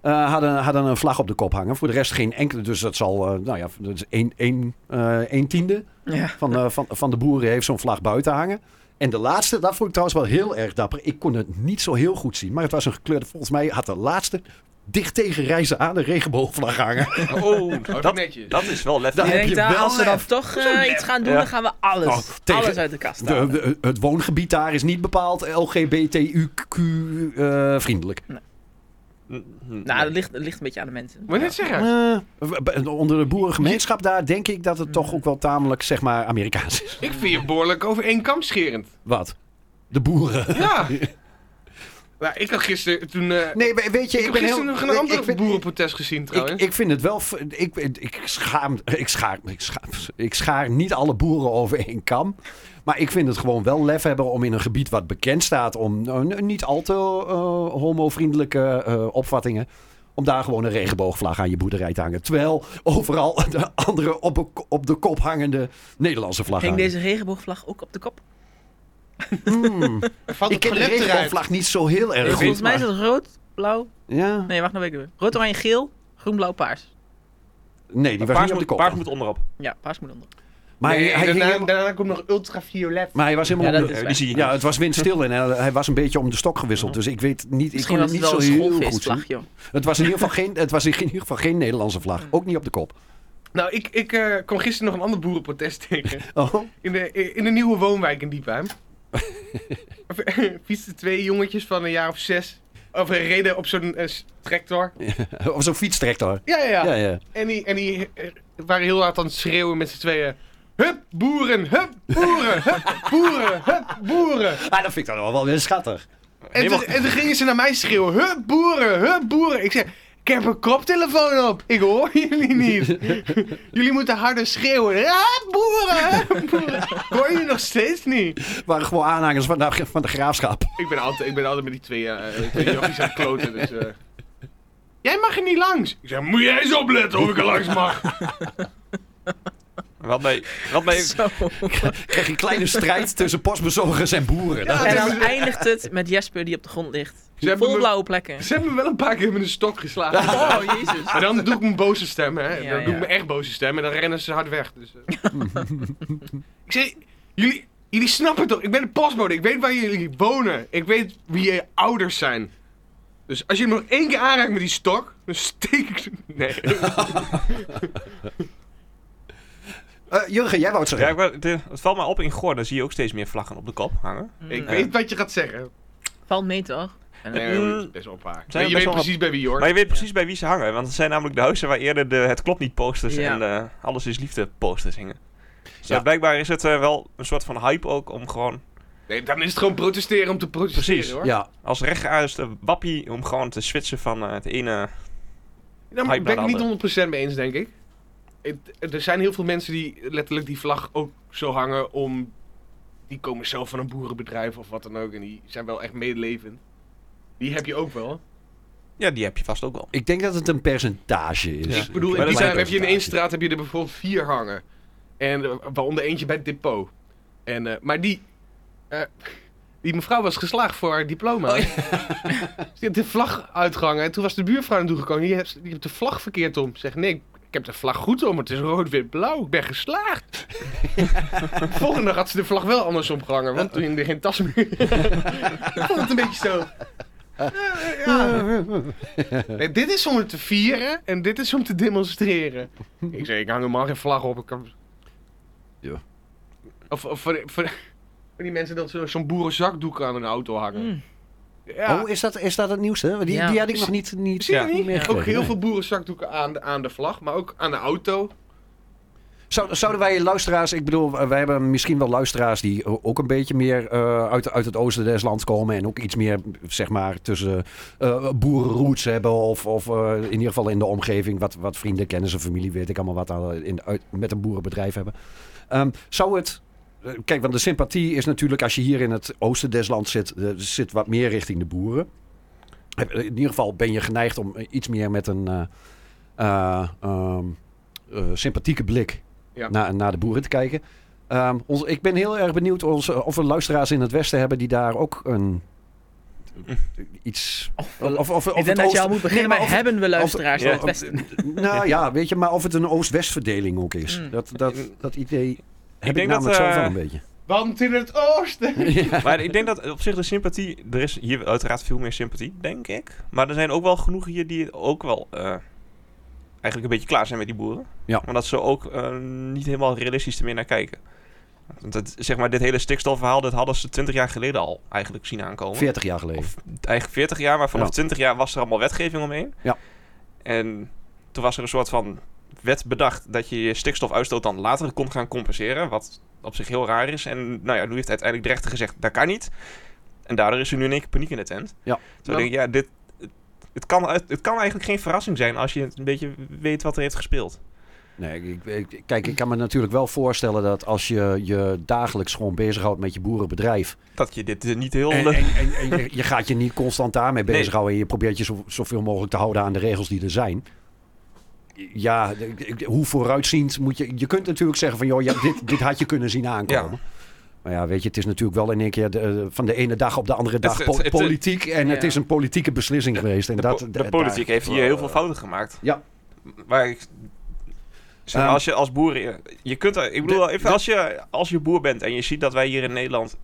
[SPEAKER 5] eh, hadden, hadden een vlag op de kop hangen. Voor de rest geen enkele. Dus dat zal, eh, nou ja, dat is één, één, eh, één tiende
[SPEAKER 6] Ja.
[SPEAKER 5] van, eh, van, van de boeren heeft zo'n vlag buiten hangen. En de laatste, dat vond ik trouwens wel heel erg dapper. Ik kon het niet zo heel goed zien, maar het was een gekleurde. Volgens mij had de laatste dicht tegen reizen aan een regenboogvlag hangen.
[SPEAKER 3] Oh,
[SPEAKER 4] dat
[SPEAKER 3] dat,
[SPEAKER 4] netjes.
[SPEAKER 3] dat is wel
[SPEAKER 5] Dat-
[SPEAKER 3] lef.
[SPEAKER 6] Je
[SPEAKER 5] heb je
[SPEAKER 6] denkt, ah,
[SPEAKER 5] wel
[SPEAKER 6] als we dan
[SPEAKER 5] lef.
[SPEAKER 6] toch eh, iets gaan doen,
[SPEAKER 3] Ja.
[SPEAKER 6] dan gaan we alles,
[SPEAKER 5] Oh, tegen-
[SPEAKER 6] alles uit de kast
[SPEAKER 5] De-
[SPEAKER 6] halen.
[SPEAKER 5] de- het woongebied daar is niet bepaald LGBTQ-vriendelijk.
[SPEAKER 6] Nou, dat ligt, dat ligt een beetje aan de mensen.
[SPEAKER 4] Moet je net zeggen?
[SPEAKER 5] Eh, onder de boerengemeenschap daar denk ik dat het toch ook wel tamelijk, zeg maar, Amerikaans is.
[SPEAKER 4] Ik vind je behoorlijk over één kam scherend.
[SPEAKER 5] Wat? De boeren.
[SPEAKER 4] Ja. nou, ik had gisteren toen... eh,
[SPEAKER 5] Nee, we- weet je,
[SPEAKER 4] ik heb
[SPEAKER 5] ik, ben
[SPEAKER 4] gisteren
[SPEAKER 5] heel...
[SPEAKER 4] nog een ander
[SPEAKER 5] ik vind-
[SPEAKER 4] boerenprotest gezien
[SPEAKER 5] Ik,
[SPEAKER 4] trouwens.
[SPEAKER 5] ik vind het wel. f- Ik, ik, schaam, ik, schaar, ik, schaar, ik schaar niet alle boeren over één kam. Maar ik vind het gewoon wel lef hebben om in een gebied wat bekend staat om eh, niet al te eh, homovriendelijke eh, opvattingen. Om daar gewoon een regenboogvlag aan je boerderij te hangen. Terwijl overal de andere op, op de kop hangende Nederlandse vlag
[SPEAKER 6] Hing
[SPEAKER 5] hangen.
[SPEAKER 6] deze regenboogvlag ook op de kop?
[SPEAKER 5] Hmm,
[SPEAKER 4] Valt
[SPEAKER 5] ik
[SPEAKER 4] het
[SPEAKER 5] ken de
[SPEAKER 4] geluid eruit?
[SPEAKER 5] regenboogvlag niet zo heel erg goed.
[SPEAKER 6] Volgens mij is
[SPEAKER 5] maar-
[SPEAKER 6] het rood, blauw.
[SPEAKER 5] Ja.
[SPEAKER 6] Nee, wacht, nou weet ik het weer. Rood, oranje, geel, groen, blauw, paars.
[SPEAKER 5] Nee, die was
[SPEAKER 3] paars,
[SPEAKER 5] niet op de
[SPEAKER 3] moet,
[SPEAKER 5] kop.
[SPEAKER 3] paars moet onderop.
[SPEAKER 6] Ja, paars moet onder.
[SPEAKER 5] Maar, hij-
[SPEAKER 4] Nee,
[SPEAKER 5] hij ging
[SPEAKER 4] daarna,
[SPEAKER 5] helemaal-
[SPEAKER 4] daarna komt nog ultraviolet.
[SPEAKER 5] maar hij was helemaal
[SPEAKER 6] Ja, dat
[SPEAKER 5] onder-
[SPEAKER 6] is
[SPEAKER 3] Eh,
[SPEAKER 6] waar.
[SPEAKER 3] die zie je.
[SPEAKER 5] Ja, het was windstil en hij, hij was een beetje om de stok gewisseld. Dus ik weet niet, ik
[SPEAKER 6] Misschien
[SPEAKER 5] kon het
[SPEAKER 6] was
[SPEAKER 5] niet
[SPEAKER 6] wel
[SPEAKER 5] zo
[SPEAKER 6] een
[SPEAKER 5] heel goed
[SPEAKER 6] schoolfeestvlag,
[SPEAKER 5] zien.
[SPEAKER 6] joh.
[SPEAKER 5] Het was in ieder geval geen, het was in ieder geval geen Nederlandse vlag. Ook niet op de kop.
[SPEAKER 4] Nou, ik, ik eh, kwam gisteren nog een ander boerenprotest tegen.
[SPEAKER 5] Oh,
[SPEAKER 4] In de, in de nieuwe woonwijk in Diepheim. Fietsten twee jongetjes van een jaar of zes. Of eh, reden op zo'n eh, s- tractor.
[SPEAKER 5] of zo'n fietstrektor.
[SPEAKER 4] Ja, ja, ja.
[SPEAKER 5] Ja, ja.
[SPEAKER 4] En die, en die eh, waren heel hard aan het schreeuwen met z'n tweeën. Hup, boeren, hup, boeren, hup, boeren, hup, boeren.
[SPEAKER 5] Ah, dat vind ik dan wel wel weer schattig.
[SPEAKER 4] En, toen, en toen gingen ze naar mij schreeuwen. Hup, boeren, hup, boeren. Ik zei, ik heb een koptelefoon op. Ik hoor jullie niet. jullie moeten harder schreeuwen. Hup, boeren, hup, boeren. Ik hoor jullie nog steeds niet.
[SPEAKER 5] Het waren gewoon aanhangers van de, van de graafschap.
[SPEAKER 4] Ik ben altijd, ik ben altijd met die twee, eh twee jochies aan het kloten. Dus, eh. Jij mag er niet langs. Ik zei, moet jij eens opletten of ik er langs mag.
[SPEAKER 3] Wat bij, wat bij,
[SPEAKER 6] Zo.
[SPEAKER 5] Kreeg een kleine strijd tussen postbezorgers en boeren. Dat-
[SPEAKER 6] En dan eindigt het met Jesper die op de grond ligt.
[SPEAKER 4] Ze hebben
[SPEAKER 6] Vol
[SPEAKER 4] me-
[SPEAKER 6] blauwe plekken.
[SPEAKER 4] Ze hebben me wel een paar keer met een stok geslagen.
[SPEAKER 6] Oh, jezus.
[SPEAKER 4] Maar dan doe ik mijn boze stem, hè.
[SPEAKER 6] Ja,
[SPEAKER 4] dan doe
[SPEAKER 6] ja.
[SPEAKER 4] ik mijn echt boze stem en dan rennen ze hard weg. Dus, eh. ik zeg, jullie, jullie snappen toch? Ik ben de postbode, ik weet waar jullie wonen. Ik weet wie je ouders zijn. Dus als je me nog één keer aanraakt met die stok, dan steek ik... Nee.
[SPEAKER 5] Eh, Jurgen, jij wou het
[SPEAKER 3] ja,
[SPEAKER 5] zeggen.
[SPEAKER 3] ik wou- de- het valt mij op in Goor, daar zie je ook steeds meer vlaggen op de kop hangen.
[SPEAKER 4] ik weet wat je gaat zeggen.
[SPEAKER 6] Valt mee toch?
[SPEAKER 4] Nee,
[SPEAKER 3] Mm.
[SPEAKER 4] dat is best wel op haar.
[SPEAKER 3] Zijn
[SPEAKER 4] je
[SPEAKER 3] we
[SPEAKER 4] weet
[SPEAKER 3] best wel
[SPEAKER 4] precies bij wie, hoor.
[SPEAKER 3] Maar je weet precies bij wie ze hangen, want het zijn namelijk de huizen waar eerder de Het Klopt Niet posters
[SPEAKER 6] Ja.
[SPEAKER 3] en eh, Alles is Liefde posters hingen. Dus
[SPEAKER 5] Ja.
[SPEAKER 3] ja, blijkbaar is het eh, wel een soort van hype ook om gewoon
[SPEAKER 4] Nee, dan is het gewoon protesteren om te protesteren,
[SPEAKER 3] Precies,
[SPEAKER 4] hoor.
[SPEAKER 5] Ja,
[SPEAKER 3] als rechtgeaarste wappie om gewoon te switchen van eh, het ene
[SPEAKER 4] Nou, maar
[SPEAKER 3] Hype
[SPEAKER 4] ik ben
[SPEAKER 3] naar
[SPEAKER 4] ik
[SPEAKER 3] de
[SPEAKER 4] niet 100% mee eens, denk ik. Het- er zijn heel veel mensen die letterlijk die vlag ook zo hangen om... Die komen zelf van een boerenbedrijf of wat dan ook en die zijn wel echt medelevend. Die heb je ook wel.
[SPEAKER 3] Ja, die heb je vast ook wel.
[SPEAKER 5] Ik denk dat het een percentage is.
[SPEAKER 3] Ja.
[SPEAKER 4] Ik
[SPEAKER 3] Maar
[SPEAKER 4] bedoel, in die
[SPEAKER 3] dat
[SPEAKER 4] zin
[SPEAKER 3] zijn
[SPEAKER 4] heb je in één straat heb je er bijvoorbeeld vier hangen. En eh, waaronder eentje bij het depot. En, eh, maar die, eh, die mevrouw was geslaagd voor haar diploma.
[SPEAKER 3] Oh,
[SPEAKER 4] Ze heeft de vlag uitgehangen. En toen was de buurvrouw naartoe gekomen. Die heeft, die heeft de vlag verkeerd om. Ze Zegt, nee, ik- ik heb de vlag goed om. Het is rood, wit, blauw. Ik ben geslaagd. Volgende dag had ze de vlag wel anders omgehangen. Want toen hing er geen tas meer. ik vond het een beetje zo. Ja, ja. Nee, dit is om het te vieren en dit is om te demonstreren. Ik zei, ik hang helemaal geen vlag op. Ik kan...
[SPEAKER 5] Ja.
[SPEAKER 4] Of, of voor, voor, voor die mensen dat ze zo'n boerenzakdoek aan hun auto hangen.
[SPEAKER 6] Mm.
[SPEAKER 4] Ja.
[SPEAKER 5] Oh, is dat, is dat het nieuwste? Die,
[SPEAKER 6] Ja.
[SPEAKER 5] die had ik nog niet, niet,
[SPEAKER 4] Zie je
[SPEAKER 5] niet
[SPEAKER 4] niet?
[SPEAKER 5] meer
[SPEAKER 4] Ook
[SPEAKER 5] gekregen.
[SPEAKER 4] heel veel boerenzakdoeken aan de, aan de vlag, maar ook aan de auto.
[SPEAKER 5] Zou- zouden wij luisteraars, ik bedoel, eh, wij hebben misschien wel luisteraars die eh, ook een beetje meer eh, uit, uit het oosten des lands komen en ook iets meer, zeg maar, tussen eh boerenroots hebben of, of eh, in ieder geval in de omgeving wat, wat vrienden, kennis en familie, weet ik allemaal wat, aan, in, uit, met een boerenbedrijf hebben. Ehm, zou het, eh, kijk, want de sympathie is natuurlijk als je hier in het oosten des lands zit, eh, zit wat meer richting de boeren. Eh, In ieder geval ben je geneigd om eh, iets meer met een eh, eh, ehm, eh, sympathieke blik
[SPEAKER 4] Ja.
[SPEAKER 5] naar, naar de boeren te kijken. Ehm, ons, ik ben heel erg benieuwd ons- of we luisteraars in het Westen hebben die daar ook een. iets. Of, of, of
[SPEAKER 6] ik denk
[SPEAKER 5] het
[SPEAKER 6] dat je al
[SPEAKER 5] oosten-
[SPEAKER 6] moet
[SPEAKER 5] Nee,
[SPEAKER 6] beginnen met
[SPEAKER 5] maar of-
[SPEAKER 6] hebben we luisteraars
[SPEAKER 3] Ja.
[SPEAKER 6] in het Westen.
[SPEAKER 5] Nou ja, weet je, maar of het een Oost-West verdeling ook is.
[SPEAKER 6] Mm.
[SPEAKER 5] Dat, dat, dat idee heb ik,
[SPEAKER 3] denk dat,
[SPEAKER 5] namelijk zelf wel
[SPEAKER 3] eh,
[SPEAKER 5] een beetje.
[SPEAKER 4] Want in het oosten...
[SPEAKER 3] Maar ik denk dat op zich de sympathie... Er is hier uiteraard veel meer sympathie, denk ik. Maar er zijn ook wel genoeg hier die het ook wel... eh, eigenlijk een beetje klaar zijn met die boeren.
[SPEAKER 5] Ja.
[SPEAKER 3] Maar dat ze ook eh, niet helemaal realistisch er meer naar kijken. Want Dat, zeg maar, dit hele stikstofverhaal, dat hadden ze 20 jaar geleden al eigenlijk zien aankomen.
[SPEAKER 5] 40 jaar geleden.
[SPEAKER 3] Of eigenlijk 40 jaar, maar vanaf
[SPEAKER 5] Ja.
[SPEAKER 3] 20 jaar was er allemaal wetgeving omheen.
[SPEAKER 5] Ja.
[SPEAKER 3] En toen was er een soort van wet bedacht dat je je stikstofuitstoot dan later kon gaan compenseren. Wat op zich heel raar is. En nou ja, nu heeft uiteindelijk de rechter gezegd, dat kan niet. En daardoor is er nu in één keer paniek in de tent.
[SPEAKER 5] Ja.
[SPEAKER 3] Toen denk ik, ja, dit, het, het kan, uit- het kan eigenlijk geen verrassing zijn als je een beetje weet wat er heeft gespeeld.
[SPEAKER 5] Nee, ik, ik- kijk, ik kan me natuurlijk wel voorstellen dat als je je dagelijks gewoon bezighoudt met je boerenbedrijf.
[SPEAKER 3] Dat je dit eh, niet heel...
[SPEAKER 5] En,
[SPEAKER 3] leuk-
[SPEAKER 5] en- en- en je, je gaat je niet constant daarmee
[SPEAKER 3] Nee.
[SPEAKER 5] bezighouden. En je probeert je zo, zoveel mogelijk te houden aan de regels die er zijn. Ja, ik- ik- hoe vooruitziend moet je... Je kunt natuurlijk zeggen van... joh, ja, dit, dit had je kunnen zien aankomen.
[SPEAKER 3] Ja.
[SPEAKER 5] Maar ja, weet je, het is natuurlijk wel in één keer... de- eh, van de ene dag op de andere dag
[SPEAKER 3] het-
[SPEAKER 5] po-
[SPEAKER 3] het-
[SPEAKER 5] politiek. en het
[SPEAKER 6] ja.
[SPEAKER 5] is een politieke beslissing geweest. En
[SPEAKER 3] De,
[SPEAKER 5] dat,
[SPEAKER 3] po- de
[SPEAKER 5] daar-
[SPEAKER 3] politiek heeft hier
[SPEAKER 5] eh,
[SPEAKER 3] heel veel fouten gemaakt.
[SPEAKER 5] ja.
[SPEAKER 3] Maar ik, zeg,
[SPEAKER 5] Ehm,
[SPEAKER 3] als je als boer... eh, Je kunt, er- ik bedoel, even, als, je, als je boer bent en je ziet dat wij hier in Nederland...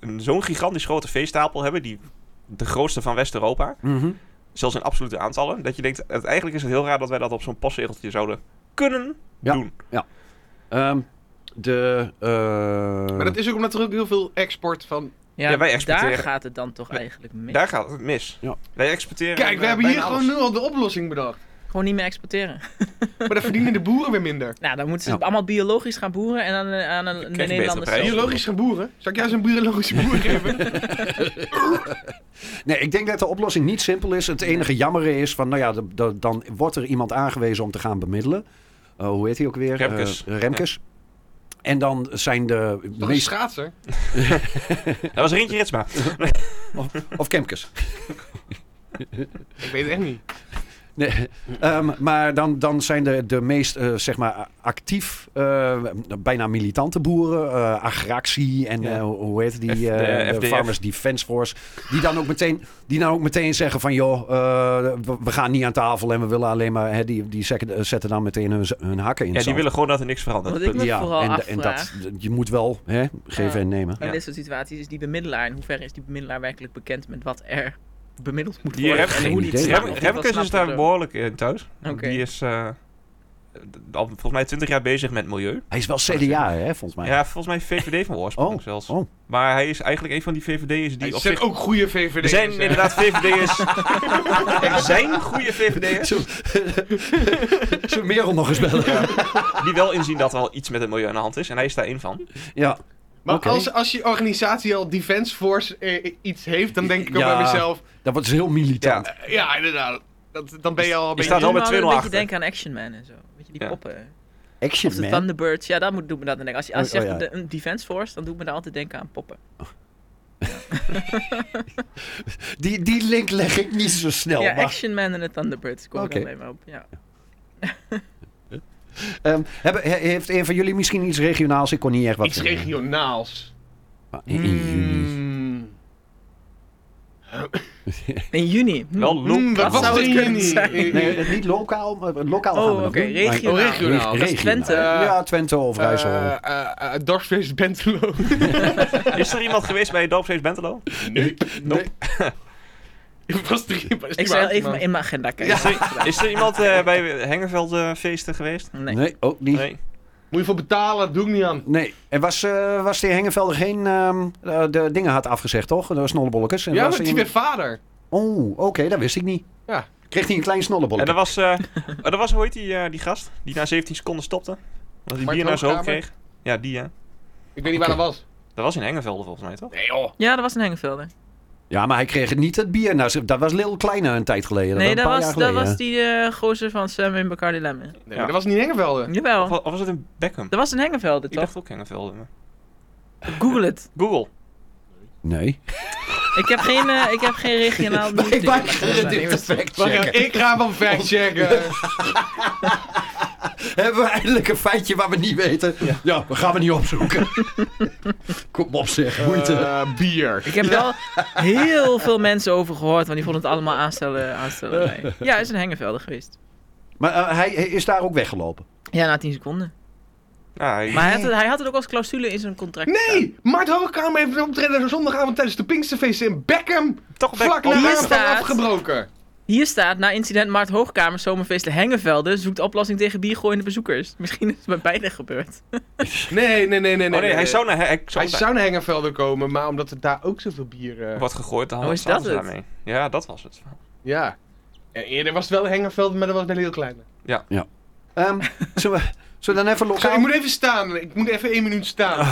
[SPEAKER 3] een- zo'n gigantisch grote veestapel hebben... Die, de grootste van West-Europa.
[SPEAKER 5] mhm.
[SPEAKER 3] Zelfs in absolute aantallen. Dat je denkt, het, eigenlijk is het heel raar dat wij dat op zo'n postzegeltje zouden kunnen
[SPEAKER 5] Ja.
[SPEAKER 3] doen.
[SPEAKER 5] Ehm, de... eh,
[SPEAKER 4] Maar dat is ook omdat er ook heel veel export van...
[SPEAKER 6] Ja,
[SPEAKER 3] Ja, wij
[SPEAKER 6] daar
[SPEAKER 3] exporteren-
[SPEAKER 6] gaat het dan toch eigenlijk mis.
[SPEAKER 3] Daar gaat het mis.
[SPEAKER 5] Ja.
[SPEAKER 3] Wij exporteren...
[SPEAKER 4] Kijk, we
[SPEAKER 3] eh,
[SPEAKER 4] hebben hier
[SPEAKER 3] bijna
[SPEAKER 4] gewoon
[SPEAKER 3] alles.
[SPEAKER 4] nu al de oplossing bedacht.
[SPEAKER 6] Gewoon niet meer exporteren.
[SPEAKER 4] Maar dan verdienen de boeren weer minder.
[SPEAKER 6] Nou, dan moeten ze
[SPEAKER 5] Ja.
[SPEAKER 6] allemaal biologisch gaan boeren en aan, een- aan een, de
[SPEAKER 3] betere
[SPEAKER 6] Nederlanders
[SPEAKER 3] prijs.
[SPEAKER 6] zelf.
[SPEAKER 4] Biologisch gaan boeren? Zal ik jou eens een biologische boer geven?
[SPEAKER 5] Nee, ik denk dat de oplossing niet simpel is. Het enige jammere is van, nou ja, de- de- dan wordt er iemand aangewezen om te gaan bemiddelen. Eh, hoe heet hij ook weer?
[SPEAKER 3] Remkes.
[SPEAKER 5] Eh, Remkes. En dan zijn de
[SPEAKER 4] Toch een
[SPEAKER 5] meest...
[SPEAKER 4] schaatser?
[SPEAKER 3] Dat was Rintje Ritsma.
[SPEAKER 5] Of Kemkes.
[SPEAKER 4] Ik weet het echt niet.
[SPEAKER 5] Nee, ehm, maar dan, dan zijn de, de meest eh, zeg maar actief, eh, bijna militante boeren, eh agractie en
[SPEAKER 3] Ja.
[SPEAKER 5] eh, hoe- hoe heet die,
[SPEAKER 3] F- de
[SPEAKER 5] eh, de
[SPEAKER 3] FDF.
[SPEAKER 5] Farmers Defense Force, die dan ook meteen, die dan ook meteen zeggen van joh, eh, we, we gaan niet aan tafel en we willen alleen maar, hè, die, die zetten, zetten dan meteen hun, hun hakken in
[SPEAKER 3] Ja,
[SPEAKER 5] het
[SPEAKER 3] die
[SPEAKER 5] zand.
[SPEAKER 3] willen gewoon dat er niks verandert.
[SPEAKER 6] Wat ik me
[SPEAKER 5] Ja,
[SPEAKER 6] vooral
[SPEAKER 5] en,
[SPEAKER 6] afvraag.
[SPEAKER 5] en dat, je moet wel hè, geven
[SPEAKER 6] Ja.
[SPEAKER 5] en nemen.
[SPEAKER 6] Maar
[SPEAKER 3] Ja.
[SPEAKER 6] in dit soort situaties is die bemiddelaar. In hoeverre is die bemiddelaar werkelijk bekend met wat er bemiddeld moet
[SPEAKER 3] Die
[SPEAKER 6] worden?
[SPEAKER 3] heeft
[SPEAKER 6] en
[SPEAKER 5] geen
[SPEAKER 6] hoe die het
[SPEAKER 5] idee.
[SPEAKER 6] snapt,
[SPEAKER 3] Rem-
[SPEAKER 6] of die het wel
[SPEAKER 3] Remkes is dus
[SPEAKER 6] snapt
[SPEAKER 3] daar
[SPEAKER 6] of zo.
[SPEAKER 3] behoorlijk in thuis.
[SPEAKER 6] Oké.
[SPEAKER 3] Die is eh, d- al volgens mij 20 jaar bezig met milieu.
[SPEAKER 5] Hij is wel CDA, hè, volgens mij.
[SPEAKER 3] Ja, volgens mij VVD van oorsprong
[SPEAKER 5] Ah, Oh,
[SPEAKER 3] zelfs.
[SPEAKER 5] oh.
[SPEAKER 3] Maar hij is eigenlijk een van die VVD'ers die
[SPEAKER 4] Die
[SPEAKER 3] op
[SPEAKER 4] zijn
[SPEAKER 3] zich...
[SPEAKER 4] ook goede VVD'ers.
[SPEAKER 3] Er zijn
[SPEAKER 4] dus, hè?
[SPEAKER 3] inderdaad VVD'ers. er zijn goede VVD'ers
[SPEAKER 5] Zullen we Merel nog eens bellen?
[SPEAKER 3] die wel inzien dat er al iets met het milieu aan de hand is. En hij is daar één van.
[SPEAKER 5] Ja.
[SPEAKER 4] Maar
[SPEAKER 5] Oké.
[SPEAKER 4] als, als je organisatie al Defense Force eh, iets heeft, dan denk ik ook
[SPEAKER 5] Ja.
[SPEAKER 4] bij mezelf...
[SPEAKER 5] Dat was heel militant.
[SPEAKER 4] Ja, inderdaad. Dat, dan ben je al een
[SPEAKER 3] Je
[SPEAKER 4] beetje...
[SPEAKER 3] staat wel
[SPEAKER 6] Doe
[SPEAKER 3] met
[SPEAKER 6] me
[SPEAKER 3] 2-0
[SPEAKER 6] altijd een
[SPEAKER 3] achter.
[SPEAKER 6] beetje denken aan Action Man en zo. Weet je, die
[SPEAKER 3] Ja.
[SPEAKER 6] poppen. Of
[SPEAKER 5] Action
[SPEAKER 6] de
[SPEAKER 5] Man.
[SPEAKER 6] Thunderbirds. Ja, dat moet, doet me dat aan denken. Als je, als je
[SPEAKER 5] Oh, oh,
[SPEAKER 6] zegt
[SPEAKER 5] ja.
[SPEAKER 6] de- een Defense Force, dan doet me daar altijd denken aan poppen.
[SPEAKER 5] Die, die link leg ik niet zo snel.
[SPEAKER 6] ja,
[SPEAKER 5] maar-
[SPEAKER 6] Action Man en de Thunderbirds komen
[SPEAKER 5] Oké.
[SPEAKER 6] er alleen maar op. Ja.
[SPEAKER 5] Ehm, hebben, he- heeft een van jullie misschien iets regionaals? Ik kon niet echt wat
[SPEAKER 4] Iets
[SPEAKER 5] vinden.
[SPEAKER 4] regionaals.
[SPEAKER 5] Maar In, in juni.
[SPEAKER 4] Mm.
[SPEAKER 6] In juni. Hm.
[SPEAKER 3] Wel lo-
[SPEAKER 4] Mm, wat
[SPEAKER 6] zou
[SPEAKER 4] was
[SPEAKER 6] het
[SPEAKER 4] er in
[SPEAKER 6] kunnen
[SPEAKER 4] juni?
[SPEAKER 6] zijn?
[SPEAKER 4] Eh, eh,
[SPEAKER 5] Nee, eh, niet lokaal, maar lokaal
[SPEAKER 6] Oh,
[SPEAKER 5] gaan we nog
[SPEAKER 6] oké,
[SPEAKER 5] doen. Maar-
[SPEAKER 6] regionaal.
[SPEAKER 4] Oh, regionaal.
[SPEAKER 5] Re-
[SPEAKER 6] Dat is
[SPEAKER 5] regionaal.
[SPEAKER 6] Twente.
[SPEAKER 5] ja, Twente, Overijssel.
[SPEAKER 4] eh, eh, eh, Dorpsfeest Bentelo.
[SPEAKER 3] Is er iemand geweest bij Doopfeest Bentelo?
[SPEAKER 4] Nee. Ik was drie, maar is
[SPEAKER 6] Ik
[SPEAKER 4] niet
[SPEAKER 6] zal
[SPEAKER 4] waar,
[SPEAKER 6] even
[SPEAKER 4] man.
[SPEAKER 6] in mijn agenda kijken.
[SPEAKER 3] Is er iemand eh, bij Hengerveld eh, feesten geweest?
[SPEAKER 6] Nee.
[SPEAKER 5] nee. ook niet. Nee.
[SPEAKER 3] Nee.
[SPEAKER 4] Moet je voor betalen, doe ik niet aan.
[SPEAKER 5] En was, eh, was de heer Hengevelder geen... ehm, eh, de dingen had afgezegd, toch? Dat was snollebollekes. En
[SPEAKER 4] Ja,
[SPEAKER 5] was
[SPEAKER 4] maar die
[SPEAKER 5] iemand-
[SPEAKER 4] weer vader.
[SPEAKER 5] Oh, oké, dat wist ik niet.
[SPEAKER 4] Ja.
[SPEAKER 5] Kreeg hij een klein
[SPEAKER 3] En er
[SPEAKER 5] snollebolleke?
[SPEAKER 3] was, eh er was hoe heet die, eh, die gast? Die na 17 seconden stopte. Dat hij
[SPEAKER 4] Mark
[SPEAKER 3] bier naar zijn hoofd
[SPEAKER 4] Hoogkamer?
[SPEAKER 3] kreeg. Ja, die hè.
[SPEAKER 4] Ik weet niet waar dat was.
[SPEAKER 3] Dat was in Hengervelde volgens mij, toch?
[SPEAKER 4] Nee joh.
[SPEAKER 6] Ja, dat was in Hengevelder.
[SPEAKER 5] Ja, maar hij kreeg niet het bier. naar zijn- dat was Lil Kleine een tijd geleden.
[SPEAKER 6] Nee, dat
[SPEAKER 5] een paar
[SPEAKER 6] was,
[SPEAKER 5] jaar
[SPEAKER 6] dat was
[SPEAKER 5] geleden.
[SPEAKER 6] die eh, gozer van Sam in Bacardi Lemon.
[SPEAKER 4] Nee,
[SPEAKER 3] Ja.
[SPEAKER 4] dat was niet Hengevelde.
[SPEAKER 6] Jawel.
[SPEAKER 3] Of, wa- of was het een Beckham?
[SPEAKER 6] Dat was in Hengevelder,
[SPEAKER 3] Ik
[SPEAKER 6] toch?
[SPEAKER 3] dacht ook Hengervelde. maar-
[SPEAKER 6] Google het.
[SPEAKER 3] Google.
[SPEAKER 5] Nee.
[SPEAKER 6] Ik heb geen, eh, ik heb geen regionaal nieuws.
[SPEAKER 5] wij kunnen dit perfect
[SPEAKER 4] Wacht even,
[SPEAKER 5] checken.
[SPEAKER 4] ik ga hem fact checken.
[SPEAKER 5] Hebben we eindelijk een feitje waar we niet weten? Ja, we gaan we niet opzoeken. Kom op zeg, moeite.
[SPEAKER 4] Eh, bier.
[SPEAKER 6] Ik heb wel heel veel mensen over gehoord, want die vonden het allemaal aanstellen. aanstellen Ja, hij is een Hengevelder geweest.
[SPEAKER 5] maar eh, hij hij is daar ook weggelopen.
[SPEAKER 6] Ja, na 10 seconden.
[SPEAKER 3] Ja, hij-
[SPEAKER 6] Maar hij had, het, hij had het ook als clausule in zijn contract.
[SPEAKER 4] Nee, Mart Hoogkamer heeft een optreden zondagavond tijdens de Pinksterfeesten in Beckham.
[SPEAKER 3] toch Beckham. Oh,
[SPEAKER 4] Vlak na
[SPEAKER 6] hier
[SPEAKER 4] aanval
[SPEAKER 6] staat-
[SPEAKER 4] afgebroken.
[SPEAKER 6] Hier staat, na incident Maart Hoogkamer zomerfeesten Hengevelden zoekt oplossing tegen biergooiende bezoekers. Misschien is het bij beide gebeurd.
[SPEAKER 4] Nee, nee, nee, nee. nee,
[SPEAKER 3] Oh nee, hij zou naar, hij, hij zou
[SPEAKER 4] Hij
[SPEAKER 3] naar-
[SPEAKER 4] zou naar Hengevelden komen, maar omdat er daar ook zoveel bier... eh,
[SPEAKER 3] wordt gegooid. Dan
[SPEAKER 6] Oh,
[SPEAKER 3] hadden
[SPEAKER 6] is
[SPEAKER 3] ze alles
[SPEAKER 6] dat het?
[SPEAKER 3] daarmee. Ja, dat was het.
[SPEAKER 4] Ja. En eerder was het wel Hengevelden, maar dat was bij heel kleine.
[SPEAKER 5] Ehm, zullen, we, zullen we dan even
[SPEAKER 4] Ga,
[SPEAKER 5] lokaal...
[SPEAKER 4] ik moet even staan. Ik moet even één minuut staan.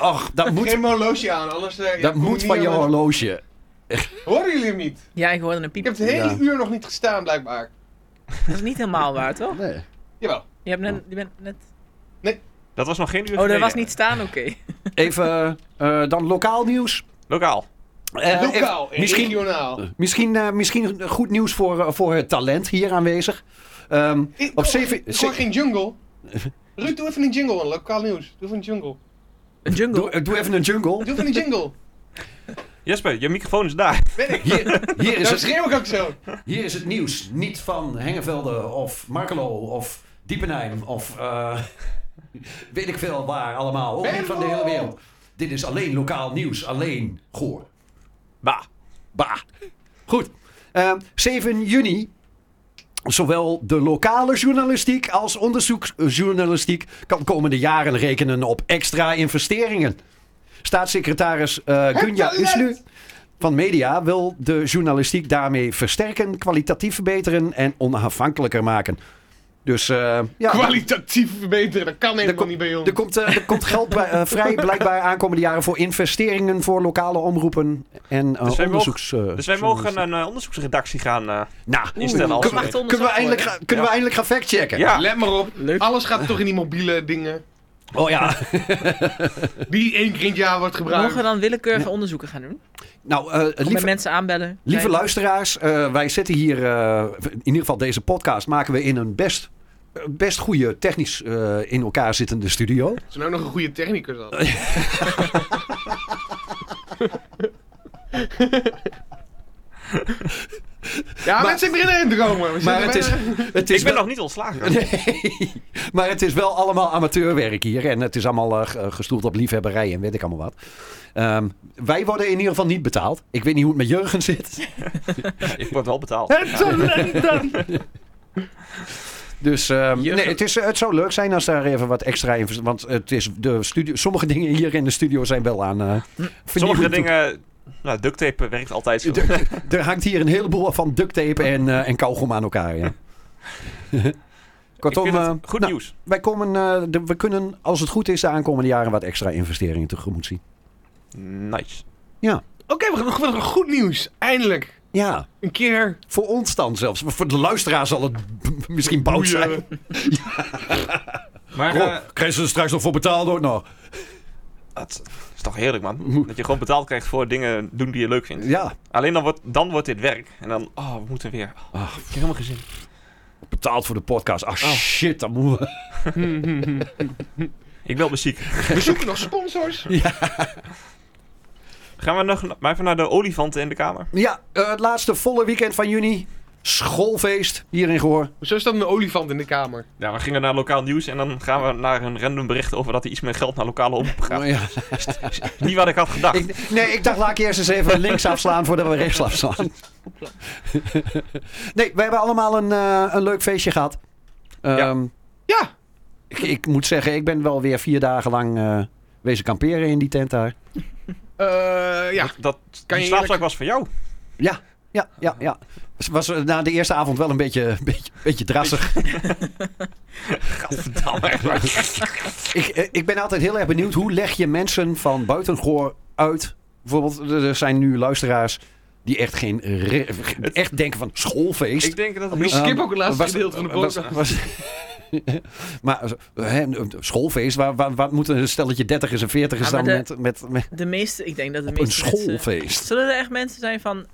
[SPEAKER 5] Och, dat moet,
[SPEAKER 4] Geen horloge aan, anders... eh,
[SPEAKER 5] dat
[SPEAKER 4] kom ik
[SPEAKER 5] moet
[SPEAKER 4] niet
[SPEAKER 5] van
[SPEAKER 4] aan
[SPEAKER 5] je
[SPEAKER 4] mijn-
[SPEAKER 5] horloge.
[SPEAKER 4] Horen jullie hem niet?
[SPEAKER 6] Ja, ik hoorde een
[SPEAKER 4] Ik
[SPEAKER 6] piep.
[SPEAKER 4] heb het hele
[SPEAKER 5] Ja.
[SPEAKER 4] uur nog niet gestaan, blijkbaar.
[SPEAKER 6] Dat is niet helemaal waar, toch?
[SPEAKER 5] Nee.
[SPEAKER 4] Jawel.
[SPEAKER 6] Je, hebt net, je bent net...
[SPEAKER 3] Dat was nog geen uur
[SPEAKER 6] Oh, dat
[SPEAKER 3] geleden.
[SPEAKER 6] was niet staan, oké.
[SPEAKER 5] Even eh, dan lokaal nieuws.
[SPEAKER 3] Lokaal.
[SPEAKER 5] Eh,
[SPEAKER 4] Lokaal
[SPEAKER 5] even-
[SPEAKER 4] en
[SPEAKER 5] misschien,
[SPEAKER 4] regionaal.
[SPEAKER 5] Misschien, eh, misschien goed nieuws voor, eh, voor het talent hier aanwezig. Ehm,
[SPEAKER 4] Ik-
[SPEAKER 5] op
[SPEAKER 4] oh,
[SPEAKER 5] zeven-
[SPEAKER 4] Ik
[SPEAKER 5] ze-
[SPEAKER 4] hoor geen jungle. Ruud, doe even een jingle, man. Lokaal nieuws. Doe even een jungle.
[SPEAKER 6] Een jungle.
[SPEAKER 5] doe, doe even een jungle.
[SPEAKER 4] Doe even een jingle.
[SPEAKER 3] Jesper, je microfoon is daar.
[SPEAKER 4] Ben ik.
[SPEAKER 5] Hier, hier, is
[SPEAKER 4] Daar
[SPEAKER 5] het,
[SPEAKER 4] schreeuw ik ook zo.
[SPEAKER 5] hier is het nieuws. Niet van Hengevelde of Markelo of Diepenheim of eh, weet ik veel waar allemaal. Ook niet van de hele wereld. Dit is alleen lokaal nieuws. Alleen goor.
[SPEAKER 3] Bah.
[SPEAKER 5] Bah. Goed. Eh, 7 juni. Zowel de lokale journalistiek als onderzoeksjournalistiek kan komende jaren rekenen op extra investeringen. Staatssecretaris eh Gunja
[SPEAKER 4] talent!
[SPEAKER 5] Uslu van Media wil de journalistiek daarmee versterken, kwalitatief verbeteren en onafhankelijker maken. Dus eh, ja,
[SPEAKER 4] Kwalitatief verbeteren, dat kan helemaal
[SPEAKER 5] komt-
[SPEAKER 4] niet bij ons.
[SPEAKER 5] er komt, eh, er komt geld bij, eh, vrij blijkbaar aankomende jaren voor investeringen voor lokale omroepen en eh,
[SPEAKER 3] Dus wij mogen-
[SPEAKER 5] onderzoeks. eh,
[SPEAKER 3] Dus wij mogen een eh, onderzoeksredactie gaan eh,
[SPEAKER 5] nou,
[SPEAKER 3] instellen. als
[SPEAKER 5] kunnen,
[SPEAKER 3] we-
[SPEAKER 5] we- kunnen we eindelijk, gaan- kunnen we eindelijk gaan factchecken?
[SPEAKER 3] Ja.
[SPEAKER 4] Let maar op, alles gaat toch in die mobiele dingen.
[SPEAKER 5] Oh ja.
[SPEAKER 4] Die één keer in het jaar wordt gebruikt.
[SPEAKER 6] Mogen we dan willekeurige onderzoeken gaan doen?
[SPEAKER 5] Nou, eh,
[SPEAKER 6] Of met
[SPEAKER 5] lieve,
[SPEAKER 6] mensen aanbellen?
[SPEAKER 5] lieve
[SPEAKER 6] Zijn-
[SPEAKER 5] luisteraars, eh, wij zitten hier, eh, in ieder geval deze podcast, maken we in een best, eh, best goede technisch eh, in elkaar zittende studio.
[SPEAKER 4] Als we nou nog een goede technicus hadden. ja, mensen beginnen in te komen. We
[SPEAKER 5] Maar
[SPEAKER 4] zitten
[SPEAKER 5] het is,
[SPEAKER 4] bijna-
[SPEAKER 5] het is
[SPEAKER 3] Ik ben
[SPEAKER 5] wel-
[SPEAKER 3] nog niet ontslagen.
[SPEAKER 5] Nee, maar het is wel allemaal amateurwerk hier. En het is allemaal eh, ge- gestoeld op liefhebberij en weet ik allemaal wat. Ehm, wij worden in ieder geval niet betaald. Ik weet niet hoe het met Jurgen zit.
[SPEAKER 3] Ik word wel betaald.
[SPEAKER 4] Het talent dan.
[SPEAKER 5] Dus ehm, nee, het, is, het zou leuk zijn als daar even wat extra in... vers- Want het is de studio, sommige dingen hier in de studio zijn wel aan... eh, vernieuwing
[SPEAKER 3] Hm, Sommige
[SPEAKER 5] toe-
[SPEAKER 3] dingen... Nou, duct tape werkt altijd zo.
[SPEAKER 5] Er hangt hier een heleboel van duct tape en, eh, en kauwgom aan elkaar. Ja.
[SPEAKER 3] Ik
[SPEAKER 5] Kortom,
[SPEAKER 3] vind het
[SPEAKER 5] eh,
[SPEAKER 3] goed
[SPEAKER 5] nou,
[SPEAKER 3] nieuws.
[SPEAKER 5] wij komen, eh, de- we kunnen als het goed is de aankomende jaren wat extra investeringen tegemoet zien.
[SPEAKER 3] Nice.
[SPEAKER 4] Oké, we gaan nog goed nieuws. Eindelijk.
[SPEAKER 5] Ja,
[SPEAKER 4] Een keer.
[SPEAKER 5] voor ons dan zelfs. Maar Voor de luisteraar zal het b- misschien bout zijn.
[SPEAKER 3] Maar
[SPEAKER 5] Goh,
[SPEAKER 3] eh,
[SPEAKER 5] krijgen ze er straks nog voor betaald? hoor? Nou,
[SPEAKER 3] dat is toch heerlijk, man. Dat je gewoon betaald krijgt voor dingen doen die je leuk vindt.
[SPEAKER 5] ja,
[SPEAKER 3] Alleen dan wordt, dan wordt dit werk. En dan, oh, we moeten weer. Oh, ik heb helemaal gezin.
[SPEAKER 5] betaald voor de podcast. Ah shit, dan moeten we...
[SPEAKER 3] Ik wil muziek.
[SPEAKER 4] We zoeken nog sponsors.
[SPEAKER 3] Gaan we nog, maar even naar de olifanten in de kamer.
[SPEAKER 5] Ja, eh, het laatste volle weekend van juni. Schoolfeest hier in Gehoor.
[SPEAKER 4] Zo is dan een olifant in de kamer.
[SPEAKER 3] Ja, we gingen naar lokaal nieuws en dan gaan we naar een random bericht over dat er iets meer geld naar lokale omroep gaat.
[SPEAKER 5] Ja.
[SPEAKER 3] Niet wat ik had gedacht.
[SPEAKER 5] Ik, nee, ik dacht, laat ik eerst eens even links afslaan voordat we rechts afslaan. Nee, we hebben allemaal een, eh, een leuk feestje gehad. Ehm,
[SPEAKER 4] Ja.
[SPEAKER 5] ik, ik moet zeggen, ik ben wel weer vier dagen lang eh, wezen kamperen in die tent daar.
[SPEAKER 4] Eh, ja.
[SPEAKER 3] Dat, die
[SPEAKER 4] Kan je
[SPEAKER 3] slaapzak
[SPEAKER 4] eerlijk-
[SPEAKER 3] was van jou.
[SPEAKER 5] Ja, ja, ja, ja. Het was eh, na de eerste avond wel een beetje, beetje, beetje drassig. ik, eh, ik ben altijd heel erg benieuwd, hoe leg je mensen van buitengoor uit? Bijvoorbeeld, er er zijn nu luisteraars die echt geen... re- Echt denken van schoolfeest.
[SPEAKER 3] Ik denk dat het
[SPEAKER 4] Ik
[SPEAKER 3] heel-
[SPEAKER 4] skip
[SPEAKER 5] Ehm,
[SPEAKER 4] ook het laatste
[SPEAKER 5] was-
[SPEAKER 4] gedeelte van de
[SPEAKER 5] was-
[SPEAKER 4] podcast.
[SPEAKER 5] was- maar eh, hè, een schoolfeest, waar, waar, waar moeten een stelletje dertigers en veertigers
[SPEAKER 6] Ja, maar
[SPEAKER 5] dan met, met, met
[SPEAKER 6] De meeste, ik denk dat de
[SPEAKER 5] op een
[SPEAKER 6] meeste mensen-
[SPEAKER 5] schoolfeest?
[SPEAKER 6] Zullen er echt mensen zijn van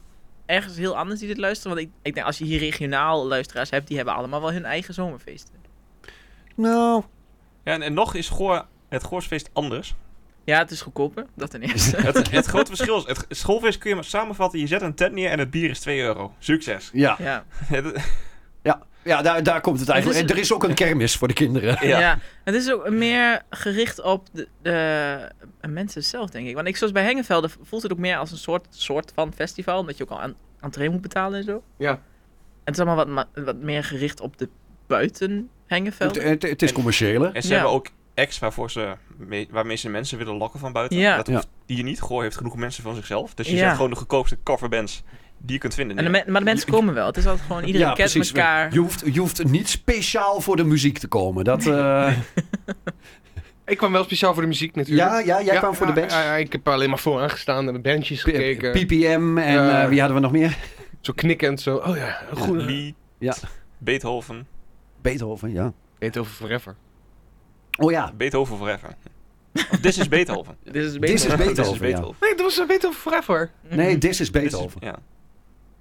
[SPEAKER 6] ergens heel anders die dit luisteren? Want ik, ik denk, als je hier regionaal luisteraars hebt, die hebben allemaal wel hun eigen zomerfeesten.
[SPEAKER 5] Nou,
[SPEAKER 3] Ja, en, en nog is Goor, het Goorsfeest anders.
[SPEAKER 6] Ja, het is goedkoper, dat ten eerste.
[SPEAKER 3] Het, het grote verschil is, het schoolfeest kun je maar samenvatten. Je zet een tent neer en het bier is 2 euro. Succes.
[SPEAKER 5] ja.
[SPEAKER 6] Ja.
[SPEAKER 3] Het-
[SPEAKER 5] Ja, ja daar, daar komt het eigenlijk.
[SPEAKER 6] Het
[SPEAKER 5] En
[SPEAKER 6] is-
[SPEAKER 5] er is ook een kermis voor de kinderen.
[SPEAKER 6] Ja. het is ook meer gericht op de, de eh, mensen zelf, denk ik. Want ik, zoals bij Hengevelde voelt het ook meer als een soort, soort van festival, omdat je ook al aan entree moet betalen en zo.
[SPEAKER 4] Ja.
[SPEAKER 6] En het is allemaal wat, ma- wat meer gericht op de buiten
[SPEAKER 5] Het,
[SPEAKER 6] Hengeveld.
[SPEAKER 5] het, het is commerciële.
[SPEAKER 3] en ze
[SPEAKER 6] Ja.
[SPEAKER 3] hebben ook acts waarvoor ze, mee- waarmee ze mensen willen lokken van buiten.
[SPEAKER 6] Ja.
[SPEAKER 3] Dat hoeft hier niet. Goor heeft genoeg mensen van zichzelf. Dus je
[SPEAKER 6] Ja.
[SPEAKER 3] zet gewoon de goedkoopste coverbands die je kunt vinden.
[SPEAKER 6] En de
[SPEAKER 3] neer.
[SPEAKER 6] me- maar de mensen komen wel. Het is altijd gewoon, iedereen kent elkaar.
[SPEAKER 5] Je hoeft, je hoeft niet speciaal voor de muziek te komen. Dat, eh,
[SPEAKER 4] Ik kwam wel speciaal voor de muziek natuurlijk.
[SPEAKER 5] ja, ja, jij kwam voor de
[SPEAKER 4] ja,
[SPEAKER 5] bands.
[SPEAKER 4] ja, ja, ik heb alleen maar vooraan gestaan en de bandjes gekeken.
[SPEAKER 5] PPM en
[SPEAKER 4] Eh,
[SPEAKER 5] eh, wie hadden we nog meer?
[SPEAKER 4] Zo knikkend, zo. Oh ja, een goede.
[SPEAKER 3] Lee,
[SPEAKER 5] Ja.
[SPEAKER 3] Beethoven.
[SPEAKER 5] Beethoven, ja.
[SPEAKER 4] Heet over forever.
[SPEAKER 5] Oh ja,
[SPEAKER 3] Beethoven forever. Of This is Beethoven.
[SPEAKER 6] Dit is
[SPEAKER 5] This is
[SPEAKER 6] beter.
[SPEAKER 3] This
[SPEAKER 5] Beethoven.
[SPEAKER 3] is Beethoven.
[SPEAKER 4] Nee, dat was een Beethoven forever.
[SPEAKER 5] ja.
[SPEAKER 6] Mhm.
[SPEAKER 5] Nee, This is
[SPEAKER 3] This is-
[SPEAKER 5] Beethoven.
[SPEAKER 3] ja.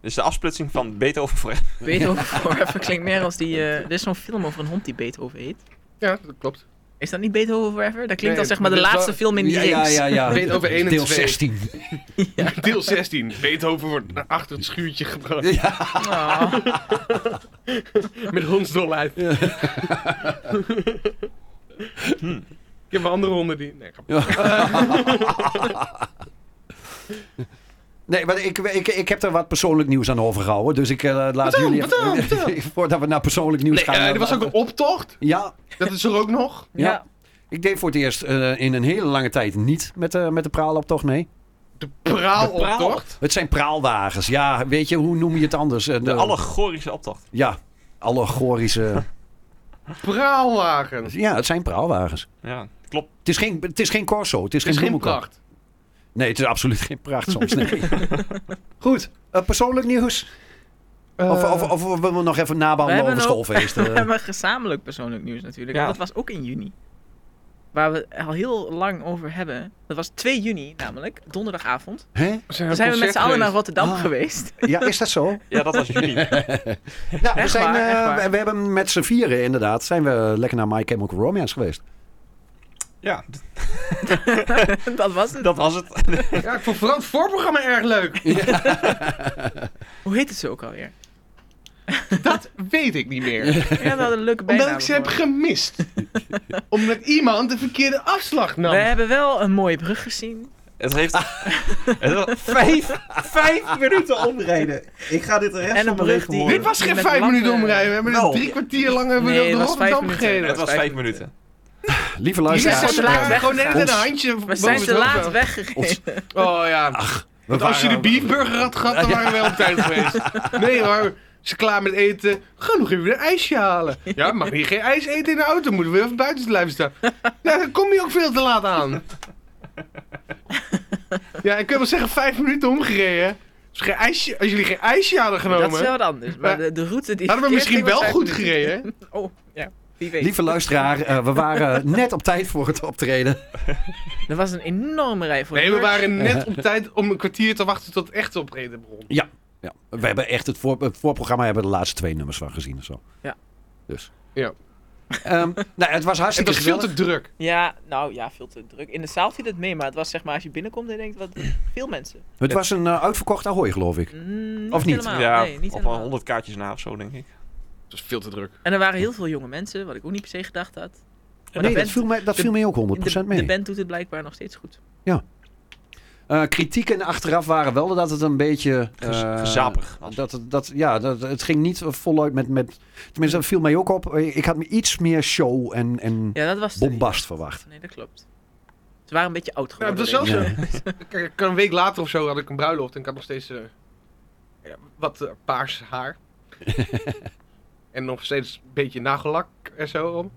[SPEAKER 3] Dus de afsplitsing van Beethoven forever.
[SPEAKER 6] Beethoven Forever klinkt meer als die... eh, er is zo'n film over een hond die Beethoven heet.
[SPEAKER 4] Ja, dat klopt.
[SPEAKER 6] Is dat niet Beethoven Forever? Dat klinkt
[SPEAKER 4] Nee,
[SPEAKER 6] als zeg maar de
[SPEAKER 4] dit is
[SPEAKER 6] laatste
[SPEAKER 4] wel-
[SPEAKER 6] film in die
[SPEAKER 5] ja, ja,
[SPEAKER 6] reeks.
[SPEAKER 5] ja, ja.
[SPEAKER 4] Beethoven 1 en
[SPEAKER 5] Deel
[SPEAKER 4] 2.
[SPEAKER 5] 16.
[SPEAKER 4] Deel 16. Beethoven wordt naar achter het schuurtje gebracht.
[SPEAKER 6] Oh.
[SPEAKER 4] Met hondsdolheid.
[SPEAKER 5] Hm.
[SPEAKER 4] Ik heb wel andere honden die... Nee, grap.
[SPEAKER 5] Nee, maar ik, ik, ik heb er wat persoonlijk nieuws aan overgehouden. Dus ik eh, laat
[SPEAKER 4] dan?
[SPEAKER 5] jullie...
[SPEAKER 4] Wat dan? Wat
[SPEAKER 5] voordat we naar persoonlijk nieuws
[SPEAKER 4] nee
[SPEAKER 5] gaan...
[SPEAKER 4] eh,
[SPEAKER 5] eh,
[SPEAKER 4] er was ook een optocht.
[SPEAKER 5] Ja,
[SPEAKER 4] Dat is er ook nog.
[SPEAKER 5] Ja.
[SPEAKER 6] Ja.
[SPEAKER 5] Ik deed voor het eerst eh, in een hele lange tijd niet met, de met de praaloptocht mee.
[SPEAKER 4] De praaloptocht.
[SPEAKER 5] Het zijn praalwagens. Ja, weet je, hoe noem je het anders? Eh,
[SPEAKER 3] De allegorische optocht.
[SPEAKER 5] Ja, allegorische...
[SPEAKER 4] Praalwagen. Het
[SPEAKER 5] ja, het zijn praalwagens.
[SPEAKER 3] Ja, klopt.
[SPEAKER 5] Het is geen, het is geen corso, het is,
[SPEAKER 4] is
[SPEAKER 5] geen
[SPEAKER 4] geen
[SPEAKER 5] bloemenkamp.
[SPEAKER 4] pracht.
[SPEAKER 5] Nee, het is absoluut geen pracht soms. Nee. Goed, eh, persoonlijk nieuws. Of,
[SPEAKER 4] Eh,
[SPEAKER 5] of, of willen we nog even
[SPEAKER 6] we
[SPEAKER 5] nabouwen
[SPEAKER 6] hebben
[SPEAKER 5] over
[SPEAKER 6] ook-
[SPEAKER 5] schoolfeesten?
[SPEAKER 6] We hebben gezamenlijk persoonlijk nieuws natuurlijk.
[SPEAKER 3] Ja.
[SPEAKER 6] want Dat was ook in juni. Waar we het al heel lang over hebben. Dat was 2 juni namelijk, donderdagavond.
[SPEAKER 4] we
[SPEAKER 5] Hè?
[SPEAKER 4] zijn
[SPEAKER 6] Toen
[SPEAKER 4] een
[SPEAKER 6] zijn we met
[SPEAKER 4] concert
[SPEAKER 6] z'n allen naar
[SPEAKER 4] geweest.
[SPEAKER 6] Rotterdam
[SPEAKER 5] Ah.
[SPEAKER 6] geweest.
[SPEAKER 5] Ja, is dat zo?
[SPEAKER 3] Ja, dat was juni.
[SPEAKER 5] Nou, we,
[SPEAKER 6] Echt
[SPEAKER 5] zijn,
[SPEAKER 6] waar,
[SPEAKER 5] eh,
[SPEAKER 6] echt waar.
[SPEAKER 5] we, we hebben met z'n vieren inderdaad... zijn we lekker naar My Chemical Romance geweest.
[SPEAKER 3] Ja, d-
[SPEAKER 6] dat was het.
[SPEAKER 3] dat was het.
[SPEAKER 4] Ja, ik vond vooral het voorprogramma erg leuk.
[SPEAKER 6] Hoe heette ze ook alweer?
[SPEAKER 4] Dat weet ik niet meer.
[SPEAKER 6] Ja, we hadden een leuke bijnaam.
[SPEAKER 4] Omdat ik ze heb
[SPEAKER 6] voor.
[SPEAKER 4] gemist. Omdat iemand de verkeerde afslag nam.
[SPEAKER 6] We hebben wel een mooie brug gezien.
[SPEAKER 3] Het heeft het was vijf, vijf minuten omrijden. Ik ga dit de rest
[SPEAKER 6] En een brug die...
[SPEAKER 4] Dit was geen
[SPEAKER 6] met
[SPEAKER 4] vijf
[SPEAKER 6] lappen-
[SPEAKER 4] minuten omrijden. We hebben dus
[SPEAKER 3] Nou.
[SPEAKER 4] drie kwartier lang hebben we
[SPEAKER 6] Nee, het
[SPEAKER 4] door
[SPEAKER 6] was vijf
[SPEAKER 4] Rotterdam
[SPEAKER 6] minuten.
[SPEAKER 4] gereden.
[SPEAKER 3] Het was vijf minuten.
[SPEAKER 4] Jullie
[SPEAKER 5] Lieve luisteraars...
[SPEAKER 4] zijn te
[SPEAKER 6] laat
[SPEAKER 5] eh,
[SPEAKER 4] laat gewoon net
[SPEAKER 6] weggegaan.
[SPEAKER 4] een handje
[SPEAKER 6] We
[SPEAKER 4] boven
[SPEAKER 6] zijn
[SPEAKER 4] het
[SPEAKER 6] te
[SPEAKER 4] hoofd
[SPEAKER 6] laat
[SPEAKER 4] aan.
[SPEAKER 6] weggegaan.
[SPEAKER 4] Oh ja.
[SPEAKER 5] we
[SPEAKER 4] Want als je de
[SPEAKER 5] waren-
[SPEAKER 4] beefburger had gehad, dan waren we wel op tijd geweest. Nee hoor, ze klaar met eten. Ga nog even een ijsje halen. Ja, mag hier geen ijs eten in de auto. Moeten we even buiten blijven staan. Ja, dan kom je ook veel te laat aan. Ja, ik kan wel zeggen, vijf minuten omgereden. Als, geen ijsje, als jullie geen ijsje hadden genomen,
[SPEAKER 6] Dat is wel wat anders. Maar de, de route die.
[SPEAKER 4] hadden we
[SPEAKER 6] verkeerd
[SPEAKER 4] misschien wel
[SPEAKER 6] ging, was
[SPEAKER 4] goed
[SPEAKER 6] vijf
[SPEAKER 4] gereden.
[SPEAKER 6] minuten. Oh, ja. Wie weet.
[SPEAKER 5] Lieve luisteraar, eh, we waren net op tijd voor het optreden.
[SPEAKER 6] Er was een enorme rij voor. de
[SPEAKER 4] Nee, we
[SPEAKER 6] merch.
[SPEAKER 4] waren net op tijd om een kwartier te wachten tot echt opreden begon.
[SPEAKER 5] Ja. ja. We hebben echt het, voor, het voorprogramma hebben we de laatste twee nummers van gezien en zo.
[SPEAKER 6] Ja.
[SPEAKER 5] Dus.
[SPEAKER 4] Ja.
[SPEAKER 5] Ehm, nou, het was
[SPEAKER 4] Het
[SPEAKER 5] hartstikke
[SPEAKER 4] was veel
[SPEAKER 5] gezellig.
[SPEAKER 4] te druk.
[SPEAKER 6] Ja, nou ja, veel te druk. In de zaal viel het mee, maar het was zeg maar als je binnenkomt en je denkt wat veel mensen.
[SPEAKER 5] Het was een eh, uitverkocht Ahoy, geloof ik.
[SPEAKER 6] Mm,
[SPEAKER 5] Of niet?
[SPEAKER 6] helemaal.
[SPEAKER 3] ja,
[SPEAKER 6] nee, niet
[SPEAKER 3] op wel
[SPEAKER 6] helemaal.
[SPEAKER 3] 100 kaartjes na of zo, denk ik.
[SPEAKER 4] Het was veel te druk.
[SPEAKER 6] En er waren heel veel jonge mensen, wat ik ook niet per se gedacht had.
[SPEAKER 5] Nee,
[SPEAKER 6] Maar de
[SPEAKER 5] dat
[SPEAKER 6] band,
[SPEAKER 5] viel mij, dat
[SPEAKER 6] de-
[SPEAKER 5] viel mij ook 100%
[SPEAKER 6] de,
[SPEAKER 5] mee.
[SPEAKER 6] de band doet het blijkbaar nog steeds goed.
[SPEAKER 5] Eh, kritieken achteraf waren wel dat het een beetje...
[SPEAKER 3] Gez-
[SPEAKER 5] eh,
[SPEAKER 3] gezapig was.
[SPEAKER 5] Dat, het- dat, ja, dat, het ging niet voluit met, met... Tenminste, dat viel mij ook op. Ik had me iets meer show en, en
[SPEAKER 6] Ja, dat was het.
[SPEAKER 5] bombast verwacht.
[SPEAKER 6] Nee, dat klopt. Ze waren een beetje oud
[SPEAKER 4] Ja, het
[SPEAKER 6] geworden.
[SPEAKER 4] was wel
[SPEAKER 6] denk ik.
[SPEAKER 4] zo. Kijk, een week later of zo had ik een bruiloft en ik had nog steeds eh, ja, wat eh, paars haar. en nog steeds een beetje nagelak en zo. om.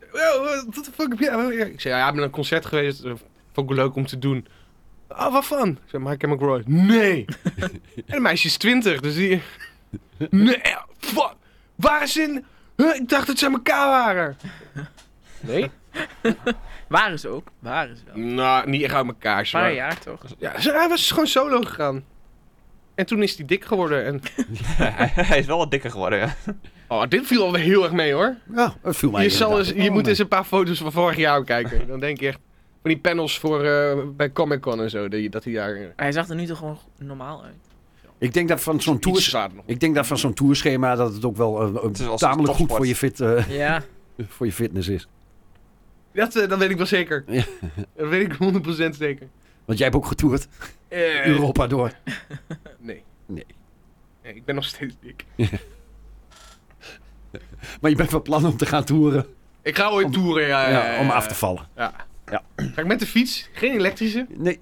[SPEAKER 4] Yo, What the fuck heb jij? Ik zei, ja, ik ben aan een concert geweest. eh, Vond ik leuk om te doen. Ah, wat van? Ik zei, Michael McRoy. Nee! en een meisje is 20, dus die... nee, wat? Waar is in? Huh, ik dacht dat ze aan elkaar waren. Nee?
[SPEAKER 6] Waren ze ook? Waren ze wel. Een
[SPEAKER 4] Nou, niet echt aan elkaar. ze
[SPEAKER 6] paar
[SPEAKER 4] waren-
[SPEAKER 6] jaar toch?
[SPEAKER 4] ja, ze- hij was gewoon solo gegaan. En toen is hij dik geworden. En...
[SPEAKER 3] Hij is wel wat dikker geworden, ja.
[SPEAKER 4] Oh, dit viel al heel erg mee hoor.
[SPEAKER 5] Ja, het viel mij
[SPEAKER 4] Je, zal eens,
[SPEAKER 5] inderdaad Oh,
[SPEAKER 4] je
[SPEAKER 5] ook
[SPEAKER 4] moet
[SPEAKER 5] mee.
[SPEAKER 4] eens een paar foto's van vorig jaar kijken. Dan denk je echt van die panels voor, eh, bij Comic Con en zo. Die, dat hij daar eh,
[SPEAKER 6] Hij zag er nu toch gewoon normaal uit.
[SPEAKER 5] Ik denk dat van zo'n
[SPEAKER 4] iets
[SPEAKER 5] tours...
[SPEAKER 4] zwaarder nog.
[SPEAKER 5] Ik denk dat van zo'n tourschema dat het ook wel eh,
[SPEAKER 3] is als
[SPEAKER 5] tamelijk goed
[SPEAKER 3] topsport.
[SPEAKER 5] voor je, fit, eh,
[SPEAKER 6] Ja,
[SPEAKER 5] voor je fitness is.
[SPEAKER 4] Dat, eh, dat weet ik wel zeker.
[SPEAKER 5] Ja.
[SPEAKER 4] Dat weet ik 100% zeker.
[SPEAKER 5] Want jij hebt ook getoerd
[SPEAKER 4] Eh,
[SPEAKER 5] Europa door.
[SPEAKER 4] nee.
[SPEAKER 5] Nee.
[SPEAKER 4] Nee, Ik ben nog steeds dik.
[SPEAKER 5] Maar je bent van plan om te gaan toeren
[SPEAKER 4] Ik ga ooit toeren, ja, ja,
[SPEAKER 5] ja, om af te vallen.
[SPEAKER 4] ja.
[SPEAKER 5] Ja.
[SPEAKER 4] Ga ik met de fiets? Geen elektrische,
[SPEAKER 5] Nee,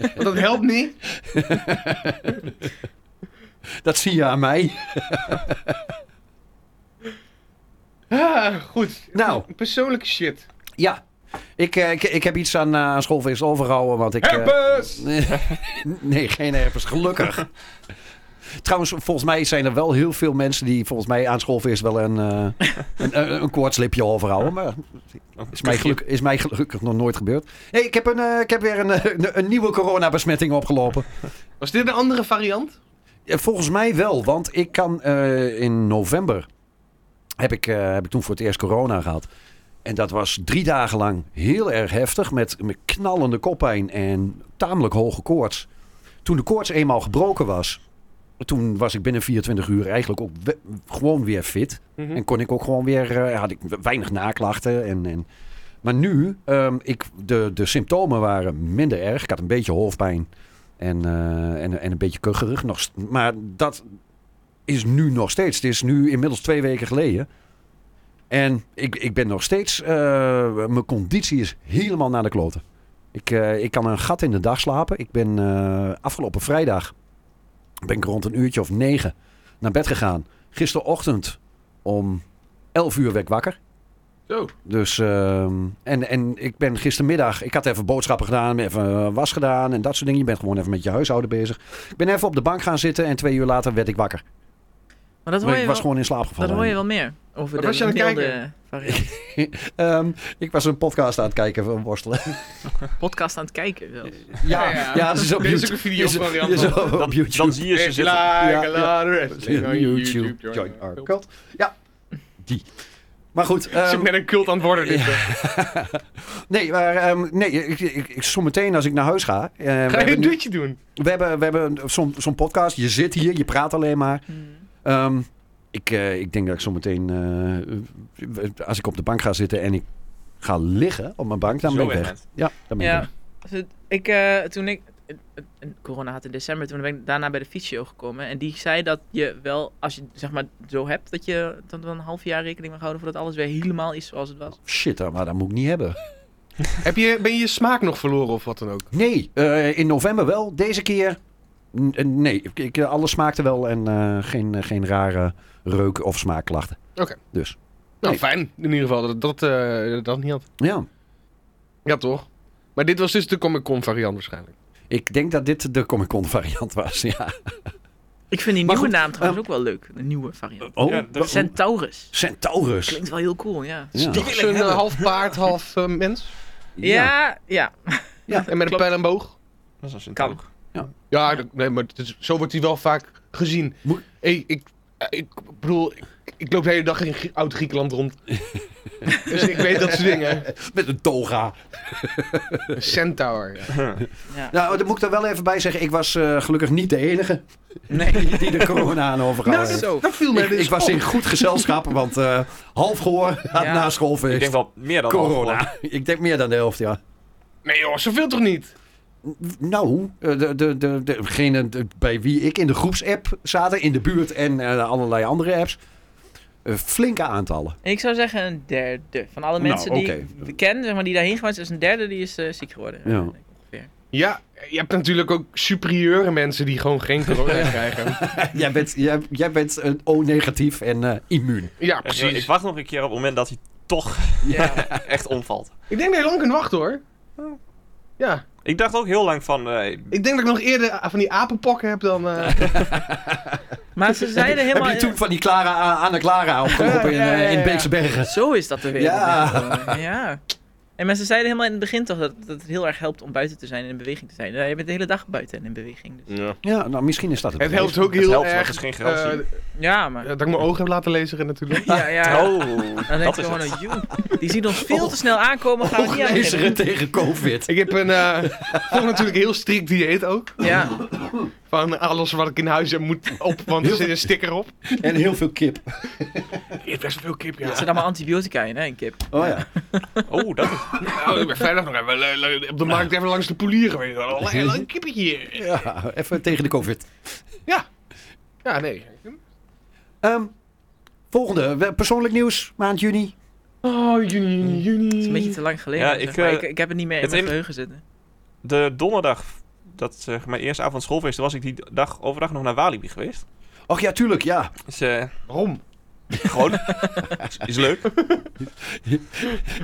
[SPEAKER 4] want dat helpt niet.
[SPEAKER 5] dat zie je aan mij.
[SPEAKER 4] Ah, goed.
[SPEAKER 5] Nou,
[SPEAKER 4] Persoonlijke shit.
[SPEAKER 5] ja. Ik, eh, ik, ik heb iets aan, eh, aan schoolfeest overgehouden. Want ik, eh,
[SPEAKER 4] Herpes!
[SPEAKER 5] nee, geen herpes, gelukkig. Trouwens, volgens mij zijn er wel heel veel mensen die volgens mij aan schoolfeest wel een, eh een, een, een koortslipje overhouden. Maar Is mij, geluk, is mij gelukkig nog nooit gebeurd. Hey, ik, heb een, eh, ik heb weer een, eh, een, een nieuwe coronabesmetting opgelopen.
[SPEAKER 4] Was dit een andere variant?
[SPEAKER 5] Ja, Volgens mij wel, want ik kan eh, in november. Heb ik, eh, heb ik toen voor het eerst corona gehad. En dat was drie dagen lang heel erg heftig. Met, met knallende koppijn en tamelijk hoge koorts. Toen de koorts eenmaal gebroken was. Toen was ik binnen 24 uur eigenlijk ook we- gewoon weer fit.
[SPEAKER 4] Mhm.
[SPEAKER 5] En kon ik ook gewoon weer. eh, had ik we- weinig naklachten. En, en... Maar nu, ehm, ik, de, de symptomen waren minder erg. Ik had een beetje hoofdpijn. En, eh, en, en een beetje kucherig. Nog, st- maar dat is nu nog steeds. Het is nu inmiddels twee weken geleden. En ik, ik ben nog steeds... eh, mijn conditie is helemaal naar de kloten. Ik, eh, ik kan een gat in de dag slapen. Ik ben eh, afgelopen vrijdag... ben ik rond een uurtje of negen naar bed gegaan. Gisterochtend om elf uur werd ik wakker.
[SPEAKER 4] Zo.
[SPEAKER 5] Dus, ehm, en, en ik ben gistermiddag, ik had even boodschappen gedaan, even eh, was gedaan en dat soort dingen. Je bent gewoon even met je huishouden bezig. Ik ben even op de bank gaan zitten en twee uur later werd ik wakker.
[SPEAKER 6] maar dat hoor,
[SPEAKER 5] Maar
[SPEAKER 6] je
[SPEAKER 5] ik was
[SPEAKER 6] wel,
[SPEAKER 5] gewoon in slaap
[SPEAKER 6] dat
[SPEAKER 5] gevallen.
[SPEAKER 6] hoor je wel meer. Over
[SPEAKER 4] Wat
[SPEAKER 6] de
[SPEAKER 4] was je aan het
[SPEAKER 6] milde
[SPEAKER 4] kijken?
[SPEAKER 6] variant.
[SPEAKER 5] Ehm, ik was een podcast aan het kijken van worstelen.
[SPEAKER 6] Podcast aan het kijken. Zelfs.
[SPEAKER 5] ja,
[SPEAKER 4] Ja, ja.
[SPEAKER 5] ja, ze is op
[SPEAKER 4] Er is
[SPEAKER 5] YouTube.
[SPEAKER 4] ook een video
[SPEAKER 5] Is-
[SPEAKER 4] variant
[SPEAKER 5] is
[SPEAKER 4] van.
[SPEAKER 5] op
[SPEAKER 3] Dan,
[SPEAKER 5] YouTube.
[SPEAKER 3] dan zie je ze
[SPEAKER 4] It's
[SPEAKER 3] zitten.
[SPEAKER 4] like a
[SPEAKER 5] Ja, ja.
[SPEAKER 4] lot of wrestling on
[SPEAKER 5] YouTube,
[SPEAKER 4] YouTube.
[SPEAKER 5] join our cult. Ja, die. Maar goed.
[SPEAKER 4] Is
[SPEAKER 5] ehm,
[SPEAKER 4] ook net een cult aan het worden dit. eh.
[SPEAKER 5] Ja.
[SPEAKER 4] hè.
[SPEAKER 5] nee, maar, ehm, nee ik, ik, ik, zometeen als ik naar huis ga. eh, we
[SPEAKER 4] Ga je
[SPEAKER 5] hebben
[SPEAKER 4] een
[SPEAKER 5] nu-
[SPEAKER 4] dutje doen?
[SPEAKER 5] We hebben, we hebben zo'n zo'n podcast. Je zit hier, je praat alleen maar.
[SPEAKER 6] Hmm.
[SPEAKER 5] Ehm, ik, eh, ik denk dat ik zometeen, eh, als ik op de bank ga zitten en ik ga liggen op mijn bank, dan
[SPEAKER 3] Zo
[SPEAKER 5] ben ik
[SPEAKER 3] weg
[SPEAKER 5] weg.
[SPEAKER 3] bent.
[SPEAKER 5] Ja, dan ben ik
[SPEAKER 6] Ja.
[SPEAKER 5] weg.
[SPEAKER 6] Dus het- Ik, eh, toen ik eh, eh, corona had in december, toen ben ik daarna bij de fysio gekomen. En die zei dat je wel, als je zeg maar zo hebt, dat je dan wel een half jaar rekening mag houden voordat alles weer helemaal is zoals het was.
[SPEAKER 5] Shit, maar dat moet ik niet hebben.
[SPEAKER 4] Heb je, ben je je smaak nog verloren of wat dan ook?
[SPEAKER 5] Nee, eh, in november wel. Deze keer, n- eh, nee. Ik- Ik, eh, alles smaakte wel en eh, geen, eh, geen rare reuk- of smaakklachten.
[SPEAKER 4] Oké.
[SPEAKER 5] Dus,
[SPEAKER 4] Nou,
[SPEAKER 5] Nee.
[SPEAKER 4] fijn. In ieder geval dat dat, eh, dat niet had.
[SPEAKER 5] ja.
[SPEAKER 4] Ja, toch? Maar dit was dus de Comic Con variant waarschijnlijk.
[SPEAKER 5] Ik denk dat dit de Comic-Con variant was, ja.
[SPEAKER 6] Ik vind die
[SPEAKER 5] Maar
[SPEAKER 6] nieuwe
[SPEAKER 5] goed,
[SPEAKER 6] naam trouwens ook wel leuk. Een nieuwe variant.
[SPEAKER 5] Oh,
[SPEAKER 3] Ja, dat-
[SPEAKER 6] eh, Centaurus.
[SPEAKER 5] Centaurus.
[SPEAKER 6] Klinkt wel heel cool, ja.
[SPEAKER 5] Ja.
[SPEAKER 4] Toch zo'n eh, half paard, half eh, mens.
[SPEAKER 6] Ja, ja.
[SPEAKER 4] En met een
[SPEAKER 6] Klopt.
[SPEAKER 4] pijl en boog.
[SPEAKER 3] Dat is een centaur.
[SPEAKER 6] Kan.
[SPEAKER 4] Ja, dat- nee, maar het is- zo wordt hij wel vaak gezien.
[SPEAKER 5] Moet-
[SPEAKER 4] Hey, ik, eh, ik bedoel, ik, ik loop de hele dag in Grie- Oud-Griekenland rond. dus ik weet dat soort dingen.
[SPEAKER 5] Met een toga.
[SPEAKER 4] Een centaur. ja.
[SPEAKER 5] Nou, dat moet ik er wel even bij zeggen. Ik was eh, gelukkig niet de enige
[SPEAKER 6] Nee.
[SPEAKER 5] die de corona aan overal
[SPEAKER 6] Nou,
[SPEAKER 5] heeft.
[SPEAKER 6] zo.
[SPEAKER 4] Dat viel mij
[SPEAKER 5] Ik,
[SPEAKER 4] dus
[SPEAKER 5] ik was
[SPEAKER 4] op.
[SPEAKER 5] in goed gezelschap, want eh, half gehoor had
[SPEAKER 6] Ja.
[SPEAKER 5] na
[SPEAKER 3] Ik denk
[SPEAKER 5] schoolfeest.
[SPEAKER 3] wel meer dan eh, half, hoor.
[SPEAKER 5] Corona. Ik denk meer dan de helft, ja.
[SPEAKER 4] Nee joh, zoveel toch niet?
[SPEAKER 5] Nou, eh, de, de, de, degene de- bij wie ik in de groepsapp zaten, in de buurt en eh, allerlei andere apps. eh, flinke aantallen.
[SPEAKER 6] Ik zou zeggen een derde. Van alle
[SPEAKER 5] Nou,
[SPEAKER 6] mensen die
[SPEAKER 5] oké.
[SPEAKER 6] ik ken, zeg maar, die daarheen geweest is, een derde die is eh, ziek geworden.
[SPEAKER 5] Ja.
[SPEAKER 6] Ongeveer.
[SPEAKER 4] Ja, je hebt natuurlijk ook superieure mensen die gewoon geen corona krijgen.
[SPEAKER 5] jij bent, jij, jij bent een O-negatief en eh, immuun.
[SPEAKER 4] Ja,
[SPEAKER 3] Echt,
[SPEAKER 4] precies.
[SPEAKER 3] Ik wacht nog een keer op het moment dat hij toch echt omvalt.
[SPEAKER 4] Ik denk dat je lang kunt wachten hoor. Ja,
[SPEAKER 3] Ik dacht ook heel lang van... eh,
[SPEAKER 4] ik denk dat ik nog eerder a- van die apenpokken heb dan... eh,
[SPEAKER 6] Maar ze zeiden helemaal...
[SPEAKER 5] Heb je toen van die Clara, Anne-Clara opgeroepen
[SPEAKER 4] Ja, ja,
[SPEAKER 5] in, eh, in
[SPEAKER 4] ja, ja.
[SPEAKER 5] Beeksebergen?
[SPEAKER 6] Zo is dat de wereld.
[SPEAKER 5] Ja.
[SPEAKER 6] tegenwoordig. ja. En mensen zeiden helemaal in het begin toch dat, dat het heel erg helpt om buiten te zijn en in beweging te zijn. Nou, je bent de hele dag buiten en in beweging. dus-
[SPEAKER 5] Ja, nou misschien is dat het.
[SPEAKER 4] het helpt ook
[SPEAKER 3] Het
[SPEAKER 4] heel
[SPEAKER 3] helpt, maar
[SPEAKER 4] erg
[SPEAKER 3] het is geen garantie.
[SPEAKER 4] eh,
[SPEAKER 6] Ja, maar...
[SPEAKER 4] dat ik mijn ogen heb laten lezen natuurlijk.
[SPEAKER 6] Ja,
[SPEAKER 5] eh,
[SPEAKER 6] ja.
[SPEAKER 3] Oh,
[SPEAKER 6] Dan denk
[SPEAKER 3] dat
[SPEAKER 6] je
[SPEAKER 3] is
[SPEAKER 6] gewoon,
[SPEAKER 3] het. Oh.
[SPEAKER 6] oh, joh, die ziet ons veel te snel aankomen, gaan we niet aan
[SPEAKER 5] Ongelezen tegen COVID.
[SPEAKER 4] Ik heb een... eh volg natuurlijk een heel strikt dieet ook.
[SPEAKER 6] Ja,
[SPEAKER 4] Van alles wat ik in huis heb moet op, want er zit een sticker op.
[SPEAKER 5] En heel veel kip.
[SPEAKER 4] Je hebt best veel kip,
[SPEAKER 6] er
[SPEAKER 4] ja.
[SPEAKER 6] zitten allemaal antibiotica in, hè, in kip.
[SPEAKER 5] Oh ja.
[SPEAKER 3] Oh, dat is...
[SPEAKER 4] Nou, ik ben vrijdag nog even le- le- op de markt even langs de polier geweest. Wel een- wel Een kippetje hier.
[SPEAKER 5] ja even tegen de COVID.
[SPEAKER 4] Ja, nee.
[SPEAKER 5] Ehm, volgende, we- persoonlijk nieuws, maand juni.
[SPEAKER 4] Oh, juni, juni,
[SPEAKER 6] Het is een beetje
[SPEAKER 4] juni.
[SPEAKER 6] te lang geleden.
[SPEAKER 3] Ja,
[SPEAKER 6] zeg
[SPEAKER 3] ik,
[SPEAKER 6] maar.
[SPEAKER 3] eh,
[SPEAKER 6] ik, ik heb het niet meer in
[SPEAKER 3] het
[SPEAKER 6] mijn
[SPEAKER 3] in-
[SPEAKER 6] geheugen zitten.
[SPEAKER 3] De donderdag, dat is eh, mijn eerste avond schoolfeest, toen was ik die dag overdag nog naar Walibi geweest.
[SPEAKER 5] Och ja, tuurlijk, ja.
[SPEAKER 3] Dus eh,
[SPEAKER 4] Waarom?
[SPEAKER 3] gewoon, is, is leuk.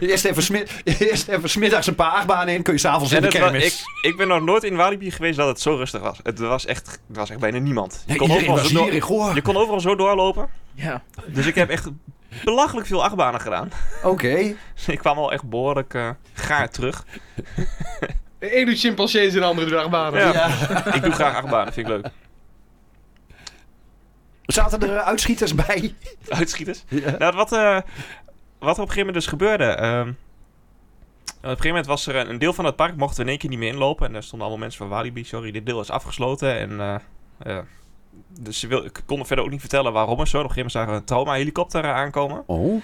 [SPEAKER 5] Eerst even, smi- Eerst even smiddags een paar achtbanen in, kun je s'avonds in
[SPEAKER 3] En
[SPEAKER 5] de
[SPEAKER 3] het wa-
[SPEAKER 5] kermis.
[SPEAKER 3] ik, ik ben nog nooit in Walibi geweest dat het zo rustig was. Het was echt, er was echt bijna niemand. Je
[SPEAKER 5] Nee,
[SPEAKER 3] kon,
[SPEAKER 5] iedereen
[SPEAKER 3] overal
[SPEAKER 5] was
[SPEAKER 3] zo door-
[SPEAKER 5] hier in Goor.
[SPEAKER 3] je kon overal zo doorlopen.
[SPEAKER 6] Ja.
[SPEAKER 3] Dus ik heb echt belachelijk veel achtbanen gedaan.
[SPEAKER 5] Oké.
[SPEAKER 3] Dus ik kwam al echt behoorlijk eh, gaar terug.
[SPEAKER 4] De een doet chimpansees en de andere doet achtbanen.
[SPEAKER 3] Ja.
[SPEAKER 5] Ja.
[SPEAKER 3] Ik doe graag achtbanen, vind ik leuk.
[SPEAKER 5] Zaten er eh, uitschieters bij?
[SPEAKER 3] Uitschieters.
[SPEAKER 5] Ja.
[SPEAKER 3] Nou, wat, eh, wat er op een gegeven moment dus gebeurde. ehm, op een gegeven moment was er een, een deel van het park, mochten we in één keer niet meer inlopen. En daar stonden allemaal mensen van Walibi, sorry, dit deel is afgesloten. En, eh, eh, dus ze wil, ik kon verder ook niet vertellen waarom en zo. En Op een gegeven moment zagen we een trauma-helikopter eh, aankomen.
[SPEAKER 5] Oh.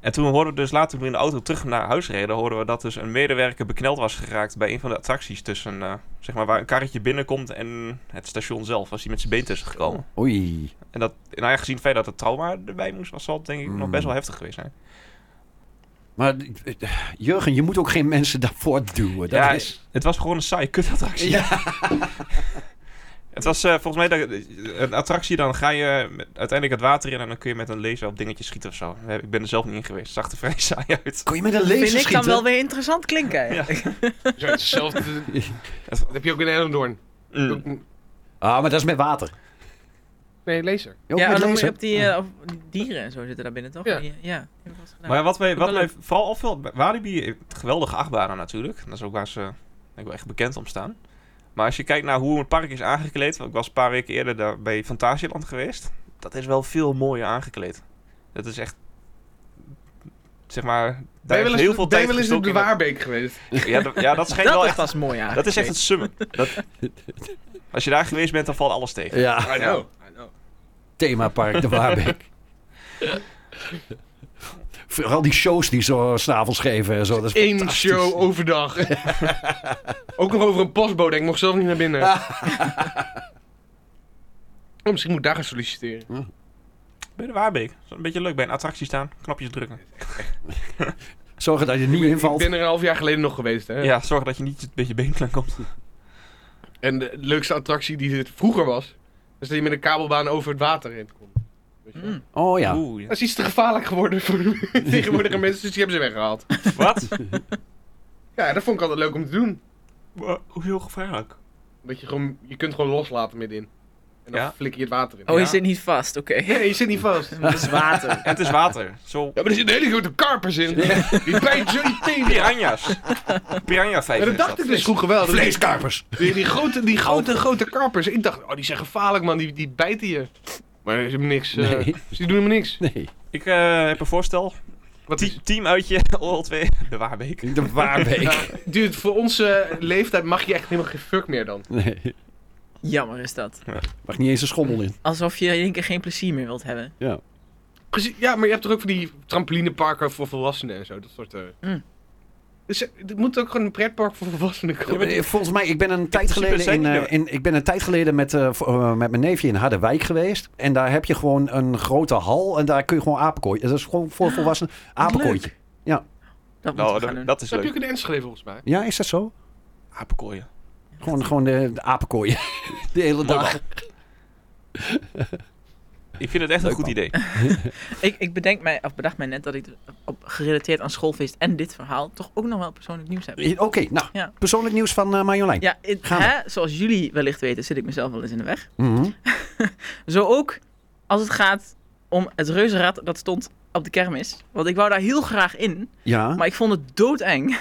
[SPEAKER 3] En toen hoorden we dus later, toen we in de auto terug naar huis reden, hoorden we dat dus een medewerker bekneld was geraakt bij een van de attracties. Tussen, eh, zeg maar, waar een karretje binnenkomt en het station zelf. Was hij met zijn been tussen gekomen.
[SPEAKER 5] Oei.
[SPEAKER 3] En dat, nou ja, gezien het feit dat het trauma erbij moest, was dat denk ik nog
[SPEAKER 5] Hmm.
[SPEAKER 3] best wel heftig geweest zijn.
[SPEAKER 5] Maar eh, Jurgen, je moet ook geen mensen daarvoor duwen. Dat
[SPEAKER 3] Ja,
[SPEAKER 5] is...
[SPEAKER 3] Het was gewoon een saaie kutattractie.
[SPEAKER 5] Ja.
[SPEAKER 3] Het was eh, volgens mij dat, een attractie, dan ga je met- uiteindelijk het water in en dan kun je met een laser op dingetjes schieten of zo. Ik ben er zelf niet in geweest, zag er vrij saai uit.
[SPEAKER 5] Kon je met een
[SPEAKER 6] Vind
[SPEAKER 5] laser
[SPEAKER 6] ik dan
[SPEAKER 5] schieten?
[SPEAKER 6] wel weer interessant klinken, eigenlijk.
[SPEAKER 4] Zo, hetzelfde. Dat heb je ook in Elendoorn. Hmm.
[SPEAKER 3] Mm.
[SPEAKER 5] Ah, maar dat is met water.
[SPEAKER 4] Nee, laser.
[SPEAKER 5] Ook
[SPEAKER 6] Ja,
[SPEAKER 5] met
[SPEAKER 6] dan moet
[SPEAKER 5] laser?
[SPEAKER 6] je op die, eh, op die dieren en zo zitten daar binnen, toch?
[SPEAKER 4] Ja.
[SPEAKER 6] Die, ja. die hebben we vast gedaan.
[SPEAKER 3] Maar wat mij, wat
[SPEAKER 6] wel
[SPEAKER 3] mij vooral opvalt, bij Walibi, eh, geweldige achtbanen natuurlijk. Dat is ook waar ze denk ik, wel echt bekend om staan. Maar als je kijkt naar hoe het park is aangekleed, want ik was een paar weken eerder daar bij Fantasieland geweest. Dat is wel veel mooier aangekleed. Dat is echt, zeg maar,
[SPEAKER 4] Ben
[SPEAKER 3] daar
[SPEAKER 4] je
[SPEAKER 3] is
[SPEAKER 4] wel eens-
[SPEAKER 3] heel veel
[SPEAKER 4] ben je
[SPEAKER 3] tijd
[SPEAKER 4] wel eens
[SPEAKER 3] gestoken
[SPEAKER 4] op de
[SPEAKER 3] in dat-
[SPEAKER 4] Waarbeek geweest?
[SPEAKER 3] Ja, dat- ja, dat schijnt
[SPEAKER 6] dat
[SPEAKER 3] wel
[SPEAKER 6] was
[SPEAKER 3] echt,
[SPEAKER 6] pas mooi aan.
[SPEAKER 3] dat is echt het summum. Dat, als je daar geweest bent, dan valt alles tegen.
[SPEAKER 5] Ja,
[SPEAKER 4] I know. I know.
[SPEAKER 5] themapark de Waarbeek. Vooral die shows die zo s'avonds geven en zo. Dat is
[SPEAKER 4] Eén
[SPEAKER 5] fantastisch.
[SPEAKER 4] show overdag. ook nog over een postbode. Ik mocht zelf niet naar binnen. oh, misschien moet ik daar gaan solliciteren.
[SPEAKER 3] Bij de Waarbeek. Dat is een beetje leuk, bij een attractie staan, knopjes drukken.
[SPEAKER 5] Zorgen dat je niet
[SPEAKER 4] Ik
[SPEAKER 5] invalt.
[SPEAKER 4] ben er een half jaar geleden nog geweest. Hè?
[SPEAKER 3] Ja, zorg dat je niet met je been klein komt.
[SPEAKER 4] En de leukste attractie die er vroeger was, is dat je met een kabelbaan over het water heen kon. Weet je wel?
[SPEAKER 6] Mm.
[SPEAKER 5] Oh ja.
[SPEAKER 3] Oeh, ja.
[SPEAKER 4] Dat is iets te gevaarlijk geworden voor de tegenwoordige mensen, dus die hebben ze weggehaald.
[SPEAKER 3] Wat?
[SPEAKER 4] Ja, dat vond ik altijd leuk om te doen.
[SPEAKER 3] Hoe heel gevaarlijk.
[SPEAKER 4] Dat je gewoon, je kunt gewoon loslaten middenin. En dan
[SPEAKER 3] Ja.
[SPEAKER 4] flikker je het water in.
[SPEAKER 6] Oh, je
[SPEAKER 3] Ja.
[SPEAKER 6] zit niet vast, oké.
[SPEAKER 4] Nee, je zit niet vast. Ja,
[SPEAKER 6] Dat is water.
[SPEAKER 3] En het is water. Zo
[SPEAKER 4] maar er zitten hele grote karpers in. Die bijten zo die tenen. Ja,
[SPEAKER 3] piranha's. Piranha vijver
[SPEAKER 4] dat
[SPEAKER 3] is
[SPEAKER 4] dacht ik dus vroeger wel. Die,
[SPEAKER 5] Vleeskarpers.
[SPEAKER 4] die, die grote, die grote, grote karpers. Ik dacht, oh, die zijn gevaarlijk man, die, die bijten je. Maar ze hebben niks. eh,
[SPEAKER 5] Nee.
[SPEAKER 4] Ze doen helemaal niks.
[SPEAKER 5] Nee.
[SPEAKER 3] Ik eh, heb een voorstel.
[SPEAKER 4] Wat is-
[SPEAKER 3] Team, team uitje, Oral 2, de Waarbeek.
[SPEAKER 5] De waarbeek.
[SPEAKER 4] Dude, voor onze eh, leeftijd mag je echt helemaal geen fuck meer dan.
[SPEAKER 5] Nee.
[SPEAKER 6] Jammer is dat.
[SPEAKER 5] Mag niet eens een schommel in.
[SPEAKER 6] Alsof je in één keer geen plezier meer wilt hebben.
[SPEAKER 4] Precies, ja, maar je hebt toch ook van die trampolineparken voor volwassenen en zo, dat soort... eh.
[SPEAKER 6] Mm.
[SPEAKER 4] Dus eh, er moet ook gewoon een pretpark voor volwassenen
[SPEAKER 5] Ja,
[SPEAKER 4] komen.
[SPEAKER 5] maar, eh, Volgens mij, ik ben een tijd
[SPEAKER 3] principe
[SPEAKER 5] geleden,
[SPEAKER 3] zijn
[SPEAKER 5] in,
[SPEAKER 3] die
[SPEAKER 5] eh,
[SPEAKER 3] er.
[SPEAKER 5] in- ik ben een tijd geleden met, eh, v- eh, met mijn neefje in Harderwijk geweest. En daar heb je gewoon een grote hal en daar kun je gewoon apenkooi. Dat is gewoon voor volwassenen. Apenkooitje.
[SPEAKER 6] Dat moeten
[SPEAKER 3] Nou,
[SPEAKER 6] we gaan doen.
[SPEAKER 3] dat, dat is
[SPEAKER 4] Dat heb je
[SPEAKER 3] leuk.
[SPEAKER 4] ook in Enschede volgens mij.
[SPEAKER 5] Ja, is dat zo?
[SPEAKER 3] Apenkooien.
[SPEAKER 5] Gewoon, gewoon de, de apenkooien. De hele
[SPEAKER 3] Mooi
[SPEAKER 5] dag.
[SPEAKER 3] Ik vind het echt een goed idee.
[SPEAKER 6] Ik, ik bedenk mij, of bedacht mij net dat ik op, gerelateerd aan schoolfeest en dit verhaal toch ook nog wel persoonlijk nieuws heb.
[SPEAKER 5] Oké, nou.
[SPEAKER 6] Ja.
[SPEAKER 5] Persoonlijk nieuws van eh, Marjolein.
[SPEAKER 6] Ja, het,
[SPEAKER 5] Gaan we.
[SPEAKER 6] hè, zoals jullie wellicht weten, zit ik mezelf wel eens in de weg.
[SPEAKER 5] Mhm.
[SPEAKER 6] Zo ook als het gaat om het reuzenrad dat stond op de kermis. Want ik wou daar heel graag in,
[SPEAKER 5] Ja,
[SPEAKER 6] maar ik vond het doodeng.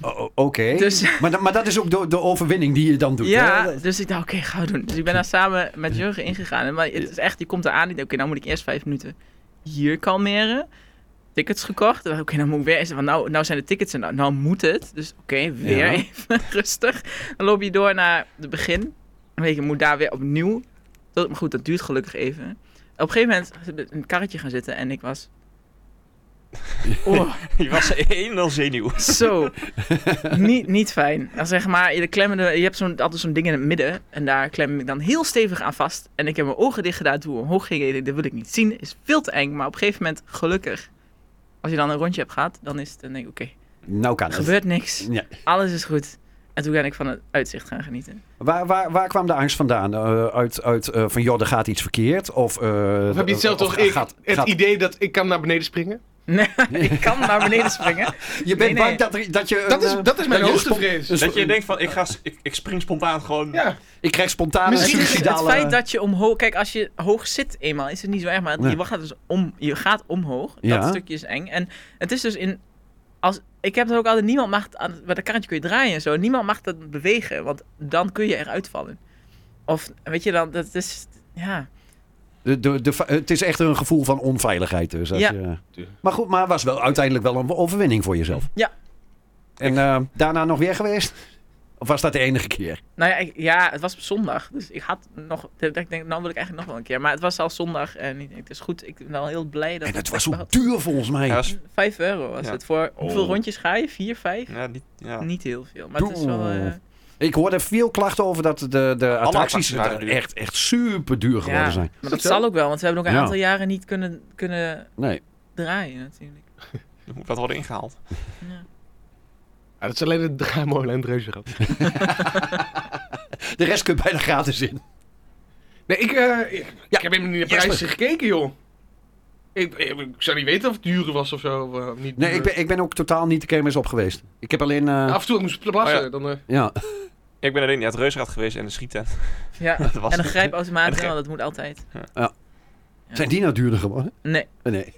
[SPEAKER 5] o- o- oké.
[SPEAKER 6] Dus-
[SPEAKER 5] Maar, da- maar dat is ook de, de overwinning die je dan doet.
[SPEAKER 6] ja,
[SPEAKER 5] hè?
[SPEAKER 6] dus ik dacht, oké, gaan we doen. Dus ik ben daar samen met Jurgen ingegaan. En Maar het is echt, je komt eraan. Ik dacht, oké, nou moet ik eerst vijf minuten hier kalmeren. Tickets gekocht. En dacht, ik, oké, nou moet ik weer eens. Want nou, nou zijn de tickets en nou, nou moet het. Dus oké, weer
[SPEAKER 5] Ja.
[SPEAKER 6] even rustig. Dan loop je door naar het begin. En weet je, moet daar weer opnieuw. Dat, maar goed, dat duurt gelukkig even. Op een gegeven moment zijn we in een karretje gaan zitten en ik was... Oh,
[SPEAKER 3] Je was één al zenuw.
[SPEAKER 6] zo. niet, niet fijn. Dan zeg maar, je, klemmende, je hebt zo'n, altijd zo'n ding in het midden. En daar klem ik dan heel stevig aan vast. En ik heb mijn ogen dicht gedaan. Toen we omhoog gingen, ik dacht, dat wil ik niet zien. Is veel te eng. Maar op een gegeven moment, gelukkig. Als je dan een rondje hebt gehad, dan is het dan denk ik, oké,
[SPEAKER 5] Nou kan
[SPEAKER 6] er
[SPEAKER 5] het.
[SPEAKER 6] gebeurt niks.
[SPEAKER 5] Ja.
[SPEAKER 6] Alles is goed. En toen ben ik van het uitzicht gaan genieten.
[SPEAKER 5] Waar, waar, waar kwam de angst vandaan? Eh, uit uit eh, van, joh, er gaat iets verkeerd? Of, eh,
[SPEAKER 4] Of heb je het zelf
[SPEAKER 5] of
[SPEAKER 4] toch? Ik,
[SPEAKER 5] gaat-
[SPEAKER 4] het
[SPEAKER 5] gaat-
[SPEAKER 4] idee dat ik kan naar beneden springen?
[SPEAKER 6] Nee, ik kan naar beneden springen.
[SPEAKER 5] Je bent
[SPEAKER 6] Nee,
[SPEAKER 5] bang
[SPEAKER 6] nee.
[SPEAKER 5] dat, er- dat je...
[SPEAKER 4] Dat
[SPEAKER 5] een,
[SPEAKER 4] is,
[SPEAKER 5] eh,
[SPEAKER 4] dat is mijn
[SPEAKER 5] je
[SPEAKER 4] hoogste
[SPEAKER 5] spon-
[SPEAKER 4] vrees.
[SPEAKER 5] een
[SPEAKER 3] Dat je
[SPEAKER 5] sp-
[SPEAKER 3] denkt van, ik, ga, s- ik, ik spring spontaan gewoon.
[SPEAKER 4] Ja,
[SPEAKER 5] Ik krijg spontaan een
[SPEAKER 4] Misschien is het
[SPEAKER 6] Het
[SPEAKER 5] suicidale...
[SPEAKER 6] feit dat je omhoog... Kijk, als je hoog zit eenmaal, is het niet zo erg. Maar
[SPEAKER 5] Ja.
[SPEAKER 6] je, gaat dus om, je gaat omhoog.
[SPEAKER 5] Ja.
[SPEAKER 6] Dat stukje is eng. En het is dus in... Als, ik heb dat ook altijd... Niemand mag... aan- Bij dat karretje kun je draaien en zo. Niemand mag dat bewegen. Want dan kun je eruit vallen. Of, weet je dan... Dat is... Ja.
[SPEAKER 5] de, de, de, fa- het is echt een gevoel van onveiligheid dus. Als
[SPEAKER 6] Ja.
[SPEAKER 5] je-
[SPEAKER 4] Tuurlijk.
[SPEAKER 5] maar goed, maar was wel uiteindelijk wel een overwinning voor jezelf.
[SPEAKER 6] Ja.
[SPEAKER 5] En eh, daarna nog weer geweest? Of was dat de enige keer?
[SPEAKER 6] Nou ja, ik- ja, het was op zondag. Dus ik had nog... dat Ik denk, nou wil ik eigenlijk nog wel een keer. Maar het was al zondag. En ik denk, het is goed. Ik ben wel heel blij dat...
[SPEAKER 5] En het
[SPEAKER 6] ik
[SPEAKER 5] was ook
[SPEAKER 6] überhaupt-
[SPEAKER 5] duur volgens mij.
[SPEAKER 3] Ja, dat is-
[SPEAKER 6] Vijf euro was
[SPEAKER 3] Ja.
[SPEAKER 6] het. Voor hoeveel
[SPEAKER 3] Oh.
[SPEAKER 6] rondjes ga je? Vier, vijf?
[SPEAKER 3] ja, niet, ja.
[SPEAKER 6] Niet heel veel. Maar het is wel...
[SPEAKER 5] Doe.
[SPEAKER 6] eh,
[SPEAKER 5] Ik hoorde veel klachten over dat de, de attracties
[SPEAKER 3] attracties waren duur.
[SPEAKER 5] echt, echt super duur geworden zijn.
[SPEAKER 6] Maar dat zal ook wel, want ze hebben ook een
[SPEAKER 5] Ja.
[SPEAKER 6] aantal jaren niet kunnen, kunnen
[SPEAKER 5] Nee.
[SPEAKER 6] draaien natuurlijk.
[SPEAKER 3] Er moet wat worden ingehaald.
[SPEAKER 4] Ja, dat is alleen het draaimolen en het reuzenrad.
[SPEAKER 5] De rest kun je bijna gratis in.
[SPEAKER 4] Nee, ik, eh, ik,
[SPEAKER 5] Ja,
[SPEAKER 4] ik heb helemaal niet naar
[SPEAKER 5] Jesper.
[SPEAKER 4] prijzen gekeken, joh. Ik, ik, ik zou niet weten of het duur was of zo. Of, eh, niet
[SPEAKER 5] Nee,
[SPEAKER 4] duur.
[SPEAKER 5] ik ben, ik ben ook totaal niet de kermis op geweest. Ik heb alleen... eh,
[SPEAKER 4] Af en toe ik moest plassen.
[SPEAKER 3] Oh ja.
[SPEAKER 4] dan, eh,
[SPEAKER 5] ja.
[SPEAKER 3] Ik ben alleen naar het reusrad geweest en de schieten.
[SPEAKER 6] Ja.
[SPEAKER 3] Dat was
[SPEAKER 6] En een
[SPEAKER 3] het.
[SPEAKER 6] grijpautomaat,
[SPEAKER 3] En een
[SPEAKER 6] want dat moet altijd.
[SPEAKER 5] Zijn die nou duurder geworden?
[SPEAKER 6] Nee.
[SPEAKER 5] Nee.